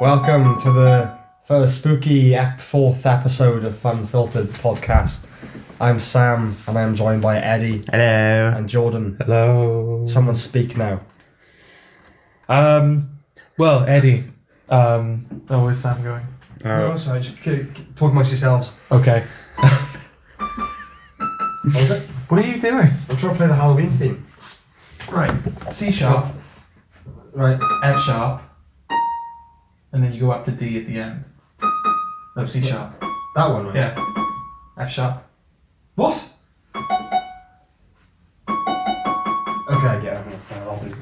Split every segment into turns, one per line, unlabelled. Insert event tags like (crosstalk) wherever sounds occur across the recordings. welcome to the first spooky ep- fourth episode of Fun Filtered podcast. I'm Sam, and I'm joined by Eddie
Hello.
and Jordan.
Hello.
Someone speak now.
Um. Well, Eddie. Um. Oh, where's Sam going?
Oh, sorry, just k- k- talk amongst yourselves.
Okay.
What was (laughs) it?
What are you doing?
I'm trying to play the Halloween theme.
Right. C sharp. Right. F sharp. And then you go up to D at the end. No, C sharp.
That one, right?
Yeah. F sharp.
What? Okay, yeah, I'll do.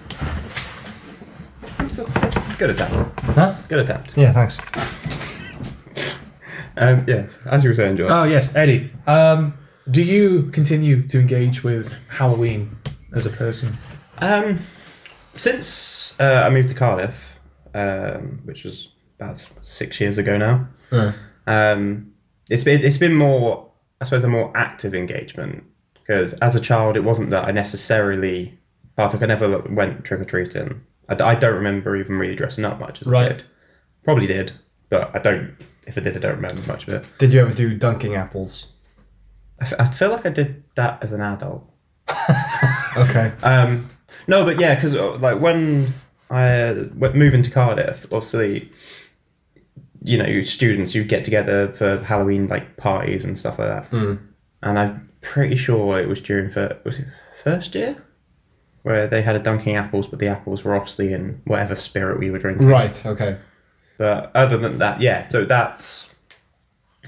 Good attempt.
Huh?
Good attempt.
Yeah, thanks.
Um, yes, Uh, as you were saying, George.
Oh yes, Eddie. Um. Do you continue to engage with Halloween as a person?
Um, since uh, I moved to Cardiff, um, which was about s- six years ago now, um, it's been it's been more, I suppose, a more active engagement because as a child, it wasn't that I necessarily partook. I never like, went trick or treating. I, d- I don't remember even really dressing up much as
Right.
a kid. Probably did, but I don't. If I did, I don't remember much of it.
Did you ever do dunking apples?
I, f- I feel like I did that as an adult.
Okay.
Um, no, but yeah, because like when I uh, went moving to Cardiff, obviously, you know, students you get together for Halloween like parties and stuff like that, and I'm pretty sure it was during fir- was it first year where they had a dunking apples, but the apples were obviously in whatever spirit we were drinking.
Right, okay.
But other than that, yeah. So that's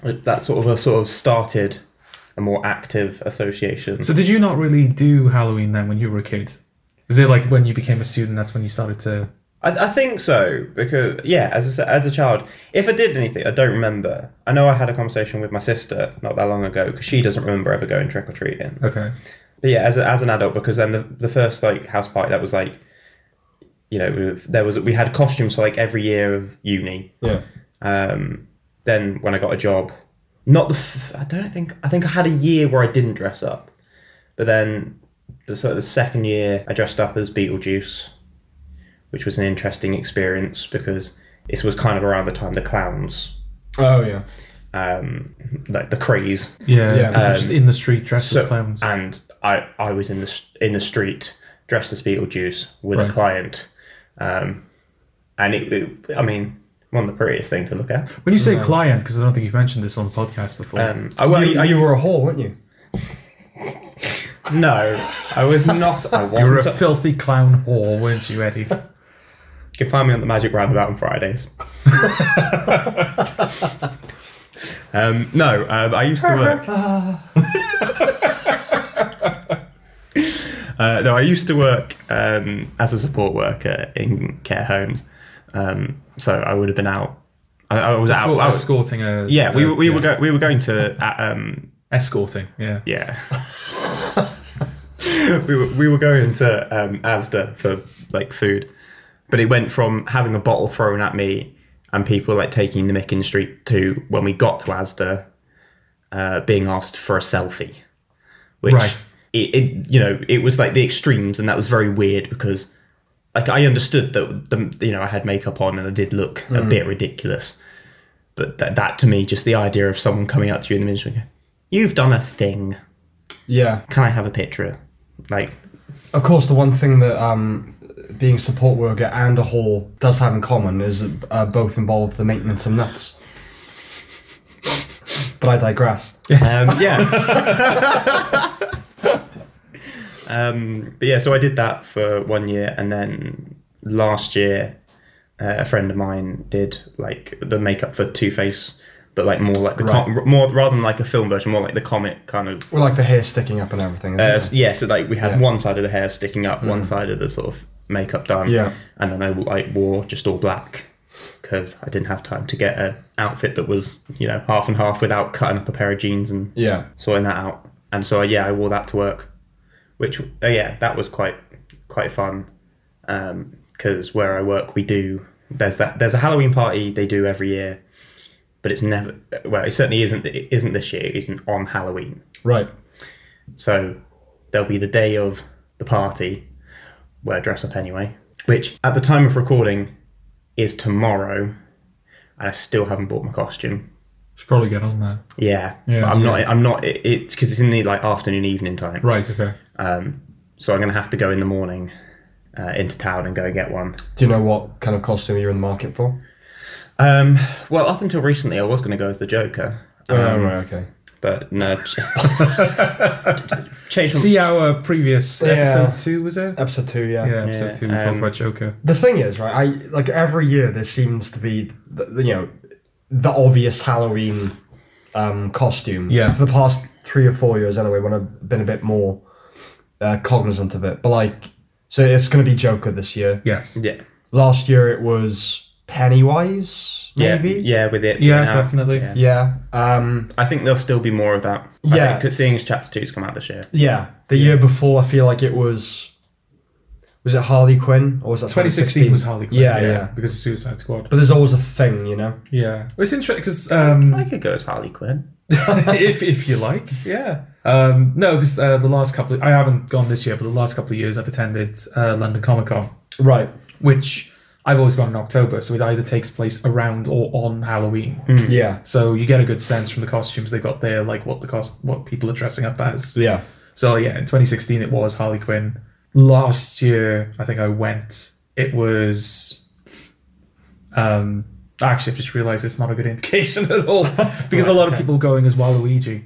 that sort of a sort of started a more active association.
So did you not really do Halloween then when you were a kid? Is it like when you became a student? That's when you started to.
I, I think so because yeah, as a, as a child, if I did anything, I don't remember. I know I had a conversation with my sister not that long ago because she doesn't remember ever going trick or treating.
Okay.
But yeah, as, a, as an adult, because then the, the first like house party that was like, you know, we- there was we had costumes for like every year of uni.
Yeah.
Um, then when I got a job, not the f- I don't think I think I had a year where I didn't dress up, but then the sort of the second year I dressed up as Beetlejuice, which was an interesting experience because this was kind of around the time the clowns,
Oh, yeah.
um, like the craze.
Yeah.
Yeah.
I'm just in the street dressed as
Um,
clowns.
So- and I I was in the s- in the street dressed as Beetlejuice with
Right.
a client, um, and it, it I mean one of the prettiest thing to look at.
When you say client, because I don't think you've mentioned this on the podcast before.
Um, I, well,
you,
I-
you were a whore, weren't you?
No, I was not. I
You're a
wasn't. (laughs) You
filthy clown whore, weren't you,
(laughs)
Eddie?
can find me on the Magic Roundabout on (laughs) Fridays. um, no, um, I used to (laughs) work. uh, no, I used to work um, as a support worker in care homes. Um, so I would have been out. I, I was out. I was,
escorting a.
yeah, we,
a-
were we were
yeah.
go, we were going to uh, um,
escorting. Yeah.
Yeah. (laughs) we, were, we were going to um, Asda for like food, but it went from having a bottle thrown at me and people like taking the mick in the street to when we got to Asda uh, being asked for a selfie, which
Right.
it, it you know it was like the extremes and that was very weird because like I understood that the you know I had makeup on and I did look a bit ridiculous, but that that to me just the idea of someone coming up to you in the middle and going, "You've done a thing."
Yeah.
can I have a picture? Like,
Of course, the one thing that um, being a support worker and a whore does have in common is uh, both involve the maintenance of nuts. but I digress.
um, yeah.
(laughs)
um, but yeah, so I did that for one year, and then last year, uh, a friend of mine did like the makeup for Two Face, but like more like the com- more rather than like a film version, more like the comic kind of.
Well, like the hair sticking up and everything. Isn't
Uh,
it?
yeah, so like we had
Yeah. Mm.
one side of the hair sticking up, one side of the sort of makeup done,
Yeah.
and then I like wore just all black because I didn't have time to get a outfit that was you know half and half without cutting up a pair of jeans and
Yeah.
sorting that out. And so yeah, I wore that to work, which uh, yeah, that was quite quite fun because where I work, we do there's that there's a Halloween party they do every year, but it's never well, it certainly isn't it isn't this year. It isn't on Halloween,
Right.
so there'll be the day of the party where I dress up anyway, which at the time of recording is tomorrow. and I still haven't bought my costume.
Should probably get on that.
Yeah,
Yeah.
but I'm not. I'm not. It because it's in the like afternoon evening time.
Right. Okay.
Um, so I'm gonna have to go in the morning uh, into town and go and get one.
Do you know what kind of costume you're in the market for?
Um, well, up until recently, I was gonna go as the Joker. Um,
oh, right, okay.
But
(laughs)
no, ch- (laughs) change.
See our previous
Yeah. Uh,
episode two was it?
Episode two, yeah.
Yeah, episode two. We
um,
talked about Joker.
The thing is, right? I like every year there seems to be, the, the, you know, the obvious Halloween um, costume.
Yeah.
For the past three or four years, anyway, when I've been a bit more uh, cognizant of it, but like, so it's going to be Joker this year.
Yes.
Yeah,
Last year it was Pennywise,
yeah,
maybe.
yeah. With it,
Yeah,
being out.
definitely.
Yeah.
Yeah. Um,
I think there'll still be more of that. I
Yeah.
think 'cause seeing as chapter two's come out this year.
Yeah, the year before, I feel like it was. Was it Harley Quinn or was that
2016 was Harley Quinn.
Yeah, yeah.
Because of Suicide Squad.
But there's always a thing, you know.
Yeah. Well, It's interesting because
I
um,
could go as Harley Quinn.
(laughs) if if you like, yeah. Um, no, because uh, the last couple, of, I haven't gone this year, but the last couple of years I've attended uh, London Comic Con,
Right.
which I've always gone in October, so it either takes place around or on Halloween.
Yeah.
So you get a good sense from the costumes they've got there, like what the cost, what people are dressing up as.
Yeah.
So yeah, in 2016 it was Harley Quinn. Last year, I think I went. It was. Um, actually, I've just realised it's not a good (laughs) indication at
(laughs)
all because a lot of people going as Waluigi.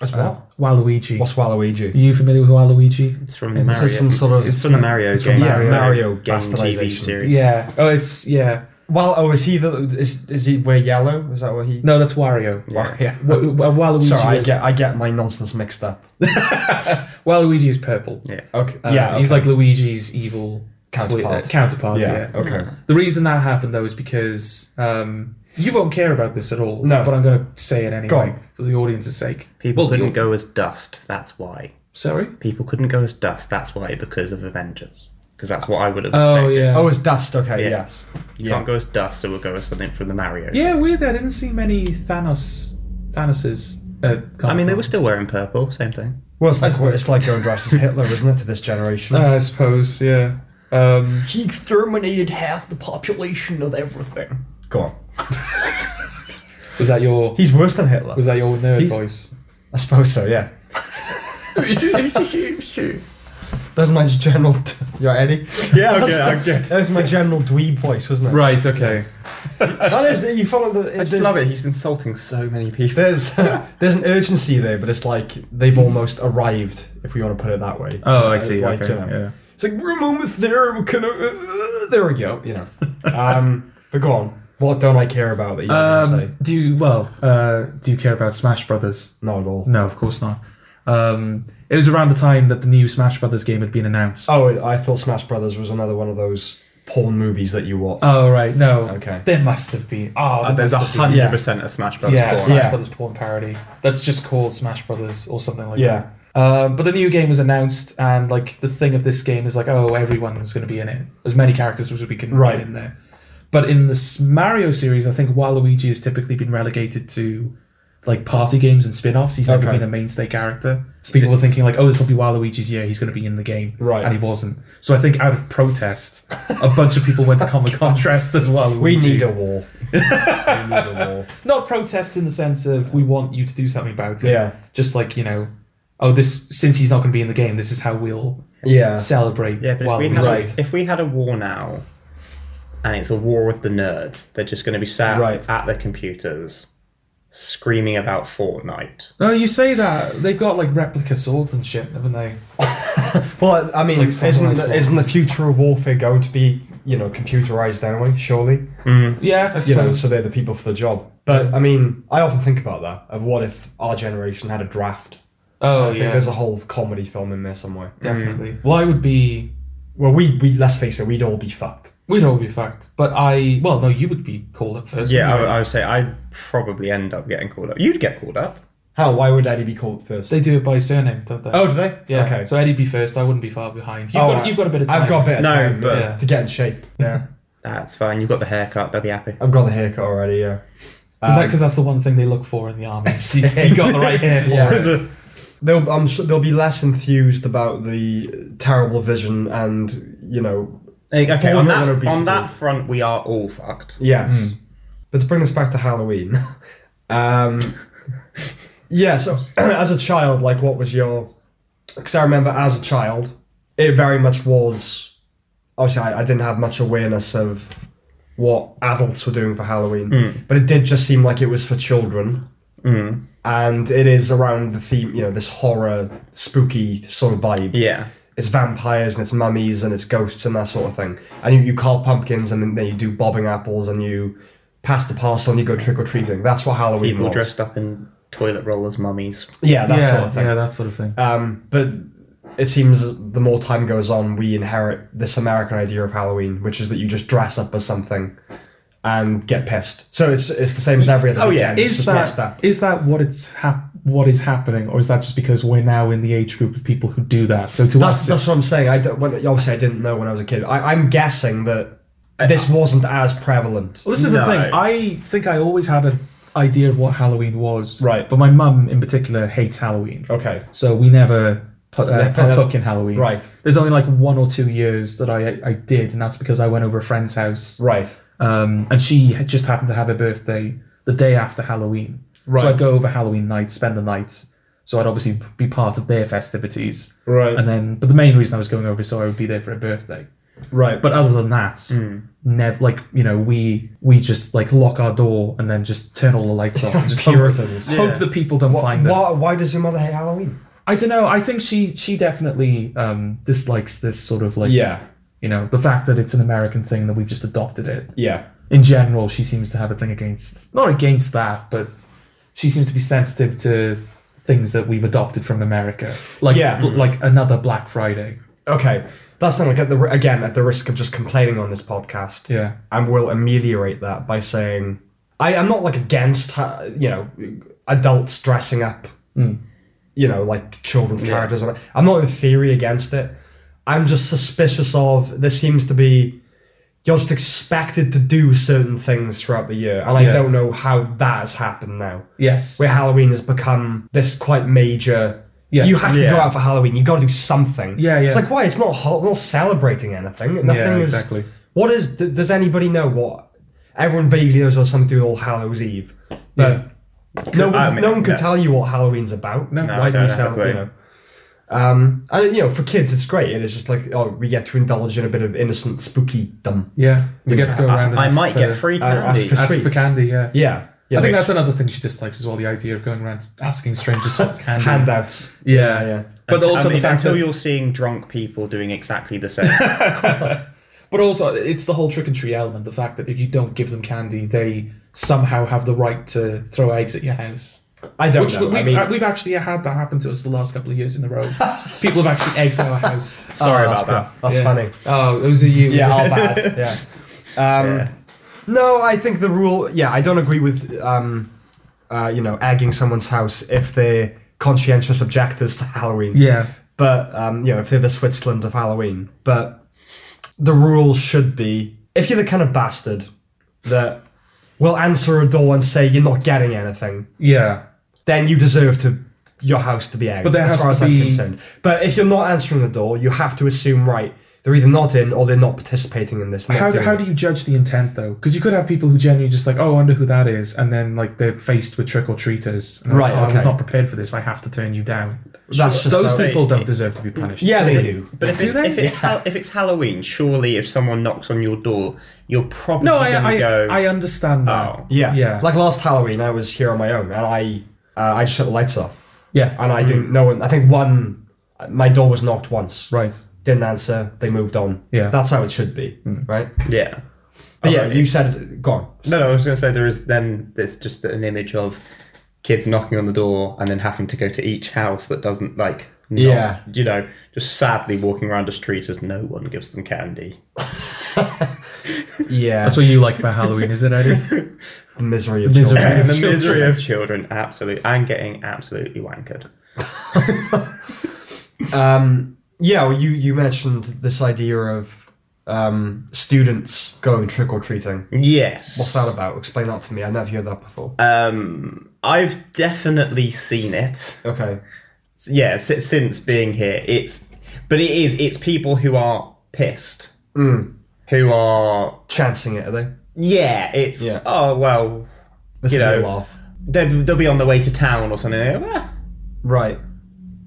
As
Uh, Waluigi.
What's
Are
Waluigi?
you familiar with Waluigi?
It's from
Is
Mario.
this some sort of-
it's from the Mario
it's from
game.
Mario. Mario
game TV
bastardization.
series.
Yeah. Oh, it's yeah.
Well, oh, is he the is is he wear yellow? Is that what he?
No, that's Wario.
Yeah.
Wa- wa- Waluigi.
Sorry, I
is,
get I get my nonsense mixed up.
Waluigi is purple.
Yeah.
Okay.
Uh,
yeah.
He's
okay.
like Luigi's evil
Counterpart.
uh, counterpart.
yeah.
Yeah.
Okay.
The reason that happened though is because um, you won't care about this at all.
No.
but I'm going to say it anyway
Go on.
for the audience's sake.
People
Well,
couldn't
you-
go as Dust. That's why.
Sorry.
People couldn't go as Dust. That's why because of Avengers. Because that's what I would have
Oh
expected.
yeah.
Oh, it's dust. Okay.
Yeah.
Yes.
You can't go as Dust, so we'll go as something from the Mario.
yeah. Weird. I didn't see many Thanos. Thanos's. Uh,
I mean, they were still wearing purple. Same thing.
Well, it's like it's like going dressed as Hitler, isn't it, to this generation?
Uh, I suppose. Yeah. Um,
He exterminated half the population of everything. Go on.
was that your?
He's worse than Hitler.
Was that your nerd
He's- (laughs)
voice?
I suppose so. Yeah. That's my general. You're Eddie.
Yeah,
(laughs)
okay, I get
That was my general dweeb voice, wasn't it?
Right. Okay.
That is. You follow the.
I just love it. He's insulting so many
(laughs)
people.
There's there's an urgency there, but it's like they've almost arrived, if we want to put it that way.
Oh, I
Uh,
see.
like,
okay.
you know,
Yeah.
It's like we're almost there. We're kind of, uh, there we go.
(laughs)
You know. Um, but go on. What don't I care about that you don't
Um,
say?
do you well? Uh, do you care about Smash Brothers?
Not at all.
No, of course not. Um, it was around the time that the new Smash Brothers game had been announced.
Oh, I thought Smash Brothers was another one of those porn movies that you watch.
Oh, right, no.
Okay.
There must have been. Oh,
Uh,
there
There's a
must have
hundred
yeah.
percent of Smash
been-
Brothers.
Yeah,
porn.
Smash
Yeah.
Brothers porn parody. That's just called Smash Brothers or something like
yeah.
that. Um, but the new game was announced, and like the thing of this game is like, oh, everyone's going to be in it. As many characters as we can
Right.
get in there. But in this Mario series, I think Waluigi has typically been relegated to like party games and spin-offs. He's never
Okay.
been a mainstay character. So people were thinking like, oh, this will be Waluigi's year. He's going to be in the game,
Right.
And he wasn't. So I think out of protest, a bunch of people went to Comic
(laughs)
Con dressed as Waluigi.
We need a
(laughs)
war. we need a war.
not protest in the sense of we want you to do something about it.
Yeah.
Just like you know, oh, this since he's not going to be in the game, this is how we'll
Yeah.
celebrate.
Yeah, but if we,
Waluigi.
had
Right.
a, if we had a war now, and it's a war with the nerds, they're just going to be sat
Right.
at their computers, screaming about Fortnite.
No, you say that they've got like replica swords and shit, haven't they?
Well, I mean,
Like something
isn't
I
the,
saw.
isn't the future of warfare going to be you know computerized anyway? Surely,
Yeah, I
you know,
suppose.
so they're the people for the job. But I mean, I often think about that of what if our generation had a draft.
oh
I think
yeah,
there's a whole comedy film in there somewhere.
definitely. Well, I would be.
Well, we we let's face it, we'd all be fucked.
We'd all be fucked, but I. Well, no, you would be called up first.
Yeah, I,
wouldn't
would-
you?
I would say I'd probably end up getting called up. You'd get called up.
How? Why would Eddie be called first?
they do it by surname, don't they?
oh, do they?
yeah.
Okay.
So Eddie'd be first. I wouldn't be far behind. You've,
Oh,
got,
I-
you've got a bit of time.
I've got a bit of
No,
time
but-
Yeah.
to get in shape. Yeah.
That's fine. You've got the haircut. They'll be (laughs) happy.
(laughs) I've got the haircut already. Yeah.
Because
Um,
that's the one thing they look for in
(laughs)
the army. See, you got the right hair. for
Yeah.
it.
They'll, I'm sure they'll be less enthused about the terrible vision and you know,
Like, Okay, on
Overall
that,
obesity.
on that front, we are all fucked.
yes, But to bring this back to Halloween, (laughs) um, yeah. So (clears throat) as a child, like, what was your? Because I remember as a child, it very much was. Obviously, I, I didn't have much awareness of what adults were doing for Halloween, but it did just seem like it was for children
Mm.
and it is around the theme, you know, this horror, spooky sort of vibe.
Yeah.
It's vampires and it's mummies and it's ghosts and that sort of thing. And you, you carve pumpkins and then you do bobbing apples and you pass the parcel and you go trick or treating. That's what Halloween
People
was.
dressed up in toilet rollers, mummies.
yeah, that
yeah,
sort of thing.
yeah, that sort of thing.
Um, but it seems as the more time goes on, we inherit this American idea of Halloween, which is that you just dress up as something and get pissed. So it's it's the same as every other.
Oh, yeah.
weekend, it's
Is
just
that,
dressed up.
is that what it's hap- what is happening, or is that just because we're now in the age group of people who do that? So to
That's
us,
that's what I'm saying. I don't- when, obviously I didn't know when I was a kid. I, I'm guessing that this wasn't as prevalent.
Well, this is the
No.
thing. I think I always had an idea of what Halloween was.
Right.
But my mum, in particular, hates Halloween.
Okay.
So we never put, uh,
Never-
(laughs) partook in Halloween.
Right.
There's only like one or two years that I I did, and that's because I went over a friend's house,
Right.
um, and she had just happened to have her birthday the day after Halloween.
Right.
So I'd go over Halloween night, spend the night. So I'd obviously be part of their festivities,
Right.
and then. But the main reason I was going over is so I would be there for her birthday.
right. But
But other than that,
Hmm.
never like you know we we just like lock our door and then just turn all the lights
(laughs)
off. And just hope-
Puritans.
Hope,
Yeah.
that people don't find this.
why, why does your mother hate Halloween?
I don't know. I think she she definitely um, dislikes this sort of like
Yeah.
you know the fact that it's an American thing that we've just adopted it.
Yeah.
In general, she seems to have a thing against not against that, but she seems to be sensitive to things that we've adopted from America, like
Yeah.
bl- like another Black Friday.
Okay. That's the thing. Like at the, again, at the risk of just complaining on this podcast,
Yeah.
and we'll ameliorate that by saying I, I'm not like against ha- you know adults dressing up, you know, like children's characters. I'm not in theory against it. I'm just suspicious of this seems to be you're just expected to do certain things throughout the year, and I
Yeah.
don't know how that has happened now.
Yes.
Where Halloween has become this quite major.
Yeah.
You have to go
Yeah.
out for Halloween. You got to do something.
Yeah, yeah.
It's like why it's not ho- not celebrating anything. Nothing is
exactly.
what is? th- Does anybody know what? Everyone vaguely knows there's something to do with All Hallows Eve, but no, one,
I mean,
no one could
no.
tell you what Halloween's about.
No.
Why
I
do we
don't have a
celebrate? You know?
clue.
Um, and you know, for kids, it's great. It is just like oh, we get to indulge in a bit of innocent, spooky dumb.
Yeah, we get to go around. and
I, I
ask
might
for-
get free
ask
candy.
for-
ask for
sweets.
candy. Yeah.
Yeah, yeah.
I think
which-
that's another thing she dislikes as well the idea of going around asking
(laughs)
strangers for candy.
handouts.
Yeah,
yeah.
But
I
also
mean,
the fact
until
that,
you're seeing drunk people doing exactly the
(laughs)
same.
but also it's the whole trick and treat element. The fact that if you don't give them candy, they somehow have the right to throw eggs at your house.
I don't
Which
know.
we've,
I mean,
uh, we've actually had that happen to us the last couple of years in a row.
(laughs)
People have actually egged our house.
Sorry
oh, that's
about that.
good. That's
Yeah.
funny.
Oh, those are you.
Yeah, (laughs)
was
all
it?
bad. Yeah. Um, No, I think the rule. Yeah, I don't agree with um, uh, you know egging someone's house if they're conscientious objectors to Halloween.
yeah,
But um, you know, if they're the Switzerland of Halloween, but the rule should be if you're the kind of bastard that will answer a door and say you're not getting anything,
yeah.
then you deserve to your house to be egged.
But there
as
has
far
to
as
be-
I'm concerned. But if you're not answering the door, you have to assume right they're either not in or they're not participating in this. they're not
How do,
doing
how
it.
do you judge the intent though? Because you could have people who genuinely just like, oh, I wonder who that is, and then like they're faced with trick or treaters.
Right,
"Oh, I was
okay.
not prepared for this. I have to turn you down.
That's just
Those
how-
people don't deserve to be punished.
Yeah, they do.
But if
Do
it's,
they?
if it's, Hal- if it's Halloween, surely if someone knocks on your door, you're probably
No, I
going
I,
to go.
I understand that.
oh,
Yeah.
Yeah.
Like last Halloween, I was here on my own, and I uh, I shut the lights off,
Yeah.
and I didn't. No one. I think one. My door was knocked once.
Right.
Didn't answer. They moved on.
Yeah. Mm.
That's how it should be, right?
yeah.
But yeah,
Alright.
you said it.
(laughs)
Go on.
No, no, I was going to say there is then there's just an image of kids knocking on the door and then having to go to each house that doesn't like. not-
Yeah.
You know, just sadly walking around a street as no one gives them candy.
Yeah.
That's what you like about Halloween, is
(laughs)
it, Eddie?
the misery of
Misery.
children.
And the
Children.
misery of children, absolutely, and getting absolutely wankered.
Um, yeah. Well, you you mentioned this idea of um, students going trick or treating.
Yes.
What's that about? Explain that to me. I never heard that before.
Um, I've definitely seen it.
okay.
yeah si- since being here it's but it
Hmm.
is it's people who are pissed who are
Chancing it, are they?
yeah, it's
Yeah.
oh well,
This
You
is
know.
a laugh.
they'll, they'll be on their way to town or something. They go, "Ah,
Right.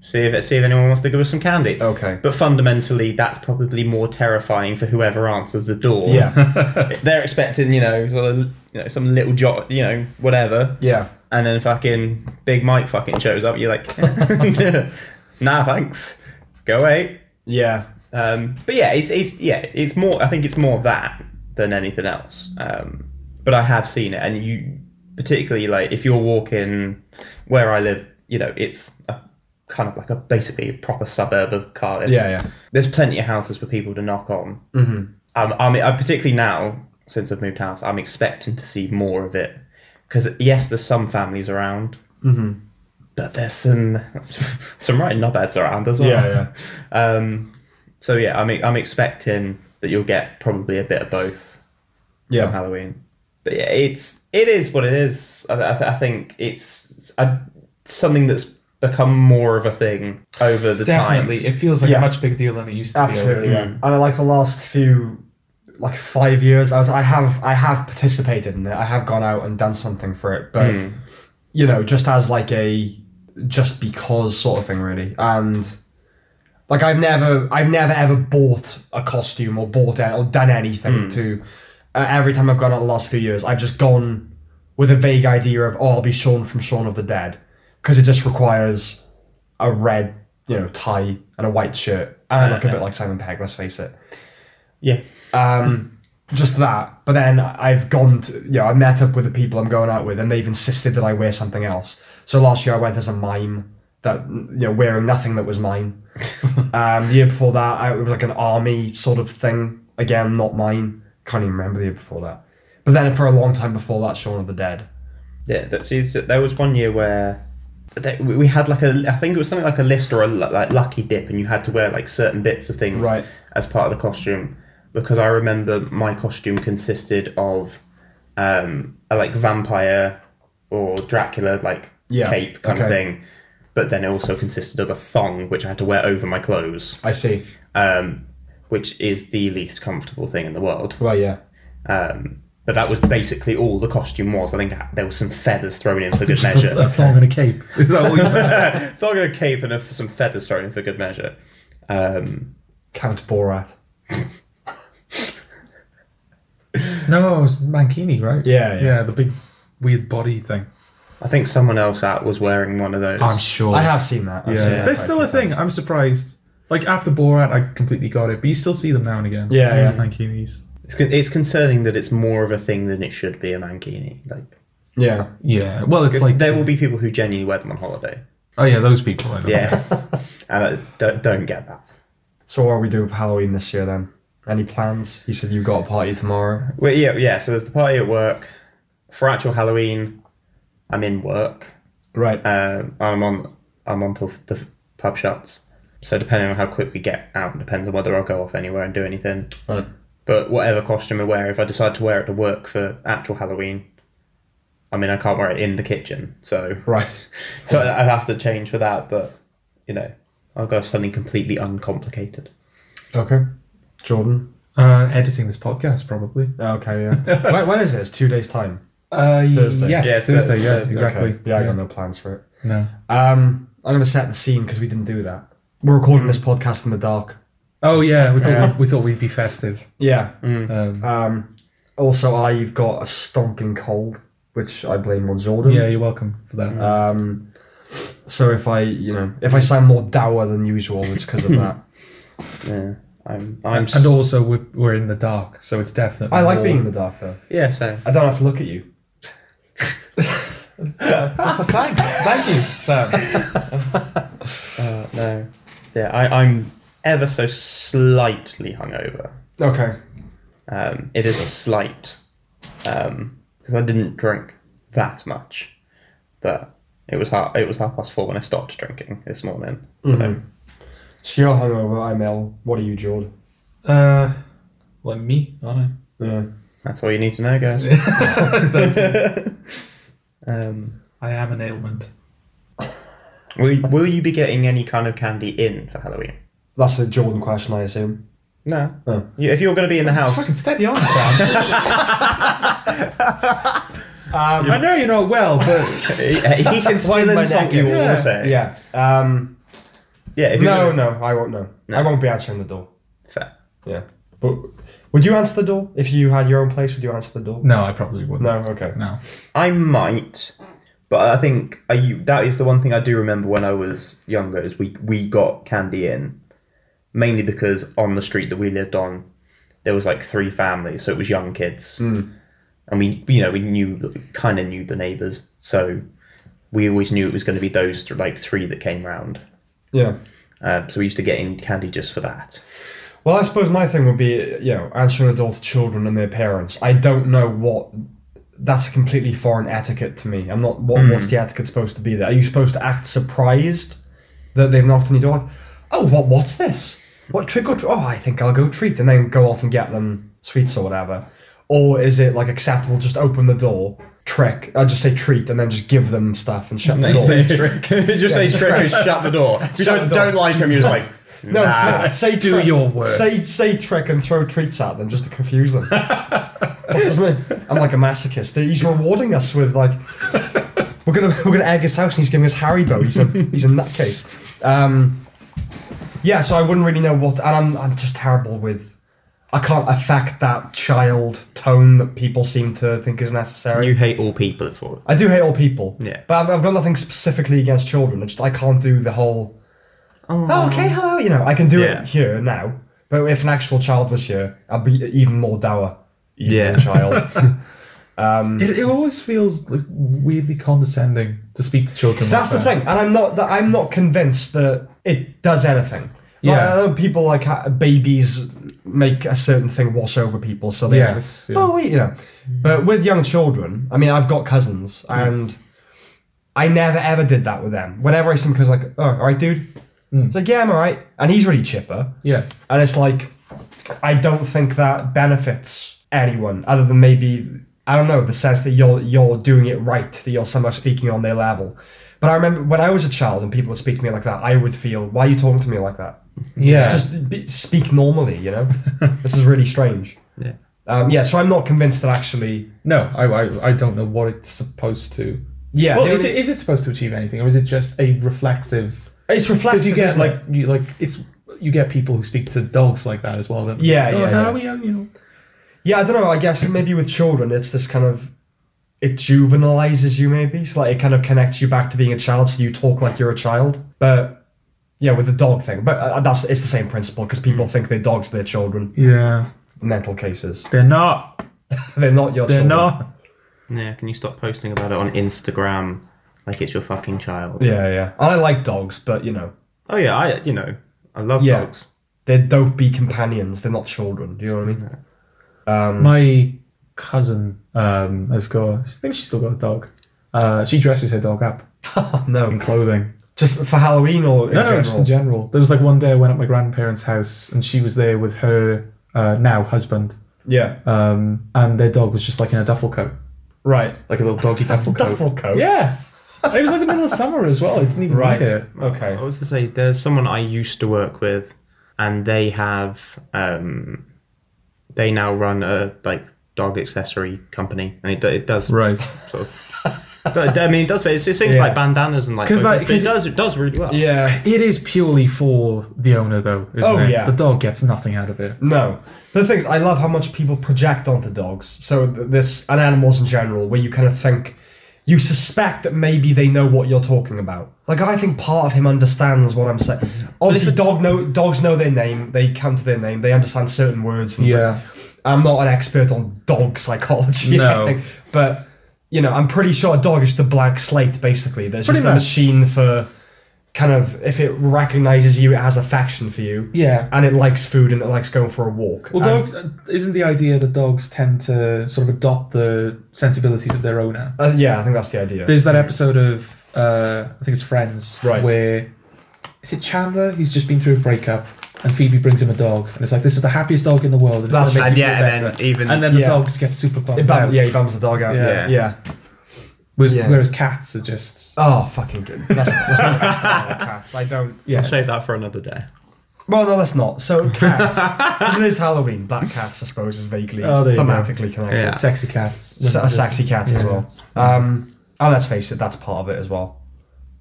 see if see if anyone wants to give us some candy.
Okay.
But fundamentally, that's probably more terrifying for whoever answers the door.
yeah.
(laughs)
(laughs)
they're expecting you know sort of, you know some little jot you know whatever,
Yeah.
and then fucking Big Mike fucking shows up. You're like, (laughs) nah, thanks, go away.
Yeah.
Um, but yeah, it's, it's yeah, it's more. I think it's more that than anything else. Um, but I have seen it, and you particularly like if you're walking where I live, you know, it's a, kind of like a basically a proper suburb of Cardiff.
Yeah, yeah.
There's plenty of houses for people to knock on. Um, I mean, I, particularly now since I've moved house, I'm expecting to see more of it because yes, there's some families around, but there's some (laughs) some right knobheads around as well.
Yeah,
yeah. Um, so yeah, I'm I'm expecting that you'll get probably a bit of both on
Yeah.
Halloween. But yeah, it's it is what it is. I, I, I think it's a, something that's become more of a thing over the
Definitely, it feels like
Yeah.
a much bigger deal than it used to
Absolutely.
be.
Yeah. And I like the last few like five years I was I have I have participated in it. I have gone out and done something for it. But you know, just as like a just because sort of thing really. And like I've never I've never ever bought a costume or bought a- or done anything to uh, every time I've gone out the last few years I've just gone with a vague idea of oh I'll be Sean from Shaun of the Dead because it just requires a red you know tie and a white shirt and I look a bit like Simon Pegg let's face it
time.
um, (laughs) just that. But then I've gone to, you know, I met up with the people I'm going out with and they've insisted that I wear something else. So last year I went as a mime that, you know, wearing nothing that was
(laughs)
mine. um, the year before that, I, it was like an army sort of thing. Again, not mine. Can't even remember the year before that. But then for a long time before that, Shaun of the Dead.
Yeah, that see, it's- there was one year where that we we had like a, I think it was something like a list or a lu- like lucky dip, and you had to wear like certain bits of things
Right.
as part of the costume. Because I remember my costume consisted of um, a like vampire or Dracula like
Yeah,
cape kind of
okay.
thing, but then it also consisted of a thong which I had to wear over my clothes,
I see.
um, which is the least comfortable thing in the world.
Well, yeah.
Um, but that was basically all the costume was. I think there was some feathers thrown in
(laughs)
for good
Just
measure.
a, a thong and a cape. Is that all you-
(laughs) Thong and a cape and a, some feathers thrown in for good measure. Um,
Count Borat.
no, it was Mankini, right?
Yeah, yeah.
yeah. The big weird body thing.
I think someone else out was wearing one of those.
I'm sure.
I have seen that. I've
Yeah,
seen that
there's
quite
still
few
a thing.
times.
I'm surprised. Like after Borat, I completely got it, but you still see them now and again.
Yeah, yeah.
Mankinis.
It's, con- it's concerning that it's more of a thing than it should be a mankini. Like,
Yeah.
Yeah, well, it's
'cause
like
there will be people who genuinely wear them on holiday.
oh yeah, those people. I know. (laughs)
Yeah, and I don't, don't get that.
So what are we doing for Halloween this year then? Any plans? You said you've got a party tomorrow.
Well, yeah, yeah. So there's the party at work. For actual Halloween, I'm in work.
Right.
Um, I'm on. I'm on till the pub shuts. So depending on how quick we get out, depends on whether I'll go off anywhere and do anything.
Right.
But whatever costume I wear, if I decide to wear it to work for actual Halloween, I mean I can't wear it in the kitchen, so
Right.
so I'd have to change for that. But you know, I'll go something completely uncomplicated.
Okay. Jordan.
Uh, editing this podcast probably.
Okay, yeah. (laughs) when, when is this? Two days time.
Uh,
Thursday.
Yes,
Yeah, it's
Thursday.
Thurs-
Yeah,
Thursday.
exactly.
Okay. Yeah, I got no plans for it.
No.
Um, I'm gonna set the scene because we didn't do that. We're recording this podcast in the dark.
Oh yeah, we thought we thought we'd be festive.
Yeah.
Um,
Um. Also, I've got a stonking cold, which I blame on Jordan.
yeah, you're welcome for that.
Um. So if I, you know, if I sound more dour than usual, it's because (laughs) of that.
Yeah, I'm. I'm.
and also, we're, we're in the dark, so it's definitely.
I like
more-
being in the dark though.
yeah, so
I don't have to look at you. Oh,
Thanks, thank you, Sam.
uh, no, yeah, I, I'm ever so slightly hungover.
Okay.
Um, it is slight because I didn't drink that much, but it was half, it was half past four when I stopped drinking this morning. So
So you're hungover. I'm ill. What are you, Jordan?
Uh, like me, aren't
Yeah.
that's all you need to
(laughs)
know, guys. (laughs) um,
I? I am an ailment.
will will you be getting any kind of candy in for Halloween?
That's a Jordan question, I assume.
No.
Oh.
You- If you're going to be in the
It's
house,
fucking steady
(laughs)
on, Sam.
Um,
I know you know it well, but
he (laughs)
(laughs)
he can
Wind
still
my
insult
neck
you
in.
all
yeah.
the same.
Yeah. Um,
Yeah. If you're
no,
gonna-
no, I won't know. I won't be answering the door.
Fair.
Yeah. But would you answer the door if you had your own place? Would you answer the door?
no, I probably wouldn't.
No. Okay.
no.
I might, but I think I, u- that is the one thing I do remember when I was younger is we we got candy in, mainly because on the street that we lived on, there was like three families, so it was young kids, and we you know we knew kind of knew the neighbors, so we always knew it was going to be those th- like three that came round.
Yeah.
Um, so we used to get in candy just for that.
Well, I suppose my thing would be, you know, answering the door to children and their parents. I don't know what. That's a completely foreign etiquette to me. I'm not. What, What's the etiquette supposed to be there? Are you supposed to act surprised that they've knocked on your door? Like, oh, what? What's this? What trick or tr- oh, I think I'll go treat and then go off and get them sweets or whatever. Or is it like acceptable? Just open the door, trick. I just say treat and then just give them stuff and shut the door.
trick. (laughs) just say trick and (laughs) shut the door. If you
Shut
don't,
the door.
don't like him, you're just like,
No,
nah.
say, say
Do
trick-
your worst.
Say say trick and throw treats at them just to confuse
(laughs)
them. What's this mean? I'm like a masochist. He's rewarding us with like we're gonna we're gonna egg his house and he's giving us Haribo. He's a he's a nutcase. Um, yeah, so I wouldn't really know what, and I'm I'm just terrible with. I can't affect that child tone that people seem to think is necessary.
(laughs) You hate all people, it's what.
I do hate all people.
Yeah.
But I've, I've got nothing specifically against children. I just I can't do the whole. Oh. okay, hello. You know, I can do
Yeah.
it here now. But if an actual child was here, I'd be even more dour. Even
Yeah. (laughs)
Child.
It, it always feels like weirdly condescending to speak to children.
That's the
like
thing, and I'm not that I'm not convinced that it does anything. Like,
Yeah.
I know people like ha- babies make a certain thing wash over people, so they
Yes, yeah.
oh you know. But with young children, I mean, I've got cousins,
Mm.
and I never ever did that with them. Whenever I see them, because like, oh, all right, dude,
Mm.
it's like yeah, I'm all right, and he's really chipper,
Yeah.
and it's like I don't think that benefits anyone other than maybe I don't know the sense that you're you're doing it right that you're somehow speaking on their level. But I remember when I was a child and people would speak to me like that, I would feel why are you talking to me like that?
Yeah.
Just be, speak normally, you know. this is really strange.
Yeah.
Um, yeah, so I'm not convinced that actually.
no, I, I I don't know what it's supposed to.
Yeah,
Well,
the
is
only-
it is it supposed to achieve anything, or is it just a reflexive?
it's reflexive.
Because you get
isn't it?
like you like it's you get people who speak to dogs like that as well. Don't they?
Yeah,
It's like,
yeah,
oh, how are you?" You know.
Yeah, I don't know. I guess maybe with children, it's this kind of it juvenilizes you. Maybe so like it kind of connects you back to being a child, so you talk like you're a child. But yeah, with the dog thing, but uh, that's it's the same principle because
Mm.
people think their dogs their children.
Yeah,
Mental cases,
they're not.
they're not your.
They're
children.
not.
Yeah, can you stop posting about it on Instagram like it's your fucking child?
Yeah, yeah. And I like dogs, but you know
Oh yeah, I you know, I love
Yeah.
dogs.
they're dopey companions. They're not children. Do you know what I (laughs) mean? Um,
My cousin um, has got. I think she's still got a dog. Uh, she dresses her dog up in
Oh, No,
clothing.
just for Halloween or in
No, no,
general.
just in general. There was like one day I went at my grandparents' house and she was there with her uh, now husband,
yeah,
um, and their dog was just like in a duffel coat,
right.
like a
(laughs)
little doggy duffel coat.
Duffel coat.
Yeah. And it was like the middle of summer as well. I didn't even
Right.
read it.
Okay.
I was to say there's someone I used to work with and they have um they now run a like dog accessory company and it, do- it does
Right.
sort of do- I mean, it does. but It's, it's things
Yeah.
like bandanas and like,
'Cause, like,
photos, but it
'cause-
does. It does really well.
Yeah.
It is purely for the owner, though, isn't
Oh,
it?
yeah.
The dog gets nothing out of it.
No. The thing is, I love how much people project onto dogs. So th- this and animals in general, where you kind of think, you suspect that maybe they know what you're talking about. Like I think part of him understands what I'm saying. Obviously, dog know dogs know their name. They come to their name. They understand certain words. And I'm not an expert on dog psychology. or
No.
anything, (laughs) but you know, I'm pretty sure a dog is the blank slate. Basically, there's
Pretty
just a
much.
machine for kind of if it recognizes you, it has affection for you.
Yeah.
and it likes food and it likes going for a walk.
Well,
And-
dogs, uh, isn't the idea that dogs tend to sort of adopt the sensibilities of their owner?
Uh, yeah, I think that's the idea.
There's that episode of, uh, I think it's Friends,
Right.
where, is it Chandler? He's just been through a breakup. And Phoebe brings him a dog, and it's like this is the happiest dog in the world. And it's
That's
gonna
right.
make you
And
feel
yeah, and
better."
then even-
and then the
Yeah.
dogs get super pumped
it bum-
out.
yeah, he bums the dog out.
Yeah.
Yeah.
Whereas,
yeah.
whereas cats are just
Oh, fucking good. That's, that's the best of all the cats. I don't.
yeah.
I'll
it's-
save that for another day.
Well, no, that's not. So
(laughs)
cats. 'cause it is Halloween. Black cats, I suppose, is vaguely
Oh, there you go.
thematically connected.
Yeah.
Sexy cats.
S- a sexy cat as well. Um, and let's face it, that's part of it as well.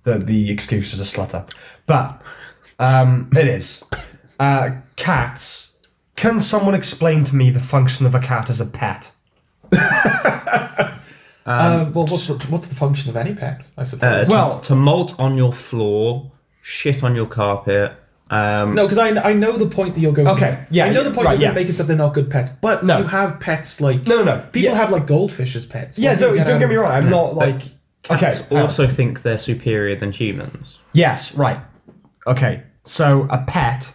The the excuse is a slut up, but um, it is. Uh, cats. Can someone explain to me the function of a cat as a pet?
Uh,
um,
well, what's, what's the function of any pet, I suppose?
Uh, to-
Well-
to molt on your floor, shit on your carpet. Um,
No, because I, I know the point that you're going.
Okay,
to.
yeah,
I know the point
right,
you're
yeah.
going to make is that they're not good pets, but
No.
you have pets like
No, no, no.
people
yeah,
have like goldfish as pets.
yeah.
What do you
Don't, don't
out
get
of-
me wrong. I'm not like okay.
cats
hang on.
also think they're superior than humans.
Yes, right. Okay, so a pet,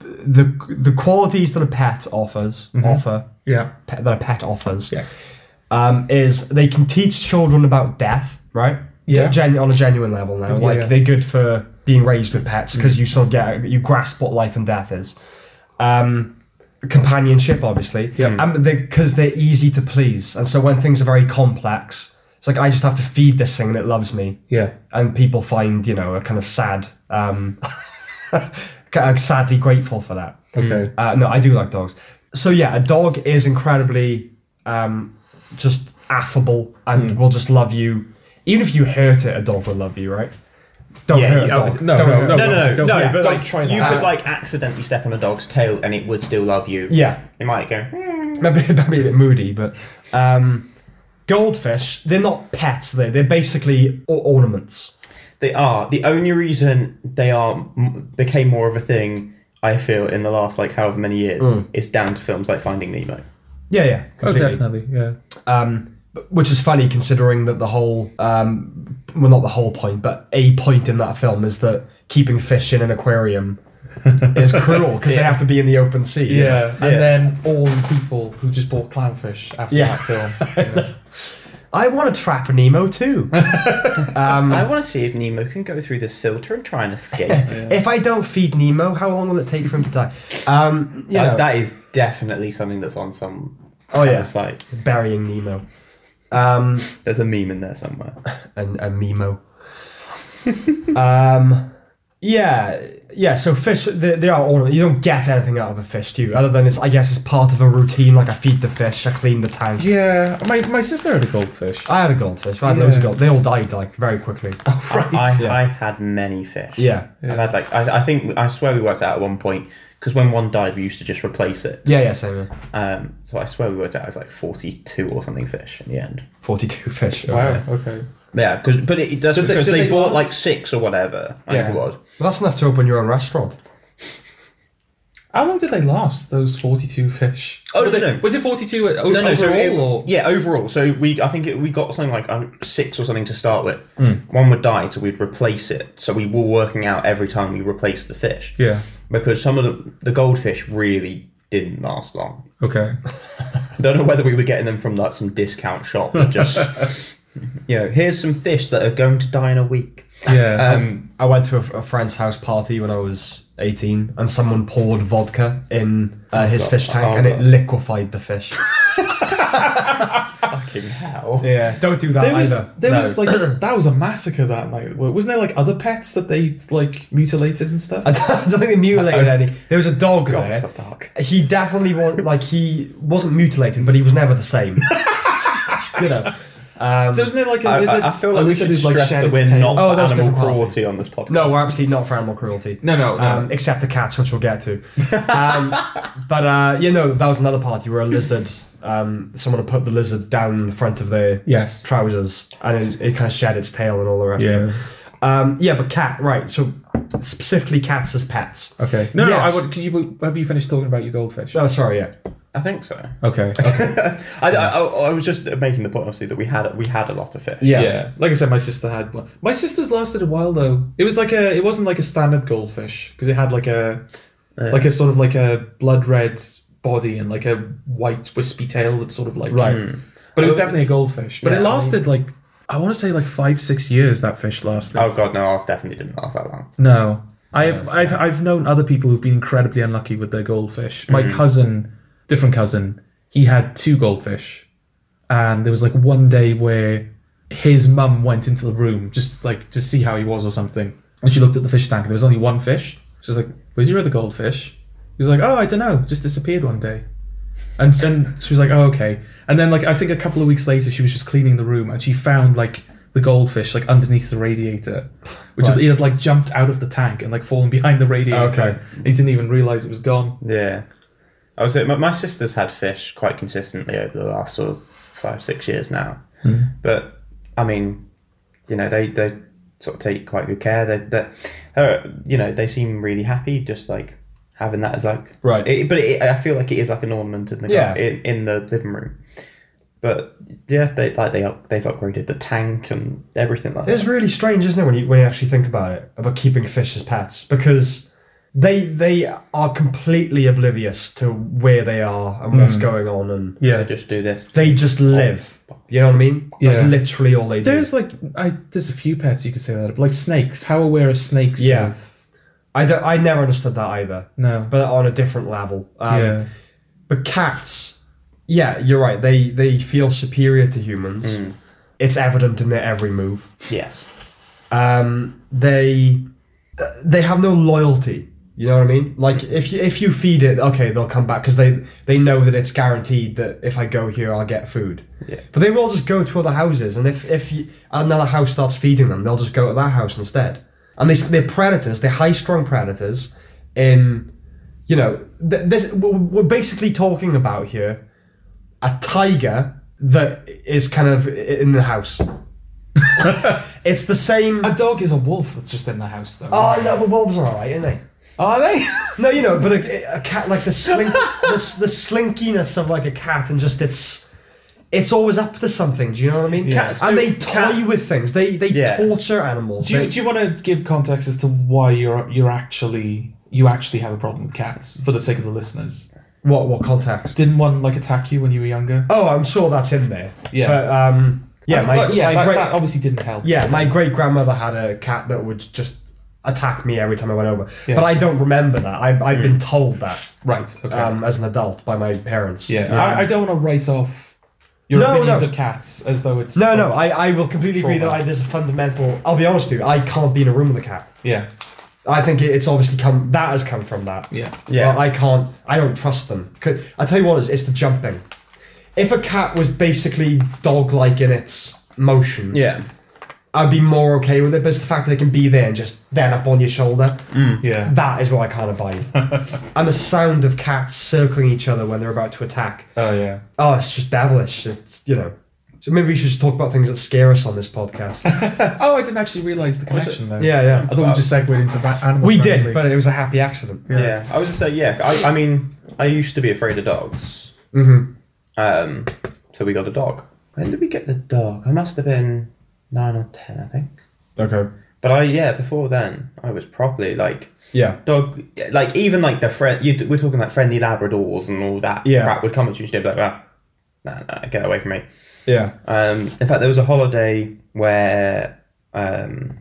the the qualities that a pet offers offer
Yeah.
pe- that a pet offers
Yes.
um, is they can teach children about death, right?
Yeah.
Gen- on a genuine level now, like
yeah. Mm.
they're good for being raised with pets because you sort of get you grasp what life and death is. Um, companionship, obviously,
Yeah.
and because they're easy to please, and so when things are very complex, it's like I just have to feed this thing and it loves me
Yeah.
and people find you know a kind of sad um (laughs) kind of sadly grateful for that
Okay.
uh, no i do like dogs so yeah a dog is incredibly um just affable and
Hmm.
will just love you even if you hurt it a dog will love you right don't
Yeah,
hurt a
yeah,
dog
no,
don't
no,
hurt
no,
a
No,
dog.
no, no,
Don't- yeah,
but
don't
like
try that.
you
Uh,
could like accidentally step on a dog's tail and it would still love you.
yeah (laughs)
it might go. "Mm."
that'd be, that'd be a bit moody but um goldfish they're not pets they they're basically or- ornaments
They are the only reason they are m- became more of a thing. I feel in the last like however many years
Hmm.
is down to films like Finding Nemo.
yeah yeah
Oh,
completely.
definitely. Yeah.
um, which is funny considering that the whole um, well not the whole point but a point in that film is that keeping fish in an
(laughs)
aquarium is cruel because they have to be in the open sea
Yeah. And
Yeah.
then all the people who just bought clownfish after
Yeah.
that
(laughs)
film. you know.
i want to trap nemo
(laughs)
too Um,
I want to see if Nemo can go through this filter and try and escape.
(laughs)
Uh,
if i don't feed nemo how long will it take for him to die um you
That-
know,
that is definitely something that's on some
Oh,
kind
yeah.
of site.
burying nemo um
There's a meme in there
(laughs)
somewhere.
and a
(laughs)
memo. um, yeah, yeah. So fish, they, they are all. You don't get anything out of a fish, do you? Other than it's, I guess, it's part of a routine. Like I feed the fish, I clean the tank.
yeah. My, my sister had a goldfish.
I had a goldfish. I had loads of
Yeah.
gold. They all died like very quickly.
I,
yeah.
I had many fish.
Yeah,
I've had like I, I think I swear we worked out at one point because when one died we used to just replace it.
yeah, yeah. Same. here.
Um, so I swear we worked out as like forty-two or something fish in the end.
Forty-two fish. okay.
Wow. Okay.
Yeah, 'cause- but it, that's
Did they-
because
did
they,
they
bought
last?
like six or whatever. I think
Yeah.
it was.
Well, that's enough to open your own restaurant.
How long did they last? Those forty-two fish.
Oh, no,
Were they-
no.
Was it forty-two o-
No, no.
overall?
so it-
or?
yeah, overall. So we, I think it, we got something like uh, six or something to start with.
Hmm.
One would die, so we'd replace it. So we were working out every time we replaced the fish.
Yeah.
Because some of the the goldfish really didn't last long.
Okay.
I don't know whether we were getting them from like some discount shop that (laughs) just, you know, here's some fish that are going to die in a week.
(laughs)
Yeah.
Um,
I went to a, a friend's house party when I was eighteen, and someone poured vodka in uh, his fish tank, and it
oh.
liquefied the fish.
fucking hell.
yeah, (laughs) don't do that
There
either.
was, there
No.
was (clears throat) like that was a massacre that night. Wa- Wasn't there like other pets that they like mutilated and stuff?
(laughs) I don't, I don't think they mutilated any. There was a dog
God,
there.
it's got Oh, dark.
He definitely was like he wasn't mutilated, but he was never the same. (laughs) you know. Um,
Wasn't there like a
I,
lizard?
I, I feel
a
like we
lizard
should
who'd, like,
stress
shed
that
its
we're
tail?
not
Oh,
for
that's
animal
different.
cruelty on this podcast.
no, we're absolutely not for animal cruelty.
No, no, no.
Um, except the cats, which we'll get to.
(laughs)
Um, but uh, you know, that was another party where a lizard. Um, someone had put the lizard down in the front of their
Yes.
trousers, and it, it kind of shed its tail and all the rest. Of it. Um, yeah, but cat, right? So specifically cats as pets.
Okay. No,
Yes.
no. I would. Can you, have you finished talking about your goldfish?
Oh, sorry. Yeah.
I think so.
Okay. okay.
I, I, I- I was just making the point, obviously, that we had we had a lot of fish.
Yeah.
yeah. Like I said, my sister had one. My sister's lasted a while though. It was like a. It wasn't like a standard goldfish because it had like a, like a sort of like a blood red body and like a white wispy tail that sort of like
Right.
But it was definitely a goldfish. But
Yeah, I
it
mean-
lasted like I want to say like five six years that fish lasted.
Oh god, no, ours definitely didn't last that long.
No. I, I've, I've known other people who've been incredibly unlucky with their goldfish. My
Mm-hmm.
cousin, different cousin, he had two goldfish. And there was like one day where his mum went into the room just like to see how he was or something. And she looked at the fish tank and there was only one fish. She was like, "Where's your other goldfish?" He was like, "Oh, I don't know. Just disappeared one day." And then she was like, "Oh, okay." And then like I think a couple of weeks later, she was just cleaning the room and she found like the goldfish like underneath the radiator, which
Right.
it had like jumped out of the tank and like fallen behind the radiator.
Okay.
He didn't even realize it was gone.
Yeah. I was my, my sister's had fish quite consistently over the last sort of five, six years now.
Hmm.
But I mean, you know, they, they sort of take quite good care. They, they uh, you know, they seem really happy just like having that as like
Right.
It, but it, I feel like it is like an ornament in the
Yeah.
gar- in, in the living room. But yeah, they like they up, they've upgraded the tank and everything like
It's
that.
really strange, isn't it, when you when you actually think about it, about keeping fish as pets, because they they are completely oblivious to where they are and
Hmm.
what's going on, and
They
Yeah.
just do this.
they just live. You know what I mean?
Oh. Yeah.
That's literally all they do.
There's like I there's a few pets you could say that of. like snakes. How aware are snakes?
Yeah.
of-
I don't. I never understood that either,
No.
but on a different level. Um,
yeah.
But cats, yeah, you're right. They they feel superior to humans.
Mm.
It's evident in their every move.
Yes.
um, they they have no loyalty. You know what I mean? Like if you if you feed it, okay, they'll come back because they they know that it's guaranteed that if I go here, I'll get food.
Yeah.
But they will just go to other houses, and if if you, another house starts feeding them, they'll just go to that house instead. And they s- they're predators. They're high strung predators. In you know th- this we're we're basically talking about here a tiger that is kind of i- in the house. it's the same.
A dog is a wolf that's just in the house, though.
Oh no, but wolves are alright, aren't they?
Are
(laughs)
they?
No, you know, but a, a cat like the (laughs) slink, the, s- the slinkiness of like a cat, and just it's it's always up to something. Do you know what I mean? Cats and they toy with things. They they
Yeah.
torture animals.
Do
They-
you, do you want to give context as to why you're you're actually you actually have a problem with cats for the sake of the listeners?
what what context?
Didn't one like attack you when you were younger?
Oh, I'm sure that's in there.
Yeah.
But um, yeah, my,
But yeah,
my
that,
great
that obviously didn't help.
yeah my great grandmother had a cat that would just attack me every time I went over.
Yeah.
But I don't remember that. I, I've been told that
Right. Okay.
um, as an adult by my parents.
yeah. I, I don't want to write off your
No,
opinions
no.
of cats as though it's
No, no, I, I will completely agree that
Trauma.
I, there's a fundamental. I'll be honest with you, I can't be in a room with a cat.
Yeah.
I think it, it's obviously come that has come from that.
Yeah.
Yeah.
Well, I can't. I don't trust them. 'Cause- I tell you what, it's, it's the jumping. If a cat was basically dog-like in its motion,
Yeah.
I'd be more okay with it. But it's the fact that they can be there and just then up on your shoulder.
Mm.
Yeah.
That is what I can't
(laughs)
abide. and the sound of cats circling each other when they're about to attack.
Oh yeah.
Oh, it's just devilish. It's you know. So maybe we should just talk about things that scare us on this podcast.
Oh, I didn't actually realize the connection though.
yeah, yeah.
I thought we just segued into ba- animal.
We
friendly.
did, but it was a happy accident.
Yeah. I was just say yeah. I, I mean, I used to be afraid of dogs.
Mhm.
Um, so we got a dog. When did we get the dog? I must have been nine or ten, I think.
Okay.
But I yeah, before then I was properly like
Yeah.
dog, like even like the friend. You we're talking like friendly Labradors and all that
Yeah.
crap would come at you and you'd be like, ah, nah, nah, get away from me.
Yeah.
Um, in fact, there was a holiday where, um,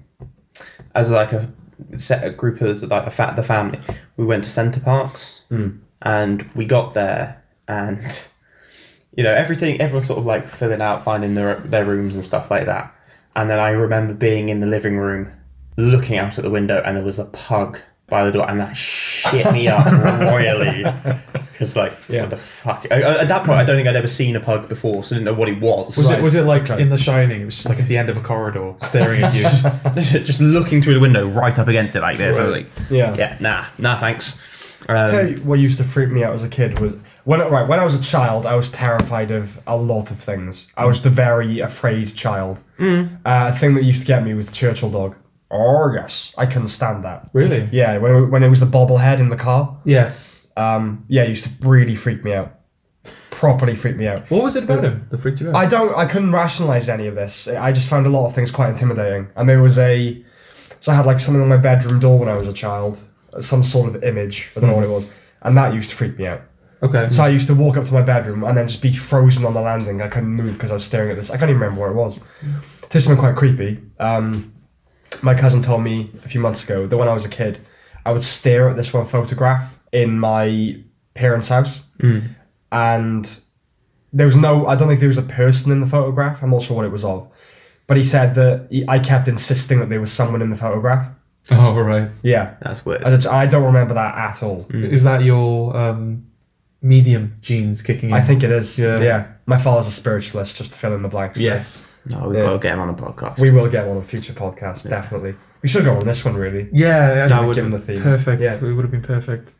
as like a set a group of like a fat the family, we went to Centre Parks, and we got there, and (laughs) you know everything, everyone sort of like filling out, finding their their rooms and stuff like that. And then I remember being in the living room, looking out at the window, and there was a pug by the door, and that shit me up royally. Because like,
Yeah.
what the fuck? I, I- at that point, I don't think I'd ever seen a pug before, so I didn't know what he was.
Was
Right.
it was it like
Okay.
in The Shining? It was just like at the end of a corridor, staring at you.
(laughs) just looking through the window right up against it like this. I was like,
Yeah.
yeah, nah, nah, thanks.
tell
Um,
you what used to freak me out as a kid was when right when I was a child, I was terrified of a lot of things. I was the very afraid child. Mm. Uh, a thing that used to get me was the Churchill dog. Oh yes, I couldn't stand that.
(laughs) really?
Yeah, when when it was the bobblehead in the car,
Yes.
um, yeah, it used to really freak me out. Properly freak me out.
What was it about him that freaked you out?
I don't. I couldn't rationalize any of this. I just found a lot of things quite intimidating. And there was a. So I had like something on my bedroom door when I was a child, some sort of image. I don't know what it was, and that used to freak me out.
okay.
So I used to walk up to my bedroom and then just be frozen on the landing. I couldn't move because I was staring at this. I can't even remember what it was. It is something quite creepy. Um, my cousin told me a few months ago that when I was a kid, I would stare at this one photograph in my parents' house, and there was no. I don't think there was a person in the photograph. I'm not sure what it was of, but he said that he, I kept insisting that there was someone in the photograph.
Oh right.
Yeah,
That's weird.
I, just- I don't remember that at all.
Is that your um, medium genes kicking in?
I think it is.
Yeah.
Yeah. my father's a spiritualist. Just to fill in the blanks. there.
yes.
No, we've
Yeah.
got to get him on a podcast.
we will get one on future podcasts. Definitely, we should go on this one. Really,
Yeah. I
That
think
would-
given the theme.
perfect.
Yeah.
We would have been perfect.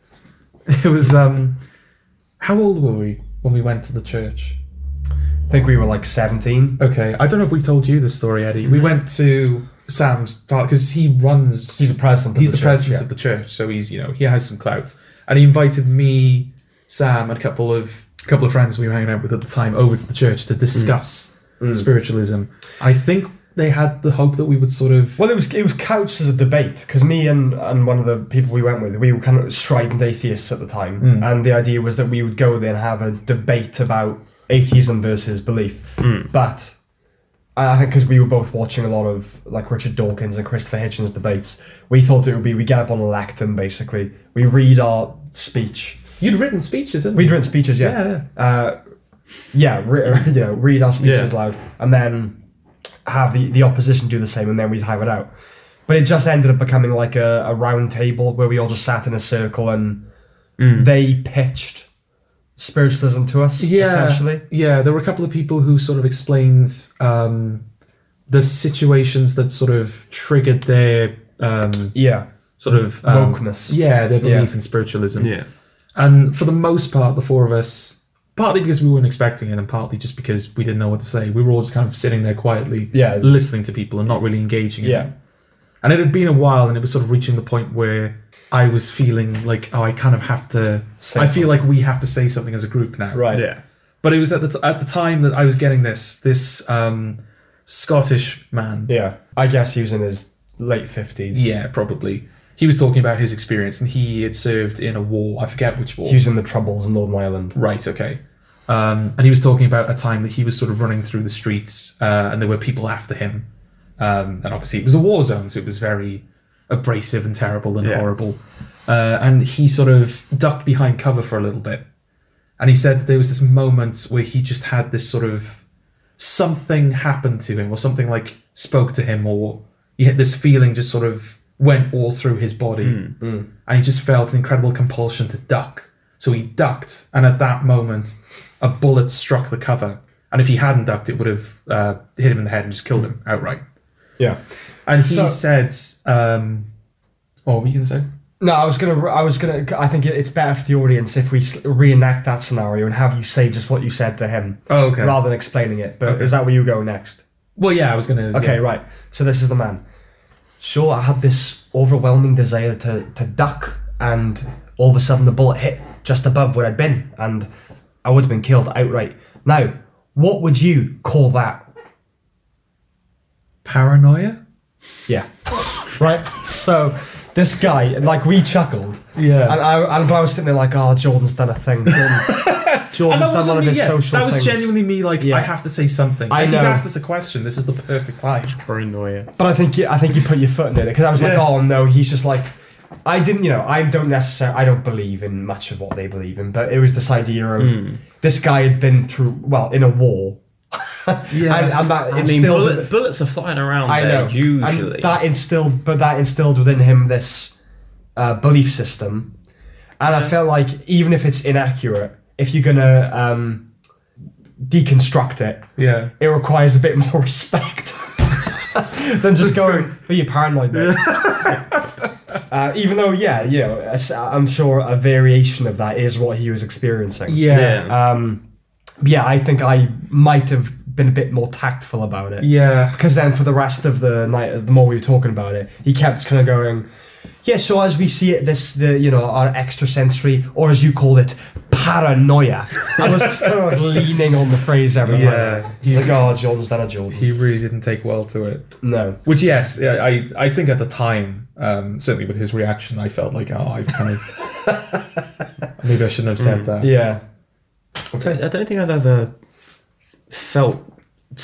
(laughs) It was. um How old were we when we went to the church?
I think we were like seventeen.
Okay, I don't know if we told you this story, Eddie. We went to Sam's because he runs.
He's the president. Of
he's
the,
the,
church,
president
yeah.
of the church, so he's you know he has some clout, and he invited me, Sam, and a couple of a couple of friends we were hanging out with at the time over to the church to discuss
Mm.
spiritualism. I think they had the hope that we would sort of
Well, it was it was couched as a debate because me and, and one of the people we went with, we were kind of strident atheists at the time, and the idea was that we would go there and have a debate about atheism versus belief. But I I think because we were both watching a lot of like Richard Dawkins and Christopher Hitchens debates, we thought it would be we get up on a lectern basically, we read our speech,
you'd written speeches, hadn't
we'd
you?
written speeches, yeah,
yeah,
uh, yeah, re- (laughs) you know, read our speeches
Yeah.
loud, and then have the, the opposition do the same, and then we'd have it out. But it just ended up becoming like a, a round table where we all just sat in a circle and they pitched spiritualism to us,
yeah.
essentially.
yeah. There were a couple of people who sort of explained um, the situations that sort of triggered their um,
Yeah,
sort of um,
Wokeness.
Yeah, their belief
Yeah.
in spiritualism. And for the most part, the four of us, partly because we weren't expecting it and partly just because we didn't know what to say, we were all just kind of sitting there quietly,
Yeah, it's-
listening to people and not really engaging. in
Yeah.
it. And it had been a while and it was sort of reaching the point where I was feeling like, oh, I kind of have to.
Say
I feel like we have to say something as a group now.
right.
Yeah.
But it was at the, t- at the time that I was getting this, this um, Scottish man.
Yeah. I guess he was in his late 50s.
Yeah, probably. He was talking about his experience and he had served in a war. I forget which war.
He was in the Troubles in Northern Ireland.
Right, okay. Um, and he was talking about a time that he was sort of running through the streets uh, and there were people after him. Um, and obviously, it was a war zone, so it was very abrasive and terrible and
Yeah.
horrible. Uh, and he sort of ducked behind cover for a little bit. And he said that there was this moment where he just had this sort of something happened to him, or something like spoke to him, or he had this feeling just sort of went all through his body and he just felt an incredible compulsion to duck. So he ducked, and at that moment, a bullet struck the cover. And if he hadn't ducked, it would have uh, hit him in the head and just killed him outright.
Yeah.
And he
So-
said, um, "What were you going to say?"
No, I was gonna. I was gonna. I think it's better for the audience if we s- reenact that scenario and have you say just what you said to him.
Oh, okay.
rather than explaining it. But
Okay.
is that where you go next?
well, yeah, I was going to.
Okay, right. So this is the man. Sure, I had this overwhelming desire to, to duck, and all of a sudden the bullet hit just above where I'd been, and I would have been killed outright. Now, what would you call that?
paranoia.
Yeah. (laughs) right? So this guy, like, we chuckled.
Yeah.
And I, and but I was sitting there like, oh, Jordan's done a thing.
(laughs)
Jordan, Jordan's done one of his social
that was
things.
genuinely me. Like,
Yeah.
I have to say something.
I
He's
know.
asked us a question. This is the perfect time.
Paranoia.
But I think you- I think you put your foot in it because I was like,
Yeah.
oh no, he's just like, I didn't, you know, I don't necessarily, I don't believe in much of what they believe in, but it was this idea of
Hmm.
this guy had been through, well, in a war, (laughs)
Yeah.
and, and that
I mean,
instilled,
bullet, bullets are flying around
I
there
know,
usually.
and that instilled, but that instilled within him this uh, belief system, and I felt like even if it's inaccurate, if you're gonna um, deconstruct it,
Yeah.
it requires a bit more (laughs) respect than just going, "Are you paranoid?" Mate? (laughs) uh, even though, yeah, you know, as- I'm sure a variation of that is what he was experiencing.
Yeah.
yeah.
Um, yeah, I think I might have been a bit more tactful about it.
Yeah.
Because then, for the rest of the night, as the more we were talking about it, he kept kind of going, "Yeah." So as we see it, this the you know our extrasensory, or as you call it, paranoia. I was just kind of like leaning on the phrase every
Yeah.
time. He's like, "Oh, Jordan's done a Jordan."
He really didn't take well to it.
No.
Which, yes, yeah, I I think at the time, um, certainly with his reaction, I felt like, oh, I kind of
(laughs)
maybe I shouldn't have said that.
Mm, Yeah.
So I don't think I've ever felt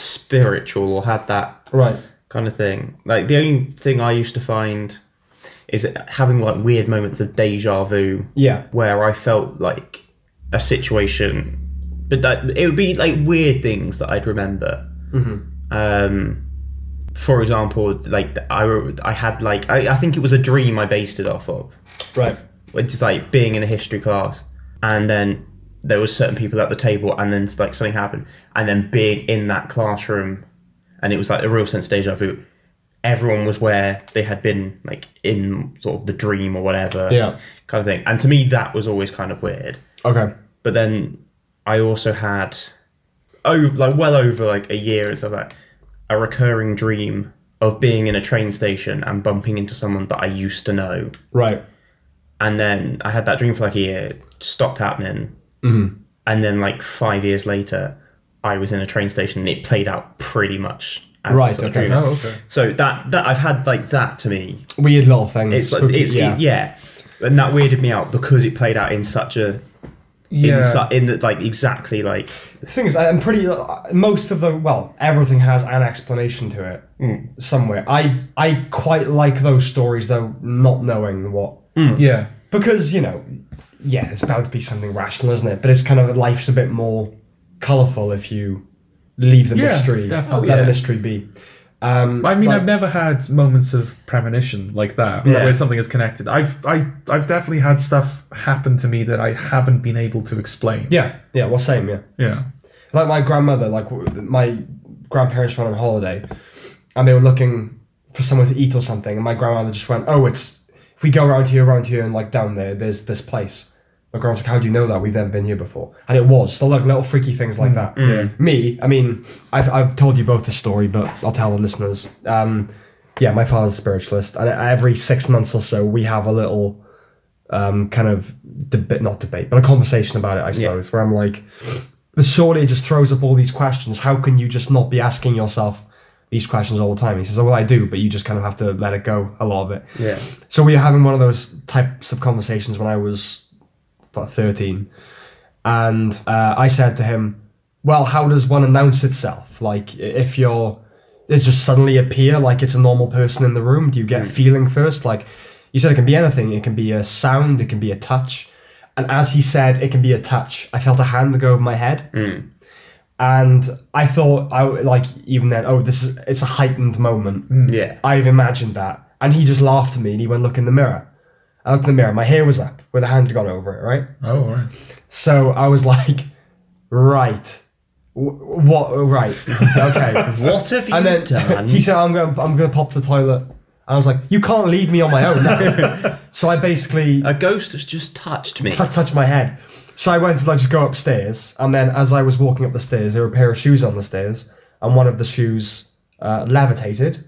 spiritual or had that
Right.
kind of thing. Like the only thing I used to find is having like weird moments of deja vu
Yeah.
where I felt like a situation, but that it would be like weird things that I'd remember. Um, for example, like I wrote- I had like I, I think it was a dream I based it off of.
Right.
It's just, like being in a history class, and then there was certain people at the table, and then like something happened, and then being in that classroom, and it was like a real sense of deja vu. Everyone was where they had been, like in sort of the dream or whatever,
Yeah.
kind of thing. And to me, that was always kind of weird
Okay.
but then I also had oh like well over like a year and stuff like that, a recurring dream of being in a train station and bumping into someone that I used to know.
Right.
And then I had that dream for like a year, it stopped happening.
Mm-hmm.
And then like five years later, I was in a train station and it played out pretty much as
Right,
a sort of
okay.
dream.
Oh, okay.
So that that I've had like that to me
Weird little things.
it's like
Spooky-
it's yeah. and that weirded me out because it played out in such a
Yeah.
in, su- in the, like exactly like
The thing is, I'm pretty. uh, Most of the well, everything has an explanation to it
Hmm.
somewhere. I I quite like those stories though, not knowing what
Mm. Yeah.
because you know, yeah, it's bound to be something rational, isn't it? But it's kind of life's a bit more colourful if you leave the
Yeah,
mystery,
definitely.
let
Yeah.
the mystery be. Um,
I mean,
like-
I've never had moments of premonition like that
Yeah.
where something is connected. I've, I, I've definitely had stuff happen to me that I haven't been able to explain.
yeah, yeah, well, same, yeah.
Yeah.
like my grandmother, like w- my grandparents went on holiday, and they were looking for somewhere to eat or something, and my grandmother just went, "Oh, it's if we go around here, around here, and like down there, there's this place." My grandma's like, "How do you know that? We've never been here before." And it was so like little freaky things like that. Me, I mean, I've, I've told you both the story, but I'll tell the listeners. Um, yeah, my father's a spiritualist, and every six months or so, we have a little um, kind of debate, not debate, but a conversation about it, I suppose, where I'm like, but surely it just throws up all these questions. How can you just not be asking yourself these questions all the time? He says, well, I do, but you just kind of have to let it go a lot of it.
yeah
So we were having one of those types of conversations when I was about 13. And uh, I said to him, well, how does one announce itself? Like, i- if you're, it's just suddenly appear like it's a normal person in the room. Do you get a feeling first? Like, he said it can be anything. It can be a sound. It can be a touch. And as he said, it can be a touch. I felt a hand go over my head. And I thought, I w- like even then, oh, this is it's a heightened moment. (laughs)
yeah
I've imagined that. And he just laughed at me and he went, look in the mirror. I looked in the mirror, my hair was up where the hand had gone over it, right?
Oh, all right.
So I was like, right. W- what? Right. Okay.
what have you
and then (laughs)
done
he said, I'm going to I'm gonna pop to the toilet. And I was like, you can't leave me on my own now. so I basically
a ghost has just touched me
t- touched my head. So I went to like just go upstairs, and then as I was walking up the stairs, there were a pair of shoes on the stairs, and one of the shoes uh, levitated,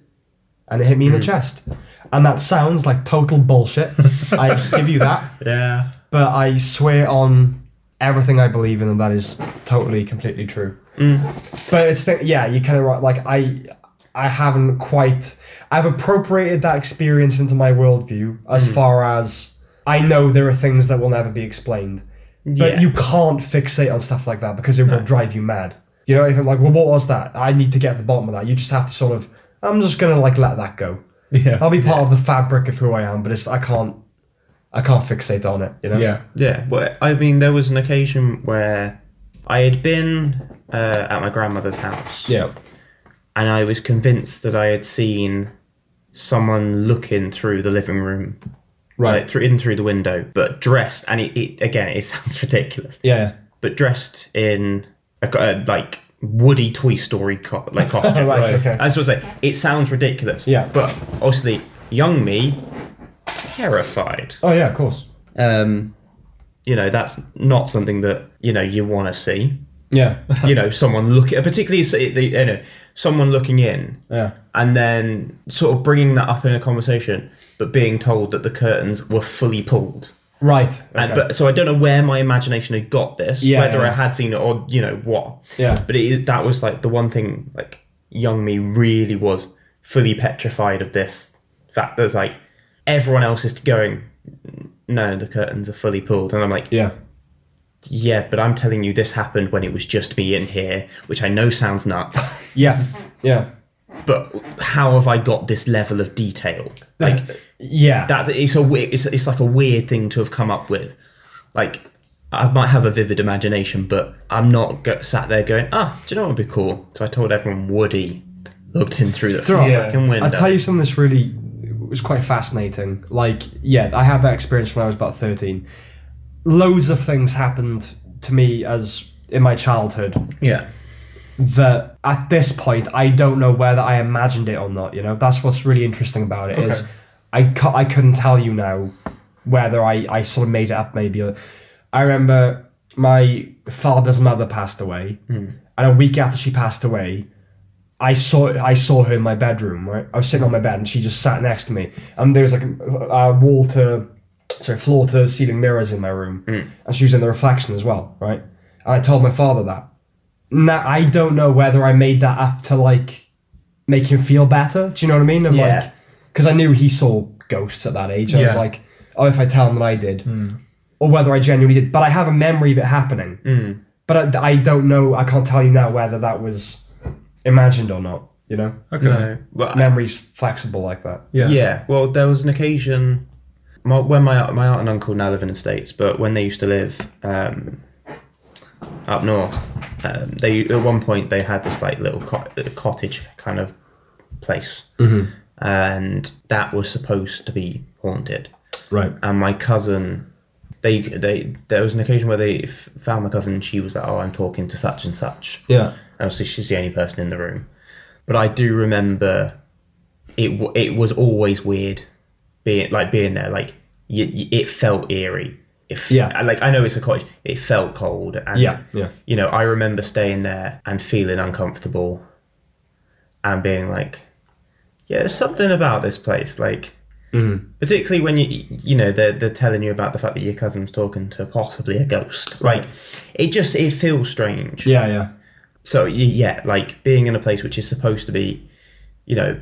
and it hit me in the chest. And that sounds like total bullshit. I give you that,
yeah
but I swear on everything I believe in and that is totally completely true.
Mm.
But it's the, yeah, you kind of right. Like I, I haven't quite. I've appropriated that experience into my worldview as
Mm.
far as I know there are things that will never be explained. But
Yeah.
you can't fixate on stuff like that because it will drive you mad. You know, if I'm like, well, what was that? I need to get to the bottom of that. You just have to sort of. I'm just gonna like let that go.
Yeah.
I'll be part of the fabric of who I am, but it's I can't. I can't fixate on it. You know.
Yeah.
yeah well I mean there was an occasion where I had been uh, at my grandmother's house
Yeah.
and I was convinced that I had seen someone looking through the living room
Right.
like through in through the window but dressed and it, it again it (laughs) sounds ridiculous
Yeah.
but dressed in a, co- a like woody Toy Story co-
(laughs)
like costume.
Right, okay.
I was gonna say it sounds ridiculous.
Yeah.
but obviously young me terrified.
Oh yeah, of course.
Um, you know that's not something that you know you want to see.
Yeah.
You know, someone looking, particularly say the- you know, someone looking in,
yeah.
and then sort of bringing that up in a conversation, but being told that the curtains were fully pulled.
(laughs) Right.
And,
okay.
but so I don't know where my imagination had got this,
Yeah,
whether
yeah.
I had seen it or you know what.
Yeah.
But it, that was like the one thing like young me really was fully petrified of this fact that like everyone else is going, no, the curtains are fully pulled, and I'm like,
yeah.
yeah, but I'm telling you this happened when it was just me in here, which I know sounds nuts, (laughs)
Yeah. Yeah.
but how have I got this level of detail? Like
(laughs) Yeah.
that's it's a weird it's, it's like a weird thing to have come up with like i might have a vivid imagination but i'm not go- sat there going ah do you know what would be cool so i told everyone woody looked in through the
Through-
Yeah.
fucking window.
I'll tell you something that's really was quite fascinating. Like, yeah, I had that experience when I was about thirteen. Loads of things happened to me as in my childhood
yeah,
that at this point I don't know whether I imagined it or not. You know, that's what's really interesting about it is I cu- I couldn't tell you now whether I I sort of made it up maybe. Or, I remember my father's mother passed away,
Hmm.
and a week after she passed away, I saw I saw her in my bedroom. Right, I was sitting on my bed and she just sat next to me, and there was like a, a wall to sorry floor to ceiling mirrors in my room, and she was in the reflection as well. Right, and I told my father that. Now I don't know whether I made that up to like make him feel better. Do you know what I mean? Of
Yeah.
like because I knew he saw ghosts at that age. I was
Yeah.
like, oh, if I tell him that I did, or whether I genuinely did. But I have a memory of it happening. But I, I don't know. I can't tell you now whether that was imagined or not. You know,
Okay.
no, but I-
memory's flexible like that.
Yeah.
yeah. Well, there was an occasion my, when my my aunt and uncle now live in the states, but when they used to live um, up north, um, they at one point they had this like little cot- cottage kind of place, and that was supposed to be haunted.
Right.
and my cousin they they there was an occasion where they f- found my cousin and she was like oh i'm talking to such and such
Yeah.
and obviously she's the only person in the room but i do remember it w- it was always weird being like being there like y- y- it felt eerie if
Yeah.
like i know it's a cottage it felt cold and
Yeah, yeah.
you know i remember staying there and feeling uncomfortable and being like yeah there's something about this place like
Mm-hmm.
particularly when you you know they're, they're telling you about the fact that your cousin's talking to possibly a ghost like it just it feels strange
Yeah. Yeah.
so y- yeah like being in a place which is supposed to be you know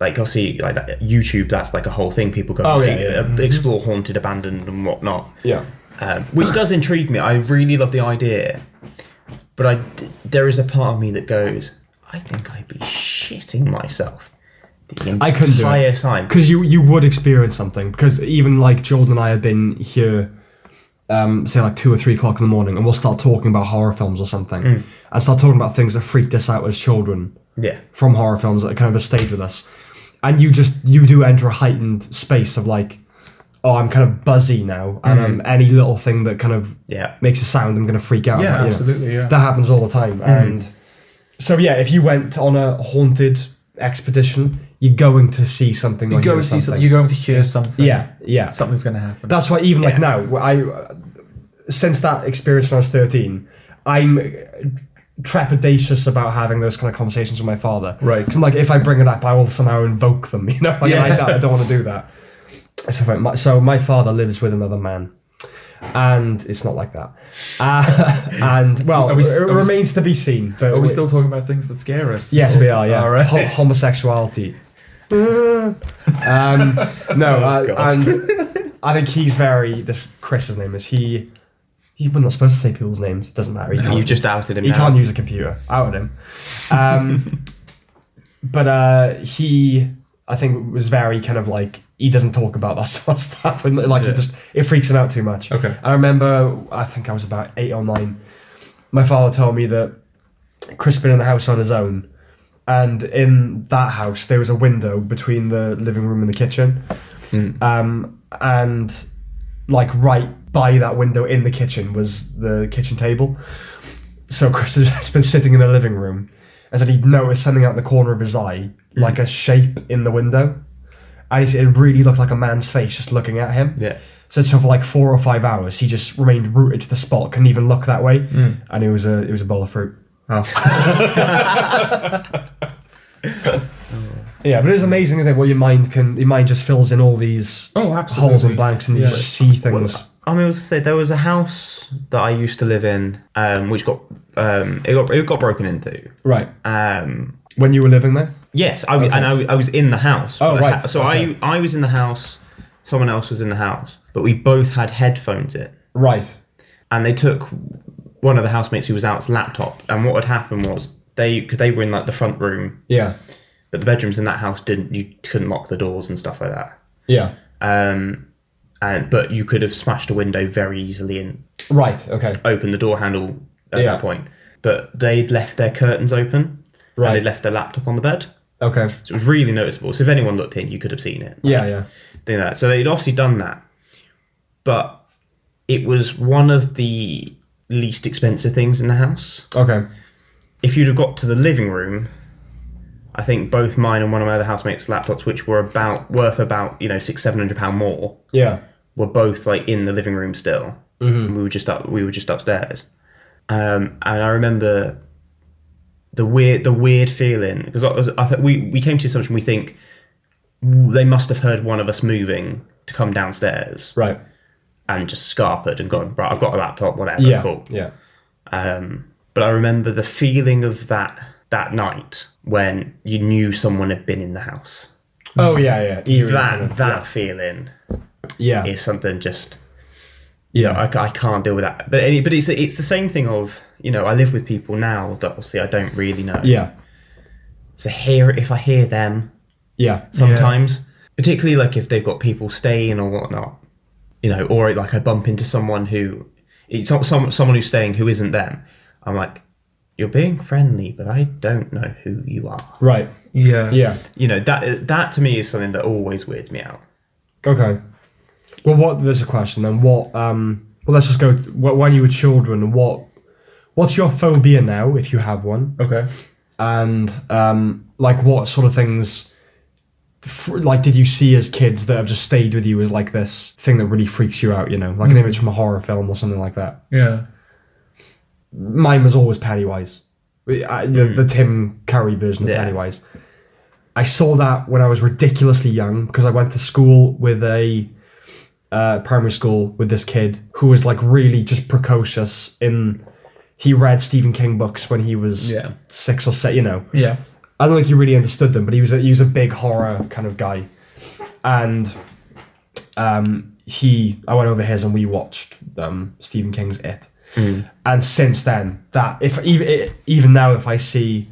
like obviously like that, youtube that's like a whole thing people go
Oh, yeah,
uh,
yeah,
explore haunted abandoned and whatnot
Yeah.
um, which does intrigue me i really love the idea but i d- there is a part of me that goes i think i'd be shitting myself the entire
I couldn't do it.
time
because you you would experience something because even like Jordan and I have been here, um, say like two or three o'clock in the morning, and we'll start talking about horror films or something,
Mm.
and start talking about things that freaked us out as children
yeah
from horror films that kind of have stayed with us, and you just you do enter a heightened space of like, oh, I'm kind of buzzy now, and
Mm.
um, any little thing that kind of
yeah
makes a sound, I'm going to freak out.
Yeah,
about, you know?
absolutely, yeah.
that happens all the time,
Hmm.
and so yeah, if you went on a haunted expedition. You're going to see something.
You
or
go
hear
and see something.
something.
You're going to hear something.
Yeah, yeah.
Something's going to happen.
That's why even like
Yeah.
now, wh- I uh, since that experience when I was thirteen, I'm uh, trepidatious about having those kind of conversations with my father.
Right.
'Cause I'm like, if I bring it up, I will somehow invoke them. (laughs) You know, like, and I, don't, I don't want to do that. So my- my, so my father lives with another man. And it's not like that. Uh, (laughs) and well,
Are we-
it
are we-
remains to be seen. But
Are we
we-
still talking about things that scare us?
Yes,
Or-
we are. Yeah,
All right.
Ho-
(laughs)
homosexuality. um,
Oh,
no, uh, and I think he's very. This Chris's name is he. He we're not supposed to say people's names. It doesn't matter. He can't,
you've just outed him
he
now.
can't use a computer. Out at him. Um, (laughs) but uh, he, I think, was very kind of like he doesn't talk about that (laughs) sort of stuff. And, Like it just it freaks him out too much.
Okay.
I remember. I think I was about eight or nine. My father told me that Chris been in the house on his own, and in that house there was a window between the living room and the kitchen, um, and like right by that window in the kitchen was the kitchen table. So Chris (laughs) had just been sitting in the living room, and said he'd noticed something out the corner of his eye, like a shape in the window, and he said it really looked like a man's face just looking at him.
Yeah.
So, so for like four or five hours, he just remained rooted to the spot, couldn't even look that way, and it was a it was a bowl of fruit.
Oh.
(laughs) Yeah, but it is amazing, isn't it? What your mind can, your mind just fills in all these
Oh,
holes
absolutely.
and blanks, and you
Yeah.
just see things.
I mean, I was to say there was a house that I used to live in, um, which got um, it got it got broken into.
right.
Um,
When you were living there,
yes, I was, and I, I was in the house.
Oh,
But the
right,
ha- so
okay.
I I was in the house. Someone else was in the house, but we both had headphones in,
right?
and they took one of the housemates who was out's laptop. And what had happened was they because they were in like the front room,
Yeah,
but the bedrooms in that house didn't. You couldn't lock the doors and stuff like that.
yeah.
Um, and but you could have smashed a window very easily and
Right. Okay.
open the door handle at
Yeah.
that point. But they'd left their curtains open.
Right.
And they'd left their laptop on the bed.
Okay.
So it was really noticeable. So if anyone looked in, you could have seen it.
Yeah, yeah.
Doing that. So they'd obviously done that. But it was one of the least expensive things in the house.
Okay.
If you'd have got to the living room, I think both mine and one of my other housemates' laptops, which were about worth about, you know, six, seven hundred pound more,
Yeah.
were both like in the living room still.
Mm-hmm.
And we were just up we were just upstairs. Um, and I remember the weird the weird feeling because I, was- I th- we we came to the assumption we think they must have heard one of us moving to come downstairs
Right.
and just scarpered and gone right I've got a laptop whatever
Yeah.
cool
Yeah.
um, but I remember the feeling of that that night when you knew someone had been in the house
Oh yeah, yeah. Eerie
that
kind of-
that feeling
Yeah.
is something just you know I, ca- I can't deal with that but any, but it's it's the same thing of you know I live with people now that obviously I don't really know
Yeah.
so hear if I hear them
Yeah.
sometimes, particularly like if they've got people staying or whatnot, you know, or like I bump into someone who it's not some someone who's staying who isn't them. I'm like, you're being friendly, but I don't know who you are.
Right.
Yeah.
Yeah.
You know that that to me is something that always weirds me out.
Okay. Well, what? There's a question then. What? Um. Well, let's just go. wh- When you were children, what? What's your phobia now, if you have one?
Okay.
And um, like, what sort of things? f- Like, did you see as kids that have just stayed with you as like this thing that really freaks you out? You know, like an image from a horror film or something like that.
Yeah.
mine was always Pennywise. We- I- you know, The Tim Curry version of
Hmm. Yeah.
Pennywise. I saw that when I was ridiculously young because I went to school with a uh, primary school with this kid who was like really just precocious in. He read Stephen King books when he was
Yeah.
six or seven, you know.
Yeah.
I don't think he really understood them, but he was a, he was a big horror kind of guy, and um, he I went over his and we watched um, Stephen King's It,
Hmm.
and since then that if even even now if I see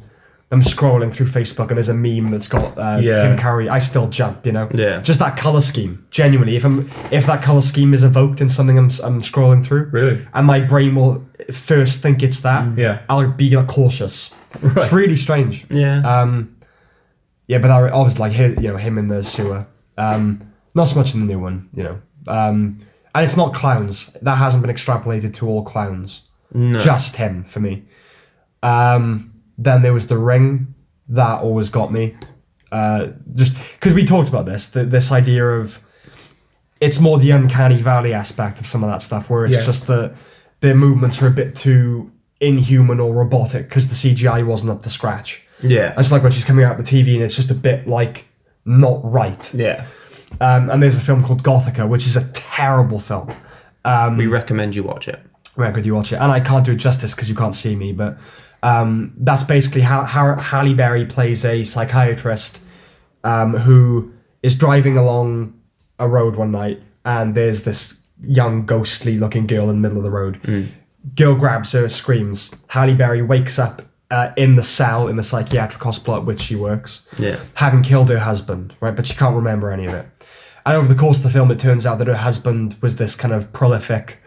them scrolling through Facebook and there's a meme that's got uh,
Yeah.
Tim Curry, I still jump, you know.
Yeah.
Just that color scheme, genuinely. If I'm if that color scheme is evoked in something I'm s- I'm scrolling through,
Really?
and my brain will first think it's that.
Yeah.
I'll be like, cautious.
Right.
It's really strange.
Yeah.
Um, yeah, but I, I was like, hi- you know, him in the sewer. Um, not so much in the new one, you know. Um, and it's not clowns. That hasn't been extrapolated to all clowns.
No.
Just him for me. Um, then there was the ring. That always got me. Uh, just because we talked about this, th- this idea of it's more the uncanny valley aspect of some of that stuff, where it's
Yes.
just that their movements are a bit too inhuman or robotic because the CGI wasn't up to scratch.
yeah.
That's like when she's coming out the TV and it's just a bit like not right.
Yeah.
Um, and there's a film called Gothica, which is a terrible film.
we recommend you watch it.
Where could you watch it? And I can't do it justice because you can't see me, but um, that's basically how Har- Halle Berry plays a psychiatrist um, who is driving along a road one night and there's this young ghostly looking girl in the middle of the road. Girl grabs her, screams. Halle Berry wakes up uh, in the cell in the psychiatric hospital at which she works
Yeah.
having killed her husband, right? But she can't remember any of it. And over the course of the film, it turns out that her husband was this kind of prolific,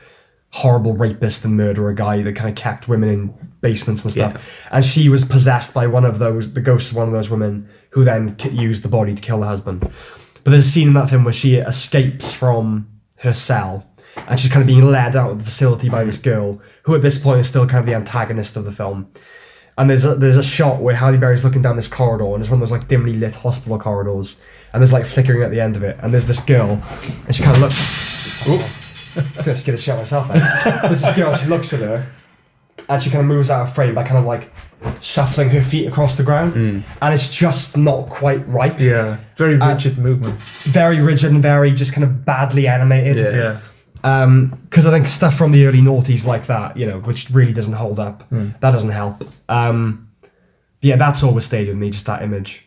horrible rapist and murderer guy that kind of kept women in basements and stuff. And she was possessed by one of those, the ghost of one of those women, who then k- used the body to kill the husband. But there's a scene in that film where she escapes from her cell and she's kind of being led out of the facility by this girl, who at this point is still kind of the antagonist of the film. And there's a, there's a shot where Halle Berry's looking down this corridor, and it's one of those like dimly lit hospital corridors, and there's like flickering at the end of it, and there's this girl, and she kind of looks. (laughs) I'm gonna scare the shit out of myself. then. there's this girl, she looks at her, and she kind of moves out of frame by kind of like shuffling her feet across the ground, and it's just not quite right.
Yeah. Very rigid movements.
Very rigid and very just kind of badly animated.
Yeah.
Yeah.
because Um, I think stuff from the early noughties like that, you know, which really doesn't hold up. That doesn't help. Um, yeah, that's always stayed with me, just that image.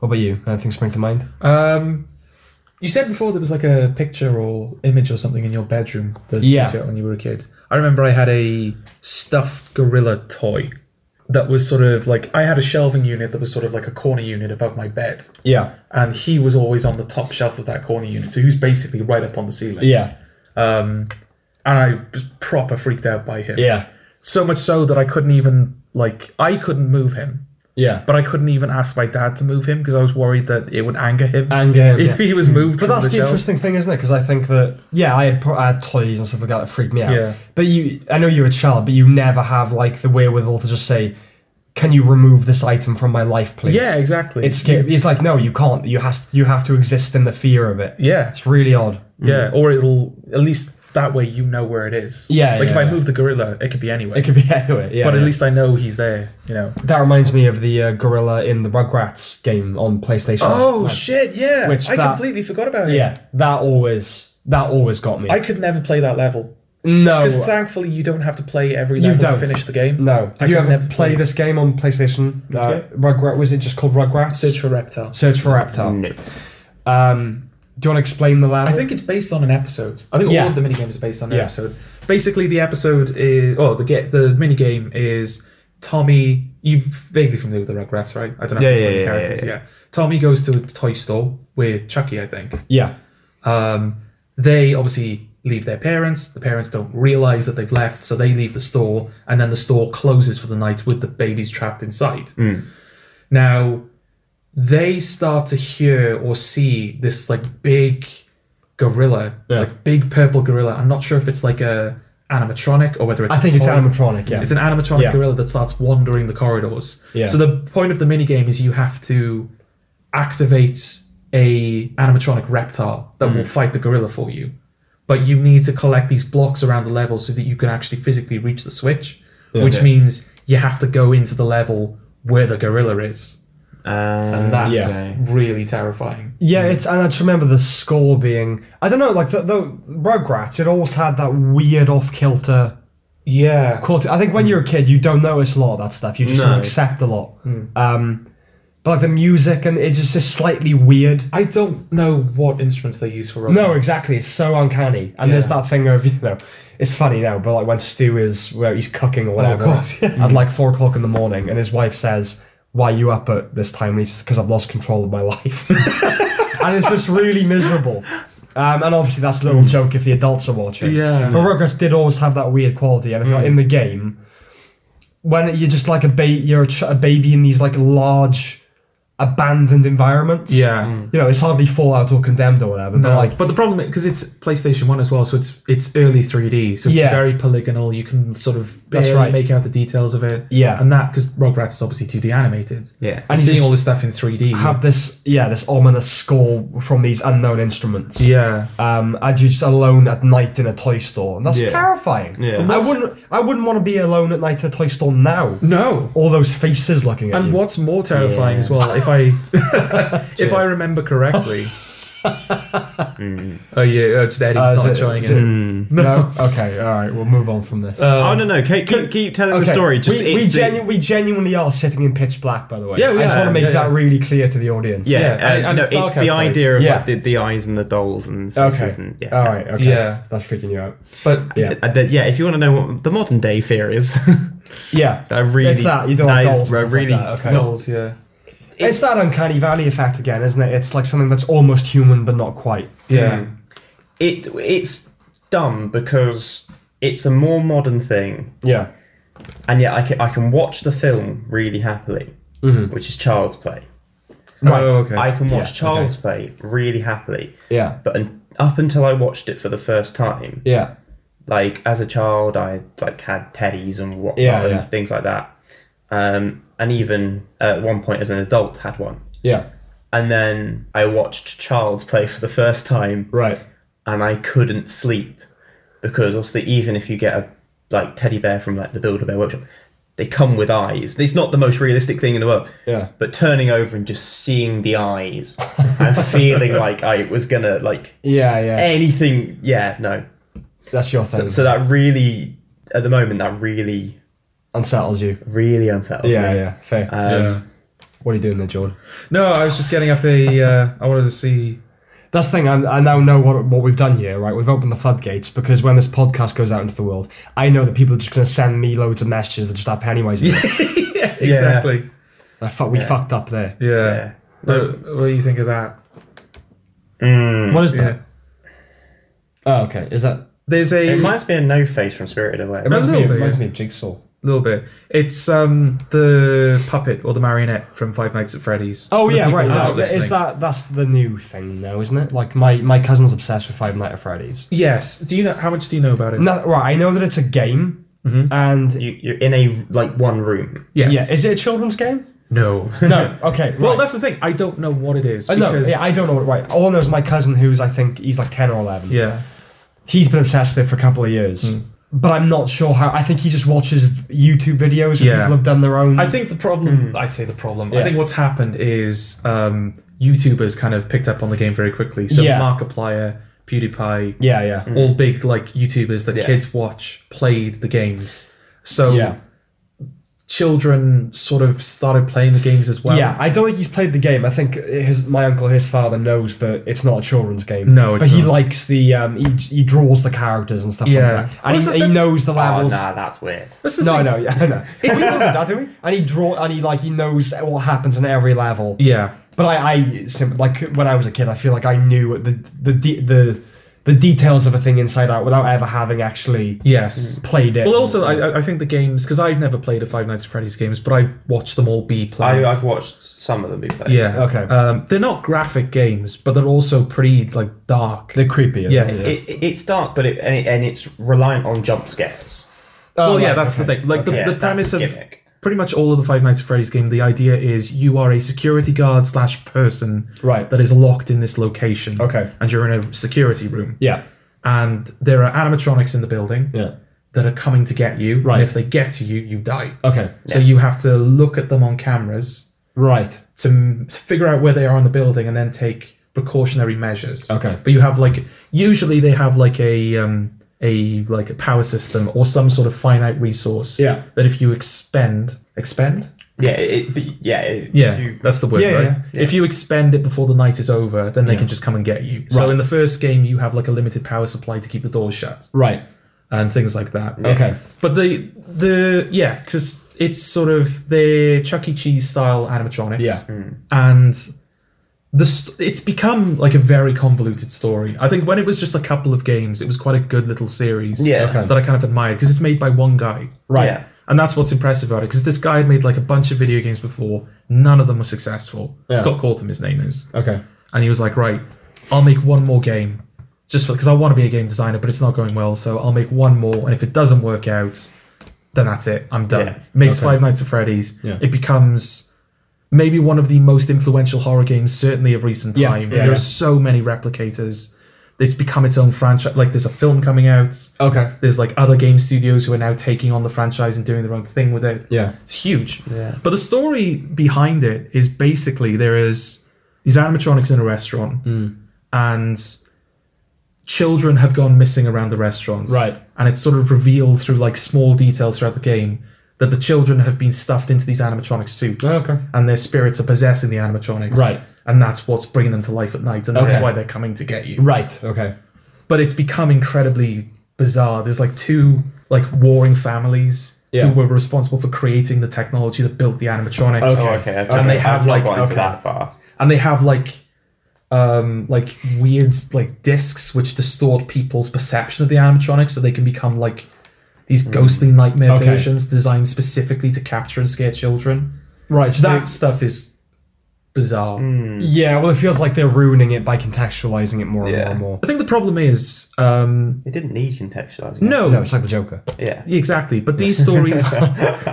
What about you? Anything spring to mind?
Um, you said before there was like a picture or image or something in your bedroom that
Yeah.
you got when you were a kid. I remember I had a stuffed gorilla toy that was sort of like I had a shelving unit that was sort of like a corner unit above my bed,
Yeah,
and he was always on the top shelf of that corner unit, so he was basically right up on the ceiling.
yeah,
Um, and I was proper freaked out by him.
yeah,
So much so that I couldn't even like I couldn't move him.
Yeah.
But I couldn't even ask my dad to move him because I was worried that it would anger him
And game.
(laughs) if he was moved.
But
from
that's the,
the shelf.
interesting thing, isn't it? Because I think that yeah, I had, pro- I had toys and stuff like that that freaked me out.
Yeah.
But you, I know you're a child, but you never have like the wherewithal to just say, "Can you remove this item from my life, please?"
Yeah, exactly.
It's scary. It's like no, you can't. You has you have to exist in the fear of it.
yeah,
It's really odd.
yeah. Or it'll at least that way you know where it is.
Yeah,
Like if
yeah,
I
yeah.
move the gorilla, it could be (laughs) anywhere.
It could be anyway. Yeah.
but at
yeah.
least I know he's there. You know.
that reminds me of the uh, gorilla in the Rugrats game on PlayStation.
Oh
Like,
shit! Yeah,
Which
I
that-
completely forgot about it.
yeah, that always that always got me.
I could never play that level
no,
because thankfully you don't have to play every
Oh, You
level to
don't.
finish the game.
no.
I
Did you
could
ever
never
play
play-
this game on PlayStation?
Yeah.
Uh, Rugrat was it just called Rugrats?
Search for reptile.
Search for Reptile. Um, do you want to explain the level?
I think it's based on an episode. I think
Yeah.
all of the mini games are based on an
Yeah.
episode. Basically, the episode is oh the get the mini game is Tommy. You vaguely familiar with the Rugrats, right? I don't know.
Yeah, yeah, yeah, yeah, yeah.
Tommy goes to a toy store with Chucky, I think.
yeah,
Um, they obviously leave their parents. The parents don't realize that they've left, so they leave the store, and then the store closes for the night with the babies trapped inside.
Hmm.
Now, they start to hear or see this like big gorilla,
Yeah.
like big purple gorilla. I'm not sure if it's like a animatronic or whether it's
I
a
think it's
toy.
animatronic. Yeah,
It's an animatronic
Yeah.
gorilla that starts wandering the corridors.
Yeah.
So the point of the minigame is you have to activate a animatronic reptile that will
Mm-hmm.
fight the gorilla for you. But you need to collect these blocks around the level so that you can actually physically reach the switch, which means you have to go into the level where the gorilla is. And that's
yeah.
really terrifying.
yeah. It's and I just remember the score being. I don't know, like the, the Rugrats. It always had that weird off kilter
Yeah.
quality. I think when you're a kid, you don't notice a lot of that stuff. You just sort of
No.
accept a lot. Um, but like the music and it just is slightly weird.
I don't know what instruments they use for robots.
No, exactly. It's so uncanny. And there's
Yeah.
that thing of, (laughs) you know, it's funny now, but like when Stu is where he's
Oh,
cooking or whatever
God, (laughs) yeah.
at like four o'clock in the morning and his wife says, Why are you up at this time? And he says, Because I've lost control of my life. (laughs) and it's just really miserable. Um, and obviously that's a little joke if the adults are watching.
Mm. Yeah. Mm.
But Rugrats did always have that weird quality and I feel like in the game when you're just like a ba- you're a, ch- a baby in these like large abandoned environments.
Yeah.
You know, it's hardly Fallout or Condemned or whatever,
No,
but like
but the problem because it's PlayStation One as well, so it's it's early 3D, so it's
Yeah.
very polygonal. You can sort of
That's
barely
right.
make out the details of it.
Yeah.
and that because Rugrats is obviously 2D animated.
Yeah.
and
And you
seeing
just
all this stuff in 3D.
have this yeah this ominous score from these unknown instruments
yeah,
um and you're just alone at night in a toy store and that's
Yeah.
terrifying
Yeah. And
i
what's-
wouldn't i wouldn't want to be alone at night in a toy store now
no.
all those faces looking at
And
you
what's more terrifying
Yeah.
as well, if
(laughs)
I if I remember correctly. oh yeah, oh, just Eddie's
Uh, is
not
it-
enjoying
is
it.
it-
(laughs)
Mm.
no okay all right we'll move on from this
oh no no! Keep keep, keep telling
Okay,
the story. Just
we, we,
it's the-
genu- we genuinely are sitting in pitch black, by the way.
Yeah, we
I just
are.
want to make
Yeah,
that
yeah.
really clear to the audience.
yeah,
Yeah, and-
uh,
and
no,
it's dark
it's the
outside.
idea of
Yeah.
like the, the eyes and the dolls and the
Okay.
faces and yeah.
All right. Okay.
Yeah.
That's freaking you out.
But
Yeah.
And then, yeah, if you want to know what the modern day fear is, (laughs)
Yeah.
that really
it's that you don't have
that is
dolls and stuff like
really
that, okay.
not-
dolls, yeah,
It's that uncanny valley effect again, isn't it? It's like something that's almost human but not quite.
yeah,
it it's dumb because it's a more modern thing,
Yeah.
and yet I can I can watch the film really happily, which is Child's Play.
Right.
Oh, okay.
I can watch
Mm-hmm. Yeah,
Child's Play really happily,
Yeah.
but un- up until I watched it for the first time,
Yeah.
like as a child i like had teddies and whatnot
Yeah,
and
yeah.
things like that um, and even at one point as an adult had one
Yeah.
and then i watched child's play for the first time
Right.
and i couldn't sleep because obviously even if you get a like teddy bear from like the builder bear workshop they come with eyes it's not the most realistic thing in the world
Yeah.
but turning over and just seeing the eyes and
(laughs)
feeling like i was gonna like
Yeah. Yeah.
anything yeah no
That's your thing.
so, so that really, at the moment, that really,
Unsettles you.
really unsettles
Yeah.
me.
Yeah. Fair.
Um,
what are you doing there, Jordan?
No, I was just getting up a. Uh, I wanted to see.
That's the thing. I, I now know what what we've done here. Right, we've opened the floodgates because when this podcast goes out into the world, I know that people are just going to send me loads of messages that just have Pennywise in (laughs) it.
yeah, exactly.
I fu- we fucked up there.
Yeah.
yeah.
What, what do you think of that?
Mm.
What is
Yeah.
that? Oh, okay. Is that?
There's a
It reminds me of No Face from Spirited Away.
It reminds, me,
little
it
bit,
reminds
yeah.
me of Jigsaw.
little bit. It's um the puppet or the marionette from Five Nights at Freddy's.
Oh
For the
yeah,
people
right.
that are
yeah. Is
listening.
that that's the new thing though, isn't it? Like my my cousin's obsessed with Five Nights at Freddy's.
Yes. Do you know how much do you know about it?
No, right. I know that it's a game,
Mhm.
and
You, you're in a like one room.
Yes.
yeah, is it a children's game?
no.
(laughs) No. Okay. Right.
(laughs) Well, that's the thing. I don't know what it is
Uh, no.
because
Yeah, I don't know. what- Right. All I know is my cousin, who's I think he's like ten or eleven.
yeah. Mm.
he's been obsessed with it for a couple of years. But I'm not sure how. I think he just watches YouTube videos where
Yeah.
people have done their own.
I think the problem. I say the problem. I
Yeah.
think what's happened is um, YouTubers kind of picked up on the game very quickly. So
Yeah.
Markiplier, PewDiePie,
Yeah, yeah.
all big like YouTubers that
Yeah.
kids watch played the games. So
Yeah.
children sort of started playing the games as well.
yeah, I don't think he's played the game. I think his my uncle, his father knows that it's not a children's game.
No, it's
but he
not.
likes the um, he, he draws the characters and stuff
Yeah.
like that,
Well,
and
it's the
he, he
thing-
knows the
Oh,
levels.
nah, that's weird.
That's the
No,
thing.
no, yeah, (laughs) no. we
It's-
don't do that, do we? And he draw, and he like he knows what happens in every level.
Yeah.
But I, I sim- like when I was a kid, I feel like I knew the the de- the the details of a thing inside out without ever having actually
Yes.
played it.
Well, also, I, I- I think the games because I've never played a Five Nights at Freddy's games, but I've watched them all be played.
I, I've watched some of them be played.
yeah.
Okay.
Um, they're not graphic games, but they're also pretty like dark.
they're creepy.
Yeah.
It, it- it's dark, but it and, it and it's reliant on jump scares.
Oh,
well, yeah, that's the thing. Like the,
Yeah,
the
that's
premise
the
of
gimmick.
pretty much all of the Five Nights at Freddy's game, the idea is you are a security guard slash person
Right.
that is locked in this location.
Okay.
and you're in a security room,
Yeah.
and there are animatronics in the building
Yeah.
that are coming to get you.
Right.
and if they get to you, you die.
Okay.
So you have to look at them on cameras
Right.
to, m- to figure out where they are in the building, and then take precautionary measures.
Okay.
but you have like usually they have like a um, a like a power system or some sort of finite resource.
Yeah.
That if you expend expend
Yeah, it, but yeah, it,
yeah
You,
that's the word
Yeah,
right
yeah,
if you expend it before the night is over then they can just come and get you so
Right.
in the first game you have like a limited power supply to keep the doors shut
Right.
and things like that
Okay.
but the the yeah because it's sort of the Chuck E. Cheese style animatronics
Yeah.
and the st- it's become like a very convoluted story. I think when it was just a couple of games, it was quite a good little series.
Yeah.
Okay.
that I kind of admired because it's made by one guy,
Right.
yeah.
and that's what's impressive about it. Because this guy had made like a bunch of video games before, none of them were successful.
Yeah.
Scott Coltham, his name is,
Okay.
and he was like, right, I'll make one more game, just because I want to be a game designer, but it's not going well, so I'll make one more, and if it doesn't work out, then that's it. I'm done.
Yeah.
Makes
Okay.
Five Nights at Freddy's.
Yeah.
It becomes maybe one of the most influential horror games, certainly of recent
Yeah,
time.
yeah,
there
yeah.
are so many replicators. It's become its own franchise. Like there's a film coming out.
Okay.
There's like other game studios who are now taking on the franchise and doing their own thing with it.
Yeah.
It's huge. But the story behind it is basically there is these animatronics in a restaurant,
Hmm.
and children have gone missing around the restaurants.
Right.
And it's sort of revealed through like small details throughout the game that the children have been stuffed into these animatronic suits.
Oh, Okay.
And their spirits are possessing the animatronics.
Right.
And that's what's bringing them to life at night, and that's
Okay.
why they're coming to get you
Right. Okay.
but it's become incredibly bizarre. There's like two like warring families
Yeah.
who were responsible for creating the technology that built the animatronics,
Oh, okay. I've
And they
I've
have,
not
like-
gone
okay.
to that far.
and they have like um like weird like discs which distort people's perception of the animatronics, so they can become like
Mm.
these ghostly nightmare
Okay.
versions designed specifically to capture and scare children.
Right. So
That
that's
stuff is bizarre.
Mm.
yeah. Well, it feels like they're ruining it by contextualizing it more and more
Yeah.
and more.
I think the problem is um
It didn't need contextualizing.
no,
No, it's like the Joker.
Yeah.
Yeah, Exactly, but these
(laughs)
stories,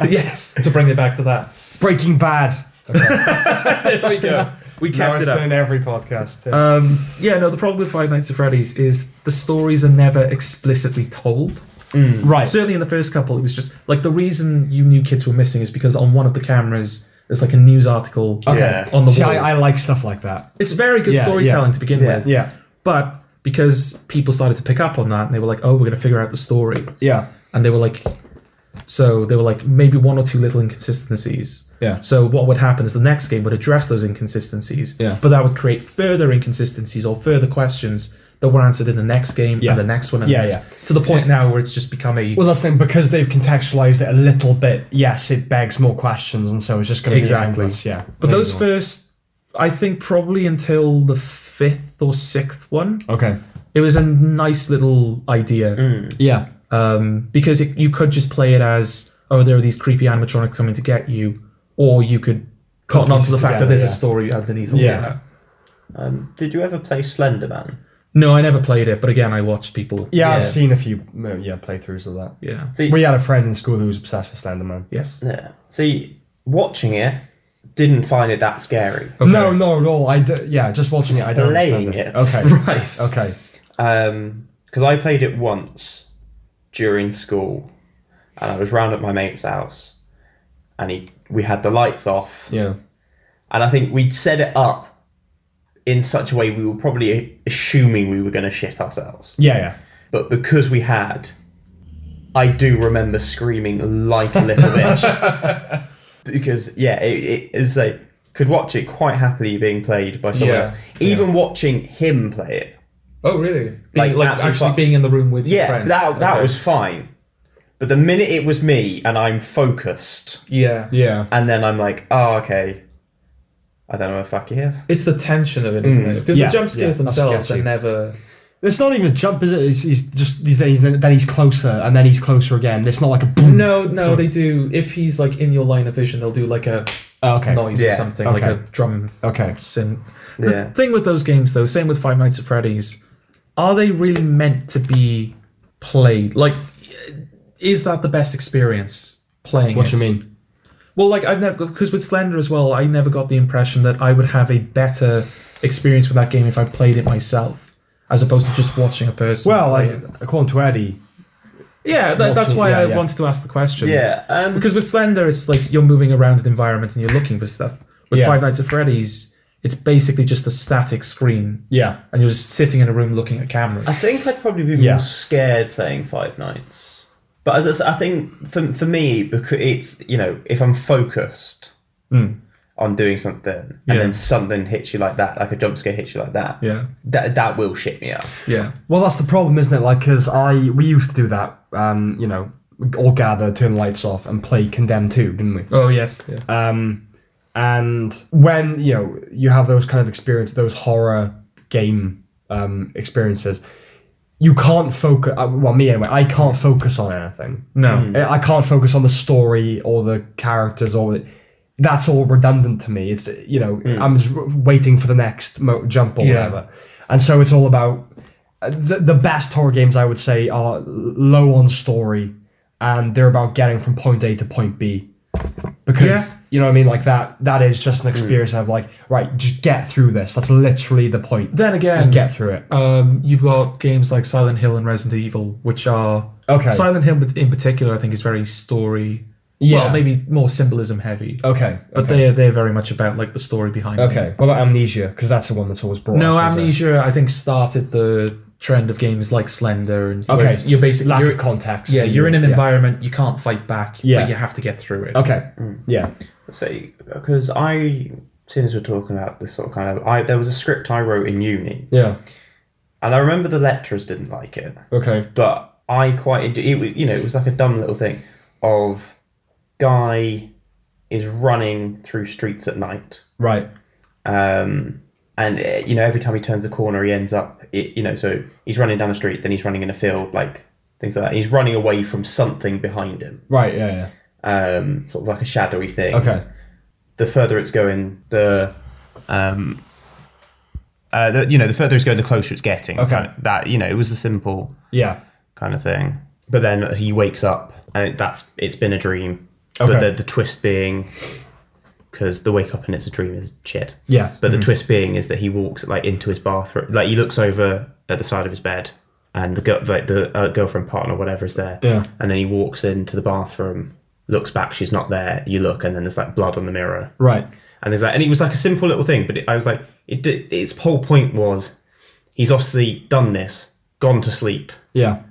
yes, to bring it back to that.
Breaking Bad.
there we go. We
Now
kept
it's
it
been
up.
in every podcast. too.
Um, yeah, no, the problem with Five Nights at Freddy's is the stories are never explicitly told.
right.
Certainly in the first couple, it was just like the reason you knew kids were missing is because on one of the cameras, there's like a news article
Yeah.
on the
See,
wall.
I, I like stuff like that.
it's very good
Yeah,
storytelling
yeah.
to begin
Yeah.
with.
Yeah.
But because people started to pick up on that and they were like, oh, we're going to figure out the story.
Yeah.
and they were like so they were like maybe one or two little inconsistencies
Yeah.
so what would happen is the next game would address those inconsistencies
Yeah.
but that would create further inconsistencies or further questions that were answered in the next game
Yeah.
and the next one and
Yeah,
the next,
yeah.
to the point now where it's just become a
Well, that's the thing because they've contextualized it a little bit. Yes, it begs more questions, and so it's just going to
Exactly.
be endless. Yeah,
but those
Anyway.
first i think probably until the fifth or sixth one
okay,
it was a nice little idea
yeah,
um, because it, you could just play it as oh, there are these creepy animatronics coming to get you, or you could cotton on to the
pieces
fact
together,
that there's a
yeah.
story underneath all
Yeah.
of that.
Um, did you ever play Slender Man?
No, I never played it, but again, I watched people.
Yeah,
Yeah.
I've seen a few uh, yeah playthroughs of that.
Yeah.
See,
We had a friend in school who was obsessed with Slenderman.
Yes.
yeah. See, watching it didn't find it that scary.
Okay.
No, no, at all. I d- yeah, just watching it, I don't
Playing
understand
it.
(laughs) Okay,
Right.
okay.
because Um, I played it once during school, and I was round at my mate's house, and he we had the lights off,
Yeah,
and I think we'd set it up in such a way we were probably assuming we were going to shit ourselves,
yeah, yeah.
but because we had, I do remember screaming like a little bitch,
(laughs)
because yeah, it, it is like could watch it quite happily being played by someone
Yeah,
else, even watching him play it.
Oh, really?
Like,
Being, like
absolute
actually
fuck-
being in the room with your
Yeah,
friends.
that that
Okay.
was fine. But the minute it was me and I'm focused,
Yeah.
Yeah.
and then I'm like, oh okay, I don't know where the fuck he
(laughs)
is.
It's the tension of it, isn't it? Because
Mm. Yeah,
the jump
yeah,
scares
that's what
themselves
gets
are
you.
never.
It's not even a jump, is it? It's, he's just these days. Then then he's closer, and then he's closer again. It's not like a boom.
No, no, they do. If he's like in your line of vision, they'll do like a
Oh, okay.
noise or
Yeah,
something, like a
okay.
drum
Okay.
synth.
Yeah,
Thing with those games, though, same with Five Nights at Freddy's, are they really meant to be played? Like, is that the best experience playing?
What
it?
do you mean?
Well, like I've never because with Slender as well, I never got the impression that I would have a better experience with that game if I played it myself, as opposed to just watching a person.
Well,
play
as,
it.
according to Eddie,
yeah, tha- that's
watching-
why
yeah,
I
yeah.
wanted to ask the question.
yeah. Um,
because with Slender, it's like you're moving around an environment and you're looking for stuff. With
Yeah.
Five Nights at Freddy's, it's basically just a static screen,
yeah,
and you're just sitting in a room looking at
(laughs)
cameras.
I think I'd probably be
Yeah.
more scared playing Five Nights. But as I, s- I think for, for me, because it's you know if I'm focused on doing something and
Hmm. Yeah.
then something hits you like that, like a jump scare hits you like that,
Yeah,
that that will shit me up.
yeah,
well, that's the problem, isn't it? Like, because I we used to do that. Um, you know, all gather, turn the lights off, and play Condemned Two, didn't we?
oh yes, yeah.
Um, and when you know you have those kind of experience, those horror game um, experiences, you can't focus. uh, Well, me anyway, I can't focus on anything.
no, Mm.
I I can't focus on the story or the characters or the, that's all redundant to me. It's you know I'm just w- waiting for the next mo- jump or
Mm. Yeah.
whatever, and so it's all about uh, the, the best horror games. I would say are l- low on story, and they're about getting from point A to point B. Because
Yeah.
you know what I mean, like that. That is just an
Hmm.
experience of like, right, just get through this. That's literally the point.
Then again,
just get through it.
um, you've got games like Silent Hill and Resident Evil, which are
Okay.
Silent Hill in particular, I think, is very story.
Yeah.
Well, maybe more symbolism heavy,
Okay,
but
okay.
they are they're very much about like the story behind. it.
okay. What about Amnesia? Because that's the one that's always brought.
No,
up, is it?
Amnesia, I think, started the trend of games like Slender and where
Okay.
it's- you're basically
lack
you're,
of context.
yeah, you're in an
Yeah.
environment you can't fight back,
Yeah.
but you have to get through it.
Okay. Yeah.
say because I, seeing as we're talking about this sort of kind of, I there was a script I wrote in uni,
Yeah.
and I remember the lecturers didn't like it,
Okay.
but I quite enjoyed it. Was, you know, it was like a dumb little thing of guy is running through streets at night,
Right.
um, and eh, you know every time he turns a corner, he ends up, it, you know, so he's running down a street, then he's running in a field, like things like that. He's running away from something behind him,
Right. Yeah.
um, sort of like a shadowy thing
Yeah. Okay.
the further it's going, the um, uh, the, you know, the further it's going, the closer it's getting.
Okay.
Kind of- that you know, it was a simple
Yeah.
kind of thing. But then he wakes up, and it, that's it's been a dream. But
Okay.
the, the twist being, because the wake up and it's a dream is shit.
Yes.
But the twist being is that he walks like into his bathroom, like he looks over at the side of his bed, and the girl, like the uh, girlfriend, partner, whatever is there.
Yeah.
And then he walks into the bathroom, looks back, she's not there. You look, and then there's like blood on the mirror
Right.
and there's like, and it was like a simple little thing, but it, I was like, it did, its whole point was, he's obviously done this, gone to sleep.
Yeah.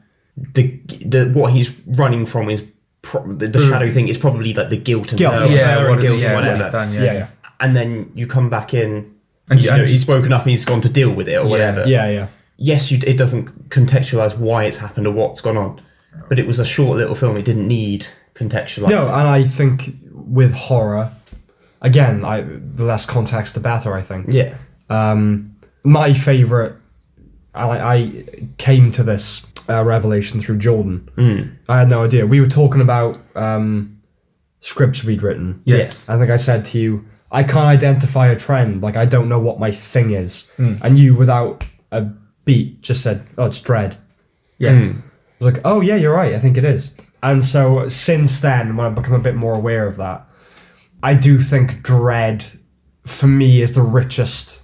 The the what he's running from is pro- the, the shadow thing is probably like the guilt and
Guilt,
her-
yeah,
her
what
and
it-
guilt
yeah,
and
what
whatever.
it's done,
Yeah. Yeah.
And then you come back in,
And
and
you-
you,
and
know,
you-
he's woken up and he's gone to deal with it or whatever.
Yeah. Yeah.
Yes, you, it doesn't contextualize why it's happened or what's gone on, but it was a short little film. It didn't need contextualizing.
No, and I think with horror, again, I the less context, the better. I think.
yeah.
Um, my favorite. I, I came to this uh, revelation through Jordan.
Mm.
I had no idea. We were talking about um, scripts we'd written.
Yes.
I think I said to you, I can't identify a trend. Like, I don't know what my thing is. And you, without a beat, just said, oh, it's dread.
Hmm.
Yes.
I was like, oh, yeah, you're right. I think it is. And so since then, when I've become a bit more aware of that, I do think dread, for me, is the richest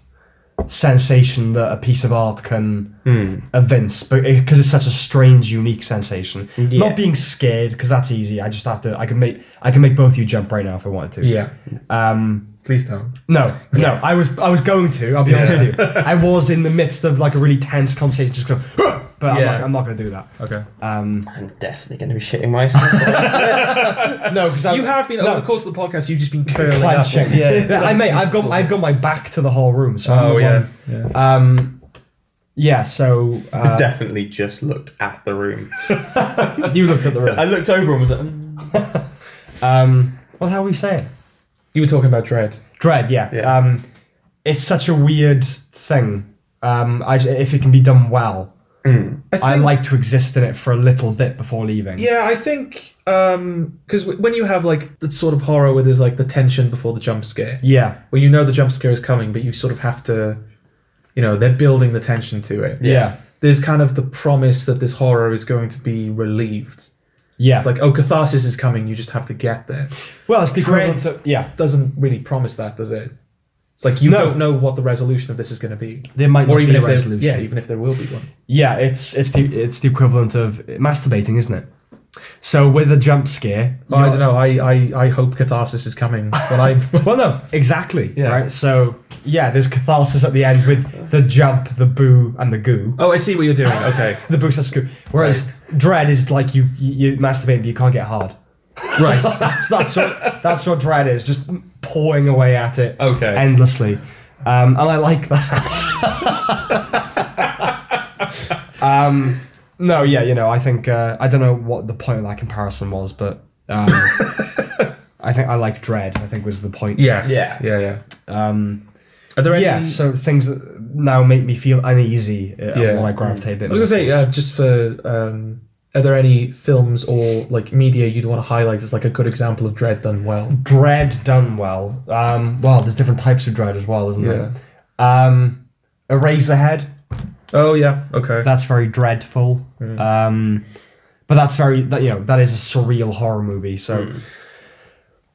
sensation that a piece of art can
Hmm.
events because it's such a strange, unique sensation.
Yeah.
Not being scared because that's easy. I just have to. I can make. I can make both you jump right now if I wanted to.
Yeah.
Um.
Please don't.
No. No. I was. I was going to. I'll be honest with
(laughs)
you. I was in the midst of like a really tense conversation, just going. (gasps) "Huh!" But I'm,
Yeah.
not, I'm not going to do that.
Okay.
Um.
I'm definitely going to be shitting myself.
Um, No, because
You have been over the course of the podcast. You've just been curling up.
clenching. (laughs) I may. I've got. I've got my back to the whole room. So. I'm
Oh
the
yeah.
One,
yeah.
um. Yeah. So
(laughs)
uh,
(laughs) definitely just looked at the room.
you looked at the
(laughs)
room.
I looked over and was like, "Mm."
Um. Well, how are we saying?
You were talking about dread.
Dread, yeah.
Yeah.
Um, it's such a weird thing. Um, I, if it can be done well,
I think,
I like to exist in it for a little bit before leaving.
Yeah, I think because w- when you have like the sort of horror where there's like the tension before the jump scare,
Yeah.
where you know the jump scare is coming, but you sort of have to, you know, they're building the tension to it.
Yeah.
There's kind of the promise that this horror is going to be relieved.
Yeah.
It's like, oh, catharsis is coming. You just have to get there.
well, it's the equivalent
Dreads-
to, yeah.
Doesn't really promise that, does it? It's like you
No.
don't know what the resolution of this is going to be,
There might not
or
be
even
a
if there,
resolution.
yeah, even if there will be one.
Yeah, it's it's the it's the equivalent of masturbating, isn't it? So with a jump scare,
Oh, I don't know. I, I I hope catharsis is coming, but (laughs) I
well, no, exactly.
Yeah.
Right. So yeah, there's catharsis at the end with the jump, the boo, and the goo.
oh, I see what you're doing. Okay,
The boo says goo. Whereas dread is like you you, you masturbate, but you can't get hard.
(laughs) right.
that's that's what that's what dread is just pouring away at it
Okay.
endlessly um, and i like that um, no yeah you know i think uh, i don't know what the point of that comparison was but
(laughs)
um, i think i like dread i think was the point
Yes.
Yeah.
Yeah. Yeah.
um,
Are there any?
yeah so things that now make me feel uneasy uh,
Yeah.
while i gravitate a bit
I was gonna
more
say uh, just for um, are there any films or like media you'd want to highlight as like a good example of dread done well?
dread done well um, well there's different types of dread as well isn't
Yeah.
there um, Eraserhead
Oh yeah. Okay.
that's very dreadful.
Mm.
Um, but that's very that you know that is a surreal horror movie. So
Mm.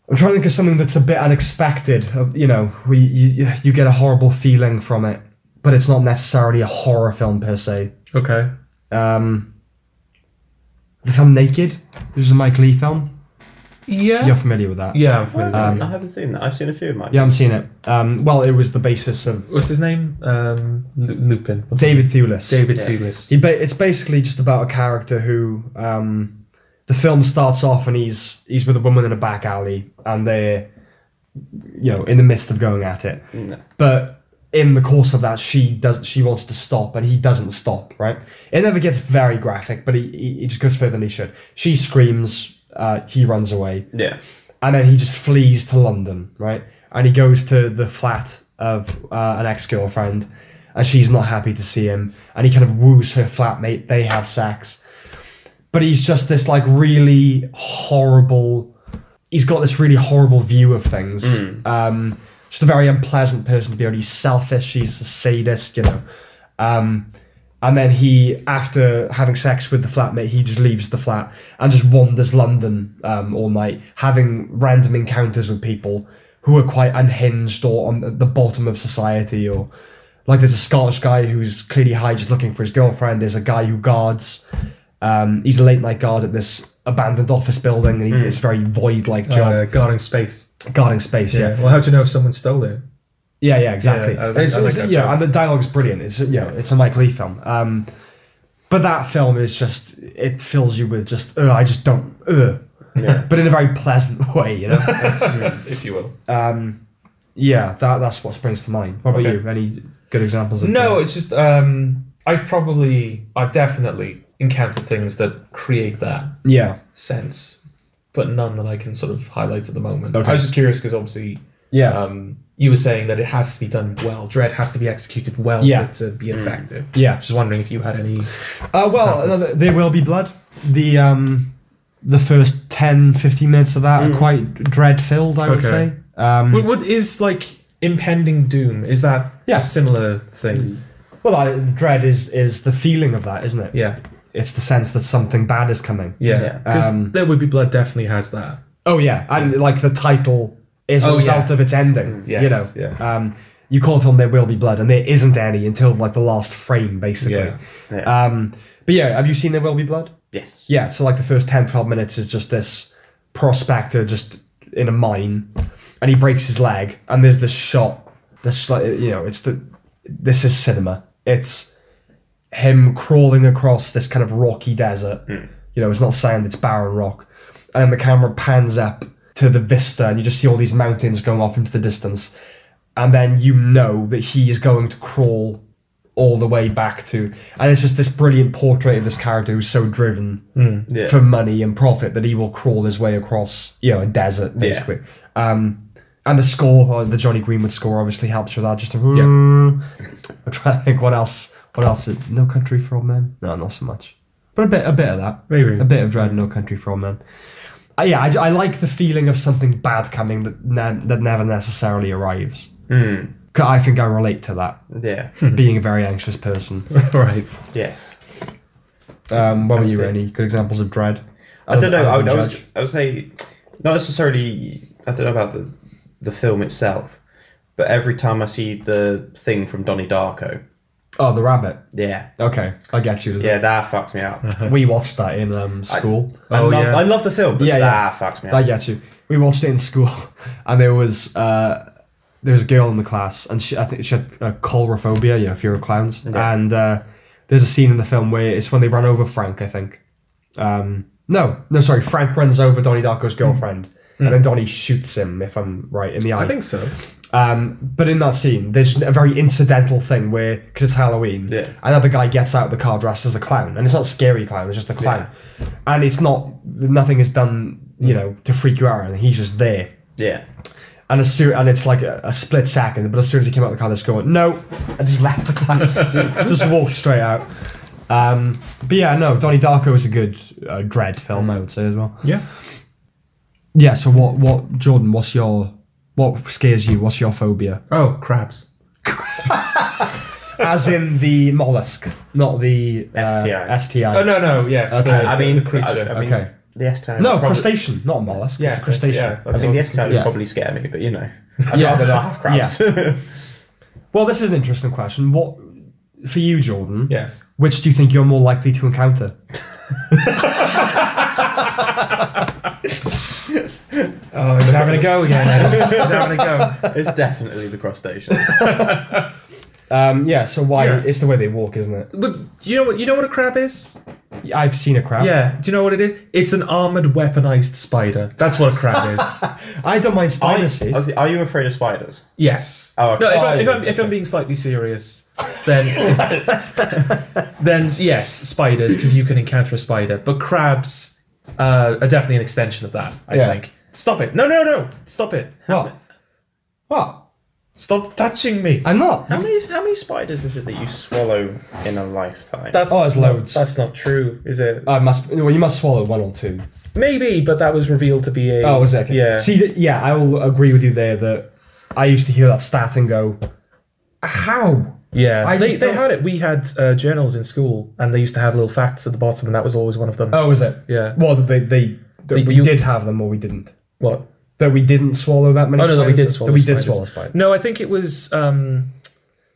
I'm trying to think of something that's a bit unexpected. Of you know, we you, you get a horrible feeling from it, but it's not necessarily a horror film per se.
okay.
Um, the film Naked, this is a Mike Lee film.
Yeah.
You're
Yeah.
familiar with that?
I'm familiar.
Um, I haven't seen that. I've seen a few of mine.
You haven't seen it. Um, well, it was the basis of
What's his name? Um, Lu- Lupin. What's
David Thewlis.
his name? David
Yeah.
Thewlis.
He ba- it's basically just about a character who um, the film starts off and he's he's with a woman in a back alley and they're you know in the midst of going at it.
No.
But in the course of that, she does she wants to stop and he doesn't stop. Right? It never gets very graphic, but he he, he just goes further than he should. She screams. Uh, he runs away
Yeah.
and then he just flees to London, right? And he goes to the flat of uh, an ex girlfriend, and she's not happy to see him, and he kind of woos her flatmate. They have sex, but he's just this like really horrible. He's got this really horrible view of things. Um, just a very unpleasant person to be around. He's selfish. He's a sadist, you know. Um, and then he, after having sex with the flatmate, he just leaves the flat and just wanders London um, all night, having random encounters with people who are quite unhinged or on the bottom of society. Or like, there's a Scottish guy who's clearly high, just looking for his girlfriend. There's a guy who guards. Um, he's a late night guard at this abandoned office building, and he, it's a very void like job,
Uh, guarding space.
guarding space.
Hmm. Yeah. Well, how do you know if someone stole it?
Yeah, yeah, exactly.
Yeah, I-
And it's,
I like
it's-
that
yeah,
joke.
and the dialogue's brilliant. It's yeah, it's a Mike Lee film. Um, but that film is just it fills you with just uh, I just don't uh,
Yeah.
but in a very pleasant (laughs) way, you know. It's,
If you will.
um, yeah, that that's what springs to mind. What about
Okay.
you? Any good examples? of
No, it's just um, I've probably, I've definitely encountered things that create that
Yeah,
sense, but none that I can sort of highlight at the moment.
Okay.
I was just curious because obviously
yeah,
um, you were saying that it has to be done well. Dread has to be executed well
Yeah.
for it to be effective.
Yeah.
Just wondering if you had any.
Uh, well,
Examples.
th- there will be blood. The um, the first 10, 15 minutes of that are quite dread filled. I would
Mm. Okay.
say. Um,
What, what is like impending doom? Is that
Yeah.
a similar thing?
well, I, dread is is the feeling of that, isn't it?
Yeah.
It's the sense that something bad is coming.
Yeah.
Yeah.
Because
Um,
There Would Be Blood definitely has that.
Oh yeah, and like the title is a
Oh,
result
yeah.
of its ending.
yes,
you know,
yeah.
um, you call the film "There Will Be Blood," and there isn't any until like the last frame, basically.
Yeah.
Yeah.
Um, but yeah, have you seen "There Will Be Blood"?
Yes.
Yeah, so like the first 10, 12 minutes is just this prospector just in a mine, and he breaks his leg, and there's this shot. This like you know, it's the this is cinema. It's him crawling across this kind of rocky desert. You know, it's not sand, it's barren rock. And the camera pans up to the vista, and you just see all these mountains going off into the distance. And then you know that he's going to crawl all the way back to. And it's just this brilliant portrait of this character who's so driven
Yeah.
for money and profit that he will crawl his way across, you know, a desert, basically. Um, and the score, uh, the Johnny Greenwood score, obviously helps with that. Just a, I'm trying to think what else. What else? is- No Country for Old Men. No, not so much. But a bit, a bit of that.
Maybe.
a bit of Dread. and No Country for Old Men. Uh, yeah, I, j- I like the feeling of something bad coming that ne- that never necessarily arrives.
Mm.
'Cause I think I relate to that,
Yeah.
being a very anxious person.
(laughs) right.
yes.
Um, what were you?
Absolutely.
Any good examples of Dread?
I don't know. I would, I,
Judge.
was, I would say not necessarily. I don't know about the the film itself, but every time I see the thing from Donnie Darko,
Oh, the rabbit.
yeah, Uh-huh.
Okay, I get you. does
yeah, that fucks me up.
it? We watched that in um, school.
I,
Oh,
love,
yeah.
I love the film, but
Yeah, yeah.
that fucks me
I
up.
get you. We watched it in school, (laughs) and there was uh, there was a girl in the class, and she I think she had uh, chlorophobia, you know, fear of clowns.
Yeah.
And uh, there's a scene in the film where it's when they run over Frank, I think. Um, no, no, sorry. Frank runs over Donnie
Hmm.
Darko's girlfriend, and then Donnie shoots him, if I'm right, in the eye.
I think so.
Um, but in that scene, there's a very incidental thing where, because it's Halloween,
Yeah.
another guy gets out of the car dressed as a clown, and it's not a scary clown; it's just a clown, and it's not nothing is done, you know, to freak you out, and he's just there.
Yeah,
And as soon, and it's like a, a split second, but as soon as he came out of the car, this girl went, "No," and just left the class, just walked straight out. Um, but yeah, no, Donnie Darko is a good uh, dread film, I would say as well.
Yeah.
Yeah. So what, what, Jordan? What's your, what scares you? What's your phobia?
Oh, crabs.
As in the mollusk, not the uh,
STI.
STI.
Oh no no yes.
Okay.
the-
I mean
the creature.
I, I mean,
Okay.
The STI.
No,
probably-
crustacean, not a mollusk.
Yeah,
it's a crustacean.
yeah,
I
that's
think
what
the
I was
STI would
confused.
probably scare me, but you know, I'd
Yeah.
rather not have crabs. (laughs)
Well, this is an interesting question. What for you, Jordan?
Yes.
Which do you think you're more likely to encounter?
Oh, he's having a go again. he's having a (laughs) go.
(laughs) it's definitely the crustacean.
Um, yeah. So why?
Yeah.
It's the way they walk, isn't it?
Look, do you know what you know what a crab is?
I've seen a crab.
Yeah. Do you know what it is? It's an armored weaponized spider. That's what a crab (laughs) is.
I don't mind
Are
spiders. see.
you, (laughs) honestly, are you afraid of spiders?
Yes.
Oh, okay.
No, if, I,
Oh,
if, I'm, if I'm being slightly serious,
(laughs)
then then yes, spiders because you can encounter a spider, but crabs uh, are definitely an extension of that. I
Yeah.
think. Stop it! No, no, no! Stop it!
What? What?
Stop touching me!
I'm not.
How many how many spiders is it that you swallow in a lifetime?
That's
Oh, there's
not-
loads.
That's not true, is it?
I must. Well, you must swallow one or two.
Maybe, but that was revealed to be a.
Oh, was it? Okay.
Yeah.
See, that- yeah, I will agree with you there that I used to hear that stat and go, how?
yeah,
I
they,
just
they
don't-
had it. We had uh, journals in school, and they used to have little facts at the bottom, and that was always one of them.
Oh, was it?
Yeah.
Well, they they that
The-
we
you-
did have them or we didn't.
What?
That we didn't swallow that many.
Oh no, that we did
spiders?
swallow.
That we did
spiders.
swallow spiders.
No, I think it was um,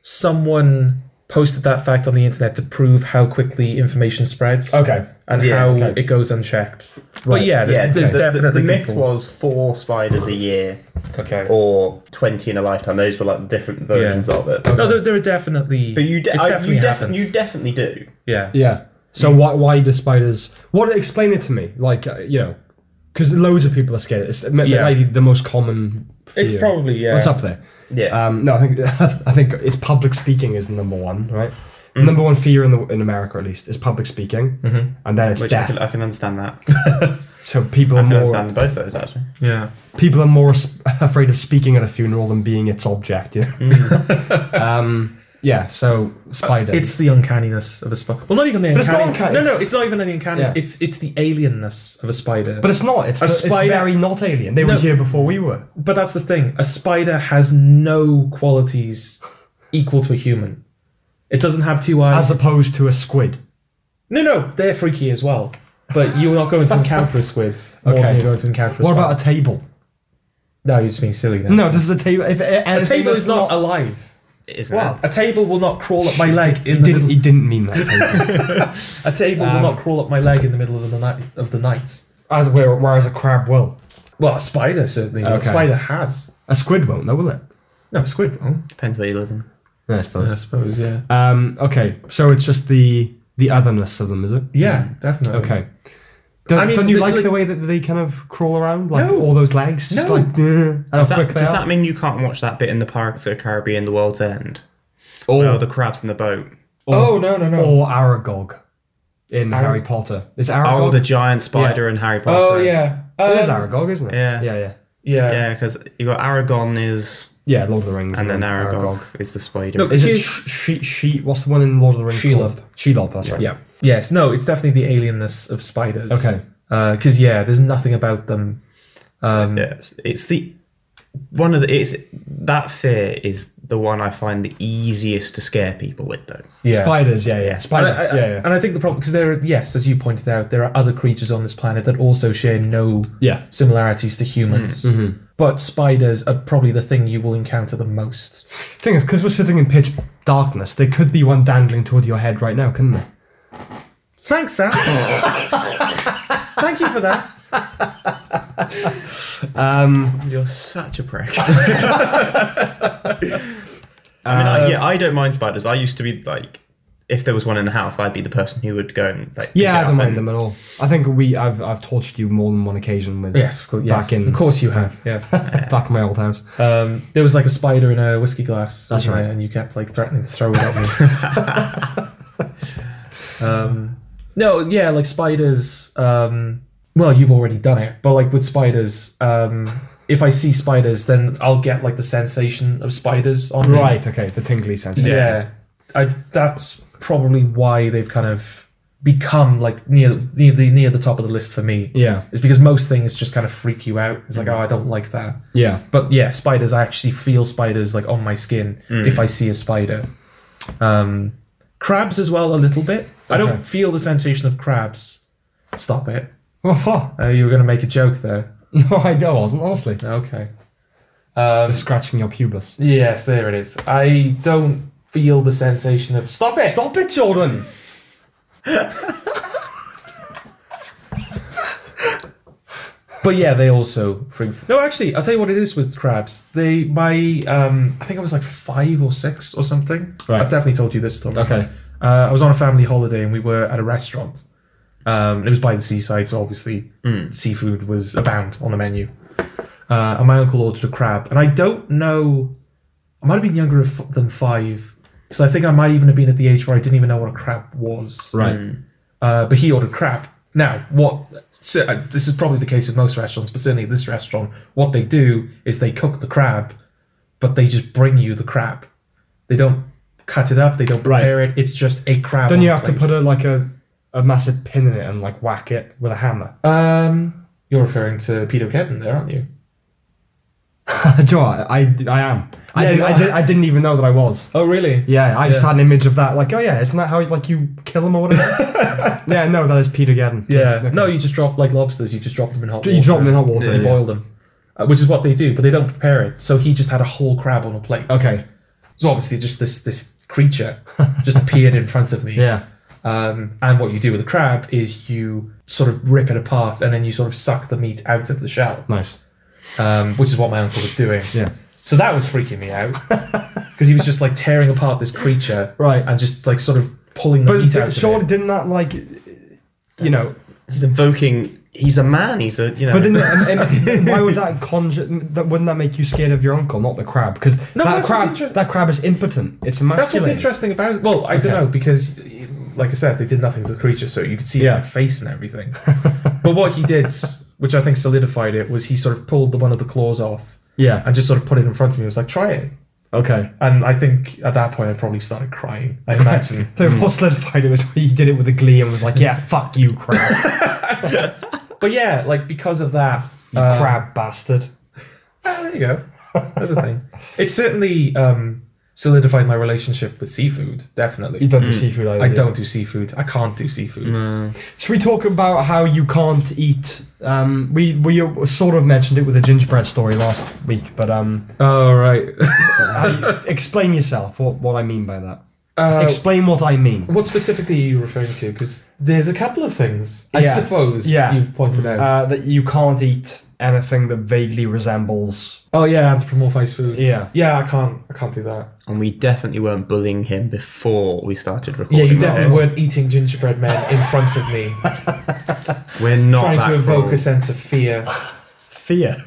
someone posted that fact on the internet to prove how quickly information spreads
Okay.
and
Yeah,
how
okay.
it goes unchecked.
Right.
But yeah, there's,
yeah,
there's
the, the-
definitely
the myth
people.
was four spiders a year
okay.
or twenty in a lifetime. Those were like different versions of it.
no, there, there are definitely.
But you, de-
it's
I-
definitely
you, def-
happens.
you definitely do.
yeah.
Yeah. So why why do spiders? What explain it to me? Like uh, you know, because loads of people are scared. It's m-
Yeah.
maybe the most common.
It's
fear.
probably yeah.
What's up there?
Yeah.
Um, no, I think (laughs) I think it's public speaking is the number one, right? The
Mm-hmm.
number one fear in the in America, at least, is public speaking, and then it's
Which I
death.
(laughs) can, I can understand that.
so people are
I
(laughs)
can
more
understand both those actually.
Yeah.
people are more s- (laughs) afraid of speaking at a funeral than being its object. Yeah. (laughs) um, yeah. So spider.
Hmm. It's the uncanniness of a spider. Well, not even the
But it's
uncanny.
not uncanny.
No, no, it's not even the uncanniness.
Yeah.
It's it's the alienness of a spider.
but it's not. It's,
A
the- it's
spider-
very not alien. They
No.
were here before we were.
But that's the thing. A spider has no qualities equal to a human. It doesn't have two eyes.
As opposed to a squid.
no, no, they're freaky as well. But you're not
(laughs)
going to encounter a squid more
Okay.
than you're going to encounter a
What
spider.
about a table?
no, you're just being silly then.
No, this is a table. If,
a table is not, alive.
Isn't
Wow.
A table will not crawl up my leg
He
in the
didn't. um,
middle.
He didn't mean that.
(laughs)
Table.
A table will not crawl up my leg in the middle of the night. Of the night.
As where- whereas a crab will.
Well, a spider certainly. will. A
Okay.
spider has.
A squid won't, though, will it?
No, a squid. Oh,
Depends where you live in.
I suppose.
I suppose. Yeah.
Um, okay, so it's just the the otherness of them, is it?
Yeah, definitely.
Okay. Don't,
I mean,
don't you
the-
like,
like-
the way that they kind of crawl around, like
No.
all those legs, just
No.
like "Duh," and
Does
how
that,
quick they
does
are?
that mean you can't watch that bit in the Pirates of the Caribbean, The World's End?
or,
Where the crabs in the boat.
Oh no no no.
or Aragog in Harry Potter? It's Aragog.
Oh, the giant spider in Harry Potter.
Oh yeah.
it is
Um,
Aragog, isn't it?
Yeah.
yeah, yeah,
Yeah.
Yeah, because you got Aragon is
yeah. Lord of the Rings,
and then Aragog is the spider.
Look,
Is it
Here's-
sh- she? She? What's the one in Lord of the Rings?
Shelob.
called? Shelob. That's right.
Yeah. Yes. No. It's definitely the alienness of spiders.
Okay.
Because yeah, there's nothing about them. Um,
Yeah, it's- it's the one of the it's that fear is the one I find the easiest to scare people with though.
yeah.
Spiders. Yeah, yeah.
And
Spider.
I, I-
yeah, yeah.
and I think the problem because there, are, yes, as you pointed out, there are other creatures on this planet that also share no
yeah. Mm-hmm.
similarities to humans. But spiders are probably the thing you will encounter the most.
Thing is, because we're sitting in pitch darkness, there could be one dangling toward your head right now, couldn't there? (laughs)
Thanks, Sam. Thank you for that.
You're such a (laughs) prick. I mean, I, yeah, I don't mind spiders. I used to be like, if there was one in the house, I'd be the person who would go and like. pick
Yeah,
it
I
up
don't mind
and-
them at all. I think we I've I've tortured you more than one occasion with
Yes, of course. Yes,
back in
of course you have.
(laughs)
Yes.
back in my old house.
Um, there was like a spider in a whiskey glass.
That's
wasn't
right.
there? and you kept like threatening to throw it at
(laughs)
me. um, no, yeah, like spiders. Um, well, you've already done it, but like with spiders, um, if I see spiders, then I'll get like the sensation of spiders on me.
Right, okay, the tingly sensation.
Yeah. I, that's probably why they've kind of become like near, near the near the top of the list for me.
Yeah. Mm.
Is because most things just kind of freak you out. It's like, oh, I don't like that.
(laughs) Yeah.
But yeah, spiders. I actually feel spiders like on my skin if I see a spider. Um, crabs as well a little bit. I don't
Okay.
feel the sensation of crabs. Stop it.
Oh,
Uh, you were going to make a joke there.
no, I I wasn't, honestly.
Okay. Um,
Just scratching your pubis.
yes, there it is. I don't feel the sensation of stop it.
Stop it, Jordan!
But yeah, they also freak. No, actually, I'll tell you what it is with crabs. They my um, I think I was like five or six or something.
Right.
I've definitely told you this story.
Okay.
Uh, I was on a family holiday and we were at a restaurant. Um, and it was by the seaside, so obviously seafood was abound on the menu. Uh, and my uncle ordered a crab, and I don't know. I might have been younger f- than five, because I think I might even have been at the age where I didn't even know what a crab was
Right.
uh, but he ordered crab. Now, what? So, uh, this is probably the case of most restaurants, but certainly this restaurant, what they do is they cook the crab, but they just bring you the crab. They don't cut it up. They don't
Right.
prepare it. It's just a crab.
Then
on
you
a
have to
plate.
put a like a a massive pin in it and like whack it with a hammer.
Um, you're referring to Peter Kedden, there, aren't you?
(laughs) Do you know what? I, I am. I,
Yeah,
didn't,
you
I,
are.
did, I didn't even know that I was.
Oh, really?
Yeah, I just
Yeah.
had an image of that. Like, oh yeah, isn't that how like you kill them or whatever? (laughs) yeah, no, that is Peter Geddon.
Yeah.
Okay.
No, you just drop like lobsters. You just drop them in hot.
you drop them in hot water.
and
yeah.
boil them, uh, which is what they do. But they don't prepare it. So he just had a whole crab on a plate.
Okay.
So obviously, just this this creature just appeared in front of me.
(laughs) Yeah.
Um, and what you do with a crab is you sort of rip it apart and then you sort of suck the meat out of the shell,
Nice.
um, which is what my uncle was doing.
Yeah.
So that was freaking
(laughs)
me out because he was just like tearing apart this creature,
Right.
and just like sort of pulling the
But
meat
th-
out.
surely
of it.
didn't that like, you know?
He's invoking. He's a man. He's a you know.
But then, and-
(laughs)
and why would that conjure? That wouldn't that make you scared of your uncle, not the crab? Because that
No, that's what's
crab,
inter-
that crab is impotent. It's
That's what's
emasculating.
interesting about. Well, I don't
Okay.
know because, like I said, they did nothing to the creature, so you could see
Yeah. (laughs)
his like, face and everything. but what he did which I think solidified it, was he sort of pulled the one of the claws off
Yeah.
and just sort of put it in front of me. and was like, try it.
Okay.
And I think at that point I probably started crying. I
(laughs)
imagine.
The what solidified it was he did it with a glee and was like, "Yeah, fuck you, crab,
but yeah, like because of that,
you
(laughs) uh,
crab bastard."
Ah, there you go. That's a thing. It certainly um, solidified my relationship with seafood. Definitely.
You don't do seafood either.
hmm. I
do you?
don't do seafood. I can't do seafood.
Should we talk about how you can't eat? Um, we we sort of mentioned it with the gingerbread story last week, but um,
Oh right. (laughs)
how you- explain yourself. What what I mean by that?
Uh,
explain what I mean.
what specifically are you referring to? Because there's a couple of things I
Yes.
suppose
Yeah.
you've pointed out.
Uh, that you can't eat anything that vaguely resembles.
oh yeah, anthropomorphized food.
Yeah.
Yeah, I can't. I can't do that.
And we definitely weren't bullying him before we started recording.
Yeah, you
that
definitely
was.
weren't eating gingerbread men in front of
(laughs)
me,
We're not
trying
that
to evoke
cruel.
a sense of fear.
Fear.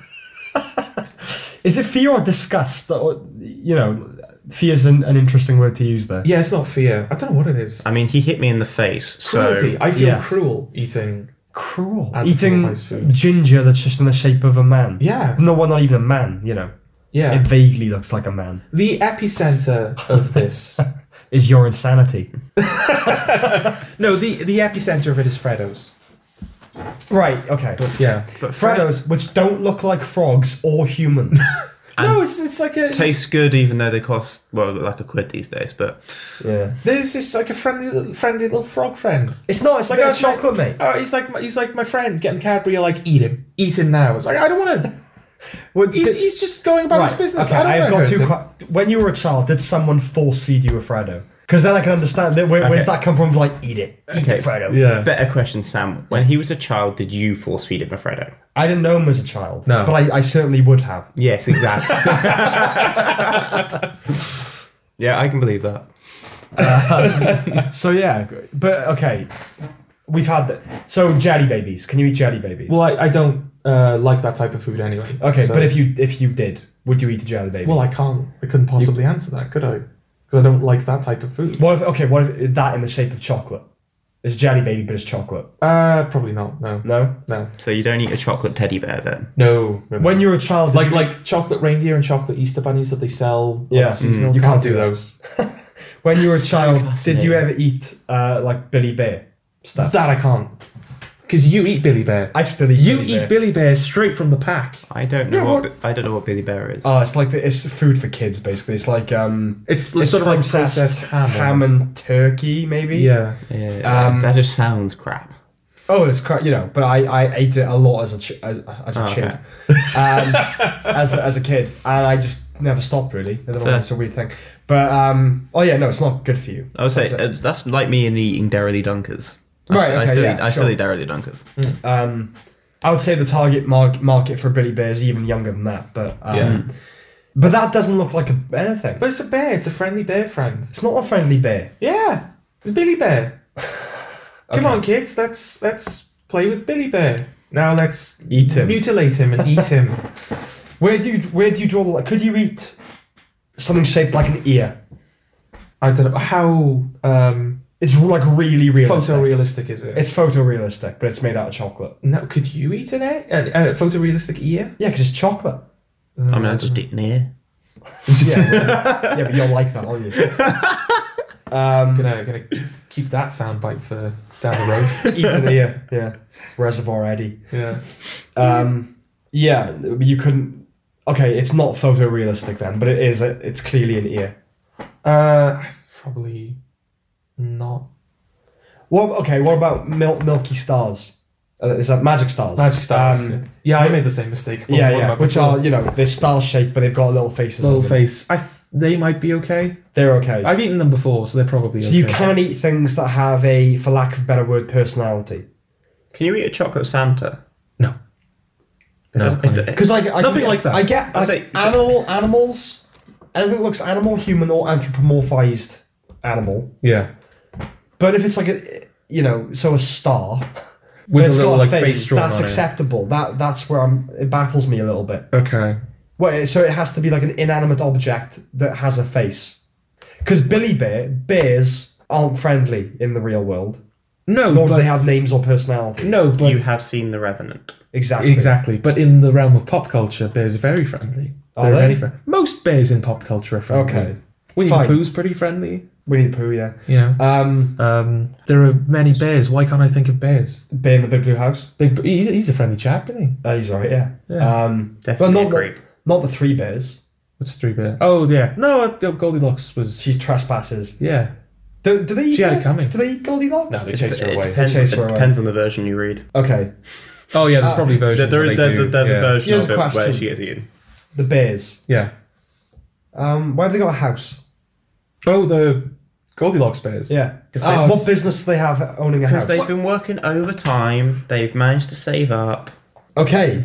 (laughs) Is it fear or disgust? Or, you know, fear is an, an interesting word to use there.
Yeah, it's not fear. I don't know what it is.
I mean, he hit me in the face, so
Cruelty. I feel
yes.
cruel eating.
Cruel.
And
Eating
compromised food.
ginger that's just in the shape of a man.
Yeah.
No, well, not even a man, you know.
Yeah.
It vaguely looks like a man.
the epicenter of this.
Is your insanity.
no, the the epicenter of it is Fredo's.
Right, okay.
Yeah.
Freddos, which don't look like frogs or humans.
no, it's it's like a
tastes good, even though they cost well like a quid these days. But
(laughs) yeah.
There's this like a friendly little, friendly little frog friend.
It's not, it's like uh,
Like
a
a chocolate-
chocolate, mate.
Oh, he's like my, he's like my friend getting Cadbury. You're like eat him, eat him now. It's like I don't want to.
Well,
He's,
did-
he's just going about his business.
Okay,
I
have
don't
got
want
two.
to.
que- when you were a child, did someone force feed you a Freddo? Because then I can understand that. Where, Where's
Okay.
that come from? Like, eat it, eat
Okay.
the Freddo.
yeah.
better question, Sam. When he was a child, did you force feed him a Freddo?
I didn't know him as a child,
No.
but I, I certainly would have.
Yes, (laughs) exactly. yeah, I can believe that.
So yeah, g- but okay, we've had that. So jelly babies. Can you eat jelly babies?
Well, I, I don't uh, like that type of food anyway.
okay,
so-
but if you if you did, would you eat a jelly baby?
well, I can't. I couldn't possibly answer that, could I? Because I don't like that type of food.
what if okay? What if that in the shape of chocolate? It's jelly baby, but it's chocolate.
Uh, probably not. No,
No.
no,
So you don't eat a chocolate teddy bear then?
no. no.
When you're a child, did
like
you-
like chocolate reindeer and chocolate Easter bunnies that they sell. like,
Yeah.
seasonal.
Mm,
you can't do those.
when you were a
That's so
child, did you
fascinating.
ever eat uh, like Billy Bear stuff?
That I can't. Because you eat Billy Bear.
I still eat.
you
Billy
eat
Bear.
Billy Bear straight from the pack.
I don't know
Yeah,
what,
what-
Bi- I don't know what Billy Bear is.
Oh, it's like the, it's food for kids basically. It's like um,
It's, sort of like processed ham. almost.
and turkey, maybe.
Yeah.
yeah,
um,
that just sounds crap.
Oh, it's crap, you know. But I, I ate it a lot as a ch- as, as a
Oh,
kid, (laughs) um,
(laughs)
as a- as a kid, and I just never stopped really. I don't know.
Fair.
It's a weird thing. But um, oh yeah, no, it's not good for you.
I would say
That's it.
uh, that's like me and eating Derrily Dunkers. I
Right,
st- I
okay,
still,
yeah,
eat, I still
sure.
eat Derrily Dunkers.
Um, I would say the target mar- market for Billy Bear is even younger than that. But um,
Yeah.
but that doesn't look like a, anything.
But it's a bear. It's a friendly bear friend.
It's not a friendly bear.
Yeah. It's
(laughs)
Billy Bear. Come
Okay.
on, kids. Let's let's play with Billy Bear. Now let's
Eat him.
mutilate him and
(laughs)
eat him.
Where do you where do you draw the line? Could you eat something shaped like an ear?
I don't know how um,
It's like really realistic.
photorealistic is it?
It's photorealistic, but it's made out of chocolate.
No, could you eat an egg? A, a photorealistic ear?
Yeah, because it's
(laughs)
chocolate.
I mean, I just eat an ear.
Yeah, yeah, but you're like that, aren't you?
I'm
Um,
gonna, gonna keep that soundbite for down the road. (laughs)
eat an ear. Yeah, Reservoir Eddie.
yeah.
Um, yeah, you couldn't. Okay, it's not photorealistic then, but it is. It's clearly an ear.
Uh, probably not.
Well, okay. What about mil- Milky Stars? Uh, is that Magic Stars?
Magic stars.
Um,
yeah, I made the same mistake. Well,
yeah,
what
yeah.
about
Which
before?
are you know they're star shaped, but they've got little faces. on
little
them.
face. I th- they might be okay.
They're okay.
I've eaten them before, so they're probably.
So
okay.
you can eat things that have a, for lack of a better word, personality.
Can you eat a chocolate Santa?
No.
It doesn't- it- it-
Because like I
Nothing
get-
like that.
I get
I'll
like,
say-
animal animals. Anything that looks animal, human, or anthropomorphized animal.
Yeah.
But if it's like a, you know, so a star,
With
but it's
a little
got
like
a face,
face drawn
that's
on it.
acceptable. That that's where I'm. It baffles me a little bit.
Okay.
Well, eh, so it has to be like an inanimate object that has a face. Because Billy Bear, bears aren't friendly in the real world.
No,
Nor do
but,
they have names or personality.
no, but
you have seen The Revenant.
Exactly.
exactly. But in the realm of pop culture, bears are very friendly.
Are
They're
they?
very fri- Most bears in pop culture are friendly.
Okay.
Winnie
Fine.
the Pooh's pretty friendly.
Winnie the Pooh, yeah.
You know.
Um,
Um, there are many bears. Why can't I think of bears?
Bear in the Big Blue House.
Big, he's, he's a friendly chap, isn't he?
Uh, he's alright, yeah.
Yeah.
Um,
Definitely
well,
a
not,
creep.
the, not the three bears.
What's three bear? Oh yeah. No, uh, Goldilocks was.
She trespasses.
yeah.
Do, do they eat
She had
that?
it coming.
Do they eat Goldilocks?
No, they chased her
it
away.
depends,
Chase
it
her away.
depends on the version you read.
Okay.
Oh yeah, there's probably
There,
versions.
there
where
is,
they
there's a,
do,
there's
yeah.
a version
Here's
of
a
it where
question.
she gets eaten.
The bears.
Yeah.
Um, why have they got a house?
Oh, the Goldilocks bears.
Yeah.
'Cause
Uh,
they-
what business do they have owning a house?
Because they've been working overtime, they've managed to save up.
Okay.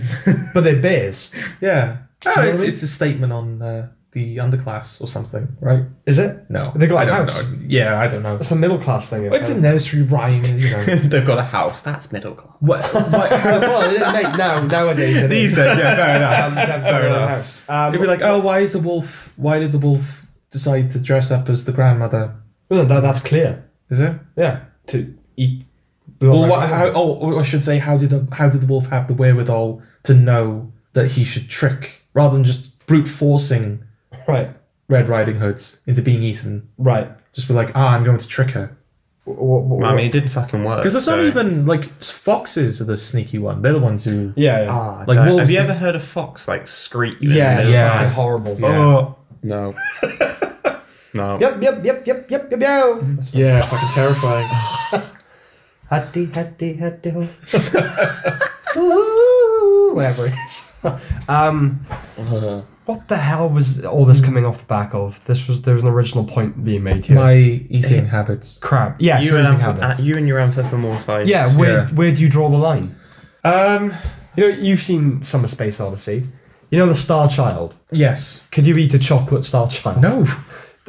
but they're bears.
Yeah.
Do
Oh,
you know
it's,
what I
it's a statement on uh, the underclass or something, right?
Is it?
No.
They got
I
a
don't
house.
know. Yeah, I don't know.
That's a middle class thing.
It's a nursery rhyme,
(laughs)
you
(laughs)
know.
they've got a house. That's middle class.
what, what,
well, mate, now, nowadays. it
These
is.
days, yeah, fair enough.
Um, they've got their own
enough.
house. Um,
it'd be like, oh, why is the wolf? Why did the wolf decide to dress up as the grandmother?
well, that, that's clear.
Is it?
Yeah. To eat.
Well, what, how, oh, or I should say, how did the, how did the wolf have the wherewithal to know that he should trick rather than just brute forcing
Right.
Red Riding Hood into being eaten?
Right.
Just be like, ah, I'm going to trick her.
What, what,
(laughs) I mean, it didn't fucking work.
Because it's
so-
not even like foxes are the sneaky one. They're the ones who.
yeah. Yeah.
Ah,
Like
don't-
wolves
have you
do-
ever heard a fox like scream?
yeah. It's
yeah.
fucking horrible.
(laughs) Oh. (laughs) No. no.
Yep, yep, yep, yep, yep, yep, yep.
Yeah, fucking terrifying.
Hattie, hattie, hattie, (laughs) ho. Ooh, Whatever it is. (laughs)
(laughs)
um, what the hell was all this coming off the back of? This was there was an original point being made here.
(sighs)
(laughs)
My eating habits.
Crap. Yeah.
You,
so
and
eating
amph-
habits.
uh, you and your anthropomorphized.
yeah. Where
yeah.
where do you draw the line?
Um.
You know, you've seen Summer Space Odyssey. You know the Star Child.
Yes.
Could you eat a chocolate Star Child?
No.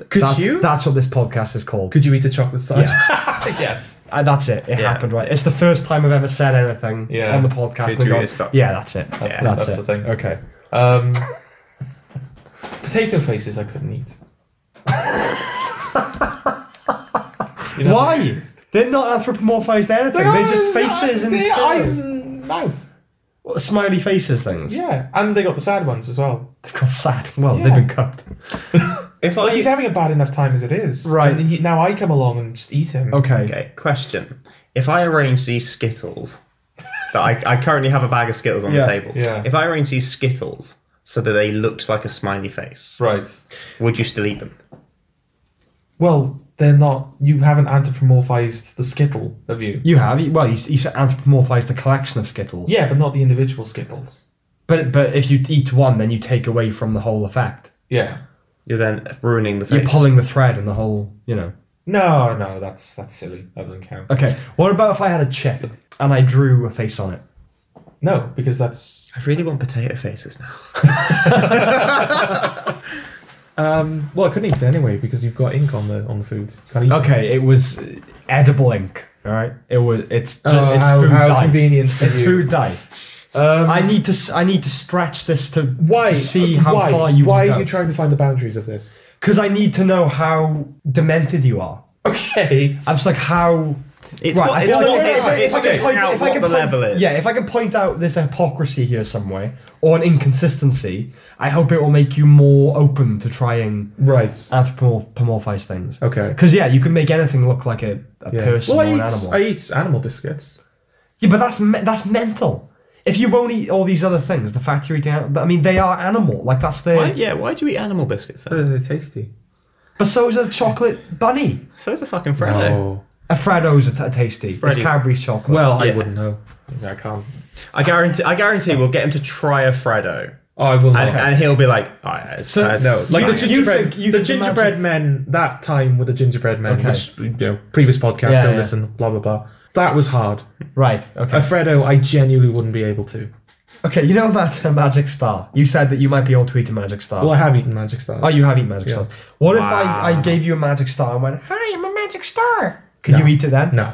Could
That's,
you?
That's what this podcast is called.
Could you eat a chocolate slice? (laughs) yes.
Uh, that's it. It
Yeah.
happened right. It's the first time I've ever said anything
Yeah.
on the podcast.
Could
and
you
gone,
eat a star-
yeah, that's it. That's,
Yeah,
that's,
that's
it.
the thing.
Okay.
Um. (laughs) potato faces, I couldn't eat. You know?
Why? They're not anthropomorphized anything. They are just faces and
their eyes
things.
and mouth.
What, smiley faces things.
Yeah, and they got the sad ones as well.
They've got sad. Well,
Yeah.
they've been cupped.
If
Like he's
I
having a bad enough time as it is.
Right.
And he, now I come along and just eat him.
Okay.
okay, question: If I arrange these skittles, that I, I currently have a bag of skittles on
Yeah,
the table.
yeah.
If I arrange these skittles so that they looked like a smiley face,
Right.
would you still eat them?
Well, they're not. You haven't anthropomorphized the skittle, have you?
You have. he- Well, he's, he's anthropomorphized the collection of Skittles.
Yeah, but not the individual skittles.
But but if you eat one, then you take away from the whole effect.
Yeah.
You're then ruining the face.
You're pulling the thread and the whole, you know.
No, no, that's that's silly. That doesn't count.
Okay. What about if I had a chip and I drew a face on it?
No, because that's
I really want potato faces now.
um. Well, I couldn't eat it anyway because you've got ink on the on the food. You can't eat it.
Okay, it was uh, edible ink. All right. It was. It's ju-
Oh,
it's
how,
food
how
dye.
convenient for
It's
you.
food dye.
Um,
I need to. s- I need to stretch this to
why?
to see how
why?
far you
Why
will
are you
go.
trying to find the boundaries of this?
Because I need to know how demented you are.
Okay.
I'm just like how.
It's
Right,
what,
I
it's
feel
what,
like-
yeah,
it's,
yeah,
it's
yeah, okay.
figuring out
if I
what
can
the
point-
level is.
Yeah, if I can point out there's a hypocrisy here somewhere or an inconsistency, I hope it will make you more open to trying
Right.
anthropomorphize things.
Okay.
Because yeah, you can make anything look like a, a
Yeah.
person
well, I
or an
eat,
animal.
I eat animal biscuits.
yeah, but that's me- that's mental. If you won't eat all these other things, the fact you're eating, an- but I mean, they are animal. Like that's their.
Why, yeah, why do you eat animal biscuits then?
Uh, they're tasty.
But so is a chocolate bunny.
So is a fucking Freddo.
Oh.
A Freddo's a t- tasty.
Freddy.
It's Cadbury chocolate.
Well,
Yeah.
I wouldn't know. I can't.
I guarantee. I guarantee we'll get him to try a Freddo,
Oh, I will
and,
not.
and he'll be like, "Oh, yeah, it's-
So-
uh, no, it's
Like the
You-
fine."
you
gingerbread,
think- you
the
think the
gingerbread
magic-
men. That time with the gingerbread men,
Okay.
which you know, previous podcast,
Yeah,
don't
yeah.
listen, blah blah blah. That was hard.
right. Okay.
Alfredo, I genuinely wouldn't be able to.
Okay, you know about a magic star. You said that you might be able to eat a magic star.
Well, I have eaten magic stars.
oh, you have eaten magic
Yeah.
stars. What if I, I gave you a magic star and went, "Hi, I'm a magic star." Could
No.
you eat it then?
no.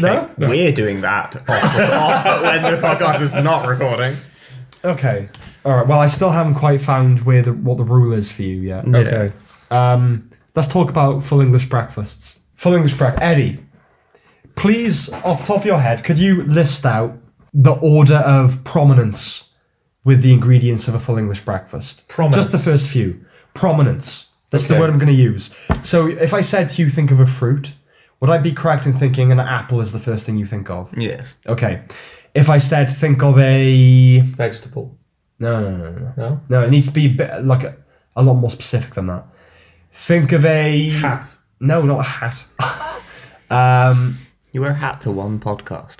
No.
We're doing that off, off
(laughs)
when the podcast is not recording.
Okay. All right. Well, I still haven't quite found where the what the rule is for you yet.
Okay.
Um, let's talk about full English breakfasts. full English prep. Eddie, please, off the top of your head, could you list out the order of prominence with the ingredients of a full English breakfast?
Prominence.
Just the first few. Prominence. That's the
Okay.
word I'm going to use. So if I said to you, think of a fruit, would I be correct in thinking an apple is the first thing you think of?
Yes.
Okay. If I said think of a
Vegetable.
no no no no
No?
no it needs to be a bit, like a, a lot more specific than that. Think of a
Hat.
no not a hat. um,
You wear a hat to one podcast.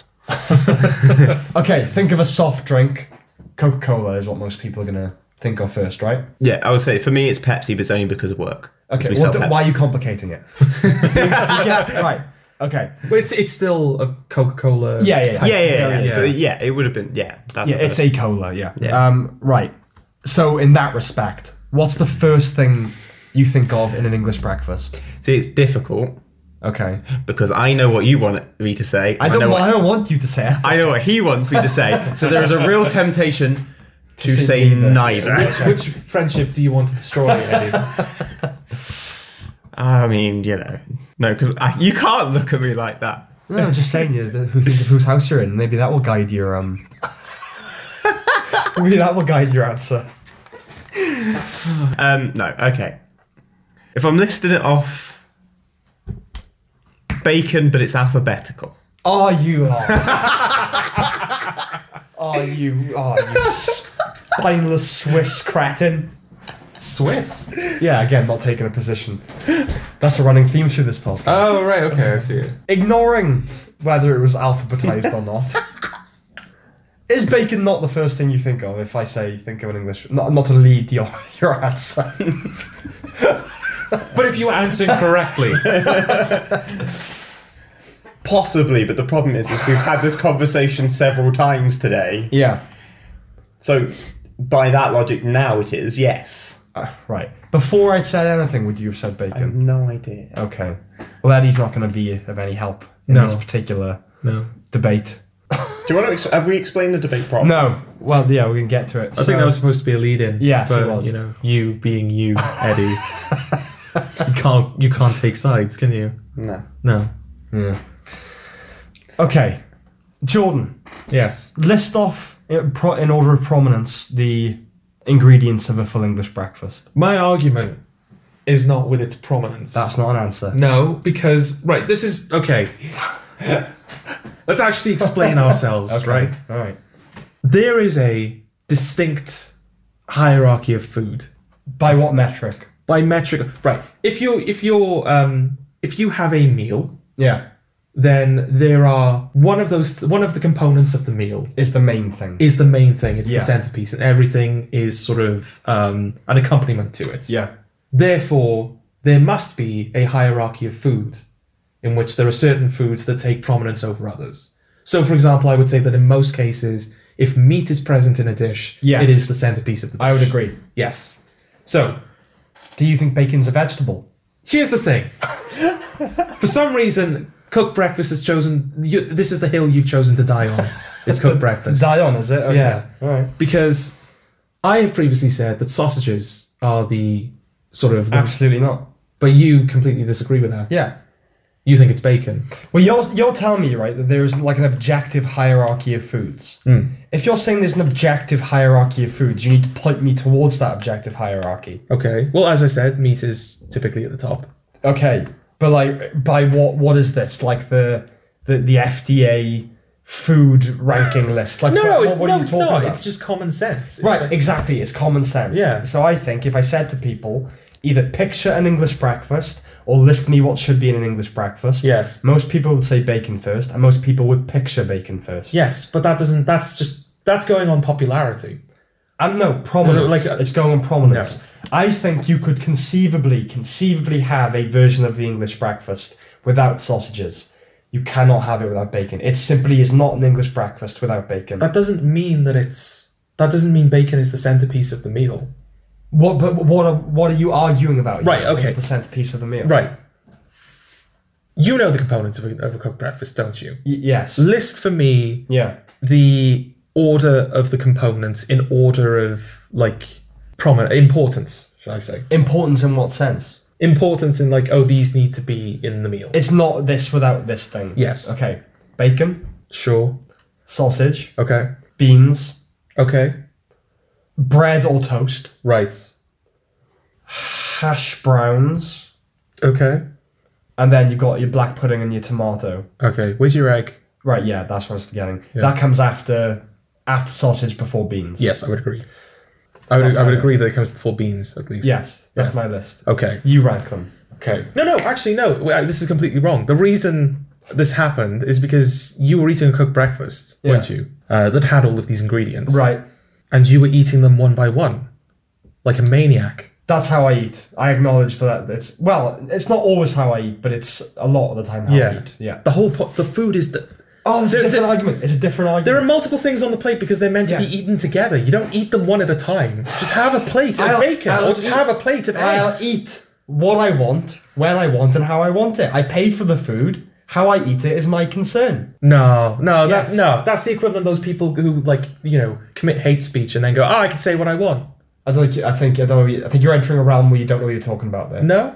okay, think of a soft drink. Coca Cola is what most people are gonna think of first, right?
Yeah, I would say for me it's Pepsi, but it's only because of work. 'Cause
Okay,
we
well,
sell
th-
Pepsi.
why are you complicating
(laughs)
it? Yeah, right. Okay.
But it's, it's still a Coca Cola.
Yeah, yeah,
Yeah, yeah, yeah,
Yeah,
yeah.
yeah.
Yeah, it would have been. Yeah, that's
Yeah,
the
it's
first.
a cola. Yeah.
Yeah.
Um, right. So in that respect, what's the first thing you think of in an English breakfast?
See, it's difficult
Okay.
because I know what you want me to say.
I don't.
know
wa-
what
I don't want you to say. it.
I know what he wants me to say. So there is a real
(laughs)
temptation to
say
say
neither.
neither.
Which friendship do you want to
(laughs)
destroy, Eddie?
I mean, you know, no, because you can't look at me like that.
No, I'm just saying. You the- who think of whose house you're in? Maybe that will guide your um.
(laughs)
maybe that will guide your answer.
Um, no, okay. If I'm listing it off, bacon, but it's alphabetical.
Are you? Are Are you? Are you spineless Swiss cretin?
Swiss.
Yeah, again, not taking a position. That's a running theme through this podcast.
Oh, right. Okay, I see it.
Ignoring whether it was alphabetized or not. Is bacon not the first thing you think of if I say think of an English? Not, not to lead your, your answer.
But if you
(laughs)
answer correctly,
Possibly, but the problem is, is we've had this conversation several times today.
yeah.
So by that logic, now it is yes.
Uh, right. Before I'd said anything, would you have said bacon?
No idea.
okay. Well, Eddie's not going to be of any help in
No.
this particular
no.
debate.
Do you want to ex- have we explained the debate properly?
No. Well, yeah, we can get to it.
I think that was supposed to be a lead-in.
Yes,
but
it was.
you know, you being you,
(laughs)
Eddie, you can't you can't take sides, can you?
No.
No.
okay. Jordan,
Yes.
list off in, pro- in order of prominence the ingredients of a full English breakfast.
My argument is not with its prominence.
That's not an answer.
no, because right, this is
(laughs)
okay. Let's actually explain ourselves, right?
All right.
There is a distinct hierarchy of food.
By what metric?
By metric right. If you if you're um if you have a meal,
Yeah.
then there are one of those one of the components of the meal
Is the main thing.
is the main thing. It's
Yeah.
the centerpiece, and everything is sort of um, an accompaniment to it.
yeah.
Therefore, there must be a hierarchy of food in which there are certain foods that take prominence over others. So, for example, I would say that in most cases, if meat is present in a dish,
Yes.
it is the centerpiece of the dish.
I would agree.
Yes. So,
Do you think bacon's a vegetable?
here's the thing. for some reason, cooked breakfast has chosen. You, this is the hill you've chosen to die on.
(laughs)
It's cooked breakfast.
Dion, is it? Okay.
Yeah.
All right.
because I have previously said that sausages are the sort of,
Absolutely not.
but you completely disagree with that.
Yeah.
You think it's bacon.
Well, you're, you're telling me, right, that there's like an objective hierarchy of foods.
Hmm.
If you're saying there's an objective hierarchy of foods, you need to point me towards that objective hierarchy.
Okay. Well, as I said, meat is typically at the top.
Okay, but like, by what what is this? Like the the, the FDA food ranking list? Like,
No,
what,
no,
what,
it,
what are
no,
you
it's
talking
not.
about?
It's just common sense. It's
right,
like-
exactly. It's common sense.
Yeah.
So I think if I said to people, either picture an English breakfast or list me what should be in an English breakfast.
Yes.
Most people would say bacon first, and most people would picture bacon first.
Yes, but that doesn't. That's just that's going on popularity.
And no, prominence.
Like, uh,
it's going on prominence. I think you could conceivably, conceivably have a version of the English breakfast without sausages. You cannot have it without bacon. It simply is not an English breakfast without bacon.
That doesn't mean that it's. That doesn't mean bacon is the centerpiece of the meal.
what? But what? Are, what are you arguing about?
Right,
It's
okay.
the centerpiece of the meal.
Right. You know the components of a, of a cooked breakfast, don't you?
Y- yes.
List for me
Yeah.
the order of the components in order of like prominent importance, shall I say?
Importance in what sense?
importance in like, oh, these need to be in the meal.
It's not this without this thing.
Yes.
Okay. Bacon,
Sure.
sausage,
Okay.
beans,
Okay.
bread or toast,
Right.
hash browns,
Okay.
and then you've got your black pudding and your tomato.
Okay. Where's your egg?
Right, yeah, that's what I was forgetting. That comes after after sausage before beans.
Yes, I would agree. I would,
that's
I would
my
agree that it comes before beans, at least.
Yes, that's my list.
Okay.
You rank them.
Okay. No, no, actually, no. w- uh, This is completely wrong. The reason this happened is because you were eating a cooked breakfast, weren't you? Uh, that had all of these ingredients.
Right.
And you were eating them one by one, like a maniac.
That's how I eat. I acknowledge that it's well, it's not always how I eat, but it's a lot of the time how I
Yeah.
eat. Yeah.
The whole po- the food is that
Oh, it's a
There-
different argument. It's a different argument.
there are multiple things on the plate because they're meant to
Yeah.
be eaten together. You don't eat them one at a time. Just have a plate of
I'll-
bacon,
I'll
or just
eat-
have a plate of
I'll
eggs.
eat what I want, when I want, and how I want it. I paid for the food. How I eat it is my concern.
No, no, that,
Yes.
no. That's the equivalent of those people who like you know commit hate speech and then go, oh, I can say what I want.
I don't. think- I think. I don't. I think you're entering a realm where you don't know what you're talking about there.
No,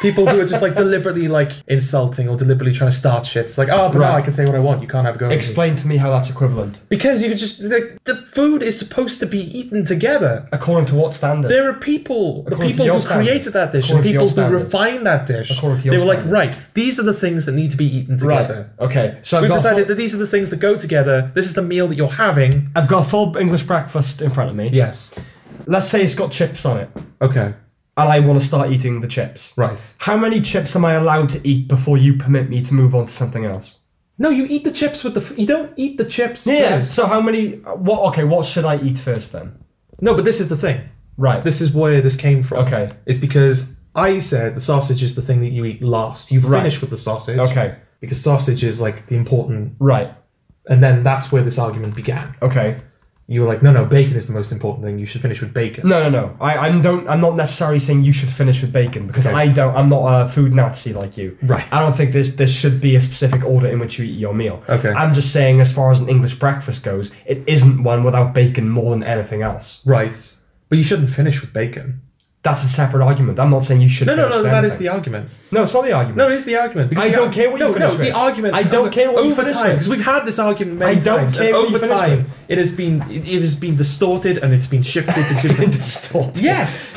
people who are just like deliberately like insulting or deliberately trying to start shit. It's like, oh, but no,
Right.
I can say what I want. You can't have a go. at me."
Explain to me how that's equivalent.
because you could just like, the food is supposed to be eaten together.
According to what standard?
There are people, the
According to
people
your
who
standard.
created that dish,
According to
and people
your standard.
who refined that dish. They were
According to your
like,
standard.
right, these are the things that need to be eaten
right.
together.
Okay. So I've
We've
got, a
decided
full,
that these are the things that go together. This is the meal that you're having.
I've got a full English breakfast in front of me.
Yes.
Let's say it's got chips on it, and
Okay.
I want to start eating the chips.
Right.
How many chips am I allowed to eat before you permit me to move on to something else?
No, you eat the chips with the. F- you don't eat the chips.
Yeah.
first.
So how many? What? Okay. What should I eat first then?
No, but this is the thing.
Right.
This is where this came from.
Okay.
It's because I said the sausage is the thing that you eat last. You finish with the sausage.
Okay.
Because sausage is like the important.
Right.
And then that's where this argument began.
Okay.
You were like, no, no, bacon is the most important thing. You should finish with bacon.
No, no, no. I, I don't. I'm not necessarily saying you should finish with bacon because
Okay.
I don't. I'm not a food Nazi like you.
Right.
I don't think this this should be a specific order in which you eat your meal.
Okay.
I'm just saying, as far as an English breakfast goes, it isn't one without bacon more than anything else.
Right. But you shouldn't finish with bacon.
That's a separate argument. I'm not saying you should.
No, no,
finish
no.
with
That is
anything.
the argument.
No, it's not the argument. (laughs)
No, it is the argument. because
I
the
don't
ar-
care what you
no,
finish
No,
with.
the argument.
I don't care what you
over
finish
time,
with.
because we've had this argument
I
many
don't
times. and
care what you
over
finish
time, it has been it, it has been distorted and it's been
(laughs)
shifted to
Been
different.
distorted.
yes,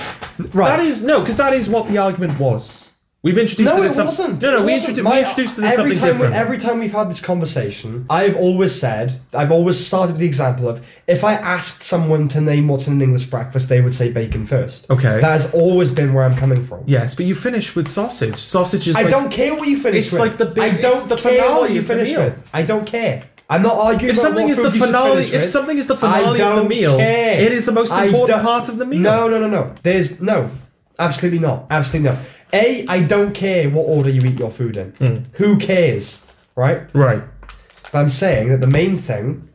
Right.
that is no, because that is what the argument was. We've introduced
no,
to
it
this some-
wasn't.
No, no,
It
we,
wasn't.
introdu-
My-
we introduced to this
every
something
time we-
different.
every time we've had this conversation, I've always said, I've always started with the example of if I asked someone to name what's in an English breakfast, they would say bacon first.
Okay.
That has always been where I'm coming from.
yes, but you finish with sausage. Sausage is.
I
like,
don't care what you finish
It's
with.
like the big-
I
it's
don't
the
care
finale
what you
of the
finish
meal.
with. I don't care. I'm not arguing
If
about
something
what
is
food
the
you should
finale,
finish
if
with.
something is the
I
finale of the
don't
meal,
care.
it is the most
I
important
don't-
part of the meal.
No, no, no, no. There's no, absolutely not, absolutely not. A, I don't care what order you eat your food in.
Hmm.
Who cares, right?
Right.
But I'm saying that the main thing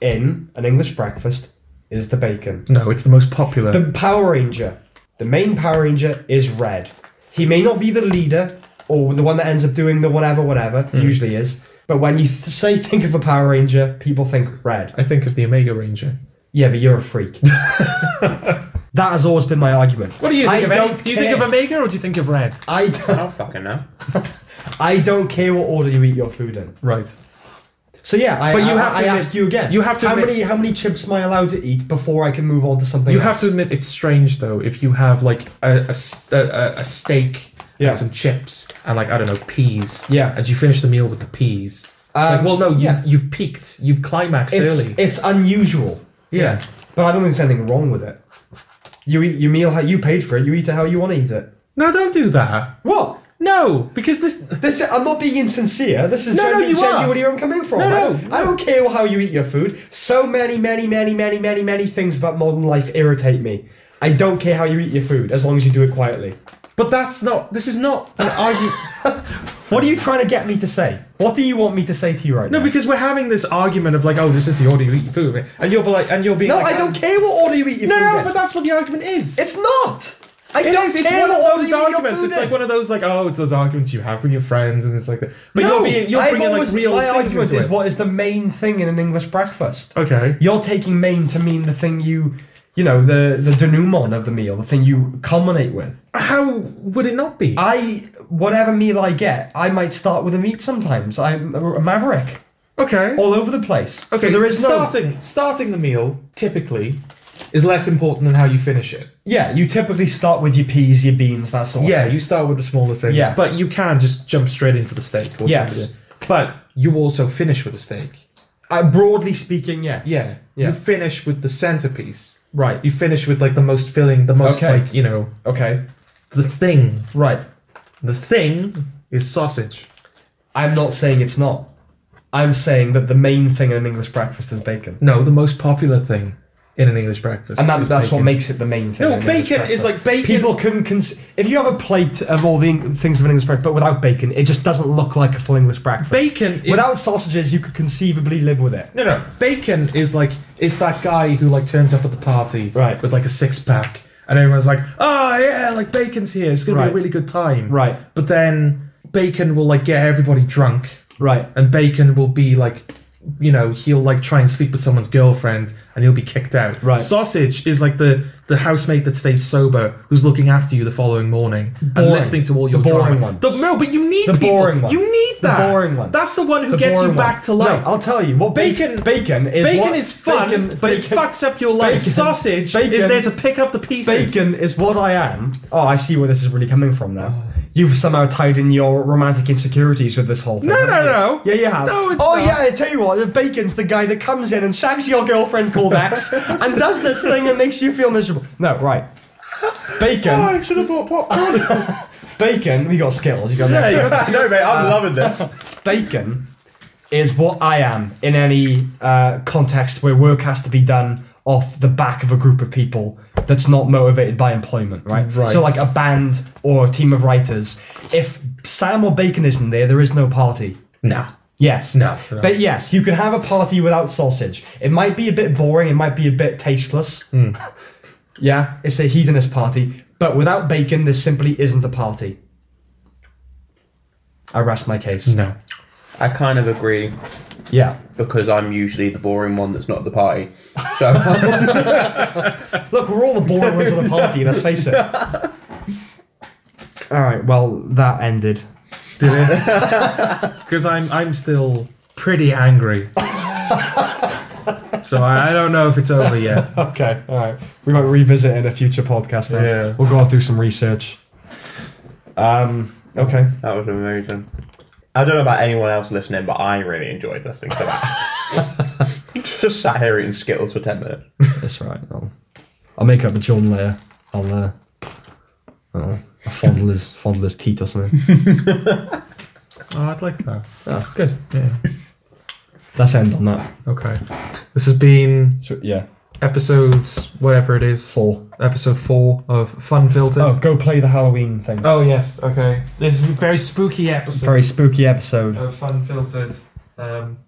in an English breakfast is the bacon.
No, it's the most popular.
The Power Ranger, the main Power Ranger is red. He may not be the leader or the one that ends up doing the whatever, whatever,
Hmm.
usually is. But when you th- say think of a Power Ranger, people think red.
I think of the Omega Ranger.
Yeah, but you're a freak.
(laughs)
that has always been my argument.
What do you think
I
of?
don't
Omega? Do you think of
care.
Omega or do you think of Red?
I don't,
I don't fucking know.
I don't care what order you eat your food in.
Right.
So yeah, I,
But you
I-
have to
I
admit-
ask you again.
you have to
how
admit-
many how many chips am I allowed to eat before I can move on to something?
You
else?
have to admit it's strange though if you have like a a, s- a- a- a steak
Yeah.
and some chips and like I don't know peas.
Yeah.
And you finish the meal with the peas. like,
Um,
well, no,
yeah.
you've, you've peaked. You've climaxed
It's
early.
it's unusual,
yeah.
but I don't think there's anything wrong with it. You eat your meal how you paid for it. You eat it how you want to eat it.
No, don't do that.
What?
No, because this.
This I'm not being insincere. This is
No, no,
genu-
you are.
genuinely where I'm coming from.
No,
I,
no,
don't, I don't care how you eat your food. So many, many, many, many, many, many things about modern life irritate me. I don't care how you eat your food as long as you do it quietly.
But that's not. This is not an
(laughs)
argument.
What are you trying to get me to say? What do you want me to say to you right
no,
now?
because we're having this argument of like, oh, this is the order you eat your food, and you're like, and you're being.
No,
like,
I don't care what order you eat your
No,
food.
no,
in.
but that's what the argument is.
It's not. I
It
don't
is,
care
It's one
what
of
order
those
you eat your
arguments.
food
It's
in.
like one of those like, oh, it's those arguments you have with your friends and it's like that. But
No,
you're being you're
I've
bringing
always-
like real
my
things
argument
into
is
it.
what is the main thing in an English breakfast.
okay.
You're taking main to mean the thing you. you know, the the denouement of the meal, the thing you culminate with.
How would it not be?
I whatever meal I get, I might start with a meat sometimes. I'm a maverick
okay.
all over the place.
Okay.
so there is no
starting starting the meal typically is less important than how you finish it.
Yeah, you typically start with your peas, your beans, that sort of
Yeah, you start with the smaller things,
Yes.
but you can just jump straight into the steak. Or
Yes.
jump in. But you also finish with the steak.
Uh, broadly speaking, yes.
Yeah.
Yeah.
You finish with the centerpiece.
Right.
You finish with like the most filling, the most
Okay.
like, you know,
Okay.
the thing.
Right.
The thing is sausage.
I'm not saying it's not. I'm saying that the main thing in an English breakfast is bacon.
No, the most popular thing in an English breakfast.
And that,
is
that's what
bacon.
makes it the main thing. in
No,
an English
bacon is
breakfast.
like bacon.
People can, cons- if you have a plate of all the Eng- things of an English breakfast, but without bacon, it just doesn't look like a full English breakfast.
bacon is
without sausages, you could conceivably live with it.
No, no. Bacon is like is that guy who like turns up at the party
Right.
with like a six pack, and everyone's like, "Oh yeah, like bacon's here. It's gonna be
Right.
a really good time."
Right.
But then bacon will like get everybody drunk,
Right.
and bacon will be like, you know, he'll like try and sleep with someone's girlfriend, and he'll be kicked out.
Right.
Sausage is like the the housemate that stayed sober, who's looking after you the following morning
Boring.
and listening to all your
The boring
drama.
one.
The, no, but you need
The
people.
boring one.
You need
The
that.
boring one.
That's the one who
The
gets you
boring
back
one.
to life.
No, I'll tell you. What
Bacon-
Bacon is
Bacon
what-
is fun,
bacon-
but it
bacon-
fucks up your life.
bacon-
Sausage
bacon-
is there to pick up the pieces.
Bacon is what I am. Oh, I see where this is really coming from
Oh.
now. You've somehow tied in your romantic insecurities with this whole thing.
No,
haven't
no,
you?
no.
Yeah, you have.
No, it's
oh,
not.
yeah, I tell you what, Bacon's the guy that comes in and shags your girlfriend called
(laughs)
X and does this thing and makes you feel miserable. No, right. Bacon,
Oh,
(laughs)
I should have bought
(laughs)
popcorn.
bacon, we got skills. You got
Yeah,
next.
you got-
(laughs) no, mate, I'm loving this.
Bacon is what I am in any uh, context where work has to be done off the back of a group of people that's not motivated by employment, right?
Right.
So, like a band or a team of writers. If Sam or Bacon isn't there, there is no party.
No.
Yes.
No, no.
But yes, you can have a party without sausage. It might be a bit boring, it might be a bit tasteless. (laughs) yeah, it's a hedonist party. But without bacon, there simply isn't a party. I rest my case.
No.
I kind of agree
Yeah.
because I'm usually the boring one that's not at the party. So (laughs)
Look, we're all the boring ones at the party, let's face it. All right, well, that ended.
Because I'm I'm still
(laughs)
pretty angry. so I, I don't know if it's over yet. Oh,
Okay, all right. We might revisit in a future podcast then.
Yeah.
We'll go off do some research. Um, okay.
that was amazing. I don't know about anyone else listening, but I really enjoyed listening to that. (laughs) Just sat here eating Skittles for 10 minutes.
That's right. I'll, I'll make up a John layer. I'll, uh, I don't know, I'll fondle his, fondle his teat or (laughs) something.
Oh, I'd like that.
oh, good. Yeah. Let's end on that.
Okay. This has been
So, yeah.
episode whatever it is,
Four.
episode four of Fun Filtered.
Oh, go play the Halloween thing.
Oh, yes. Okay. This is a very spooky episode
Very spooky episode.
of Fun Filtered. Um,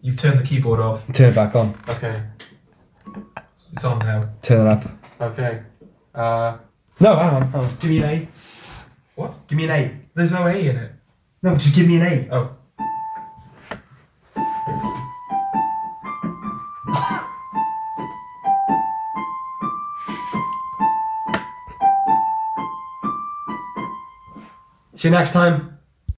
you've turned the keyboard off.
Turn it back on.
Okay. It's on now.
Turn it up.
Okay. Uh,
No, hang on, hang on. Give me an A.
What?
Give me an A.
there's no A in it.
No, just give me an A.
Oh.
See you next time.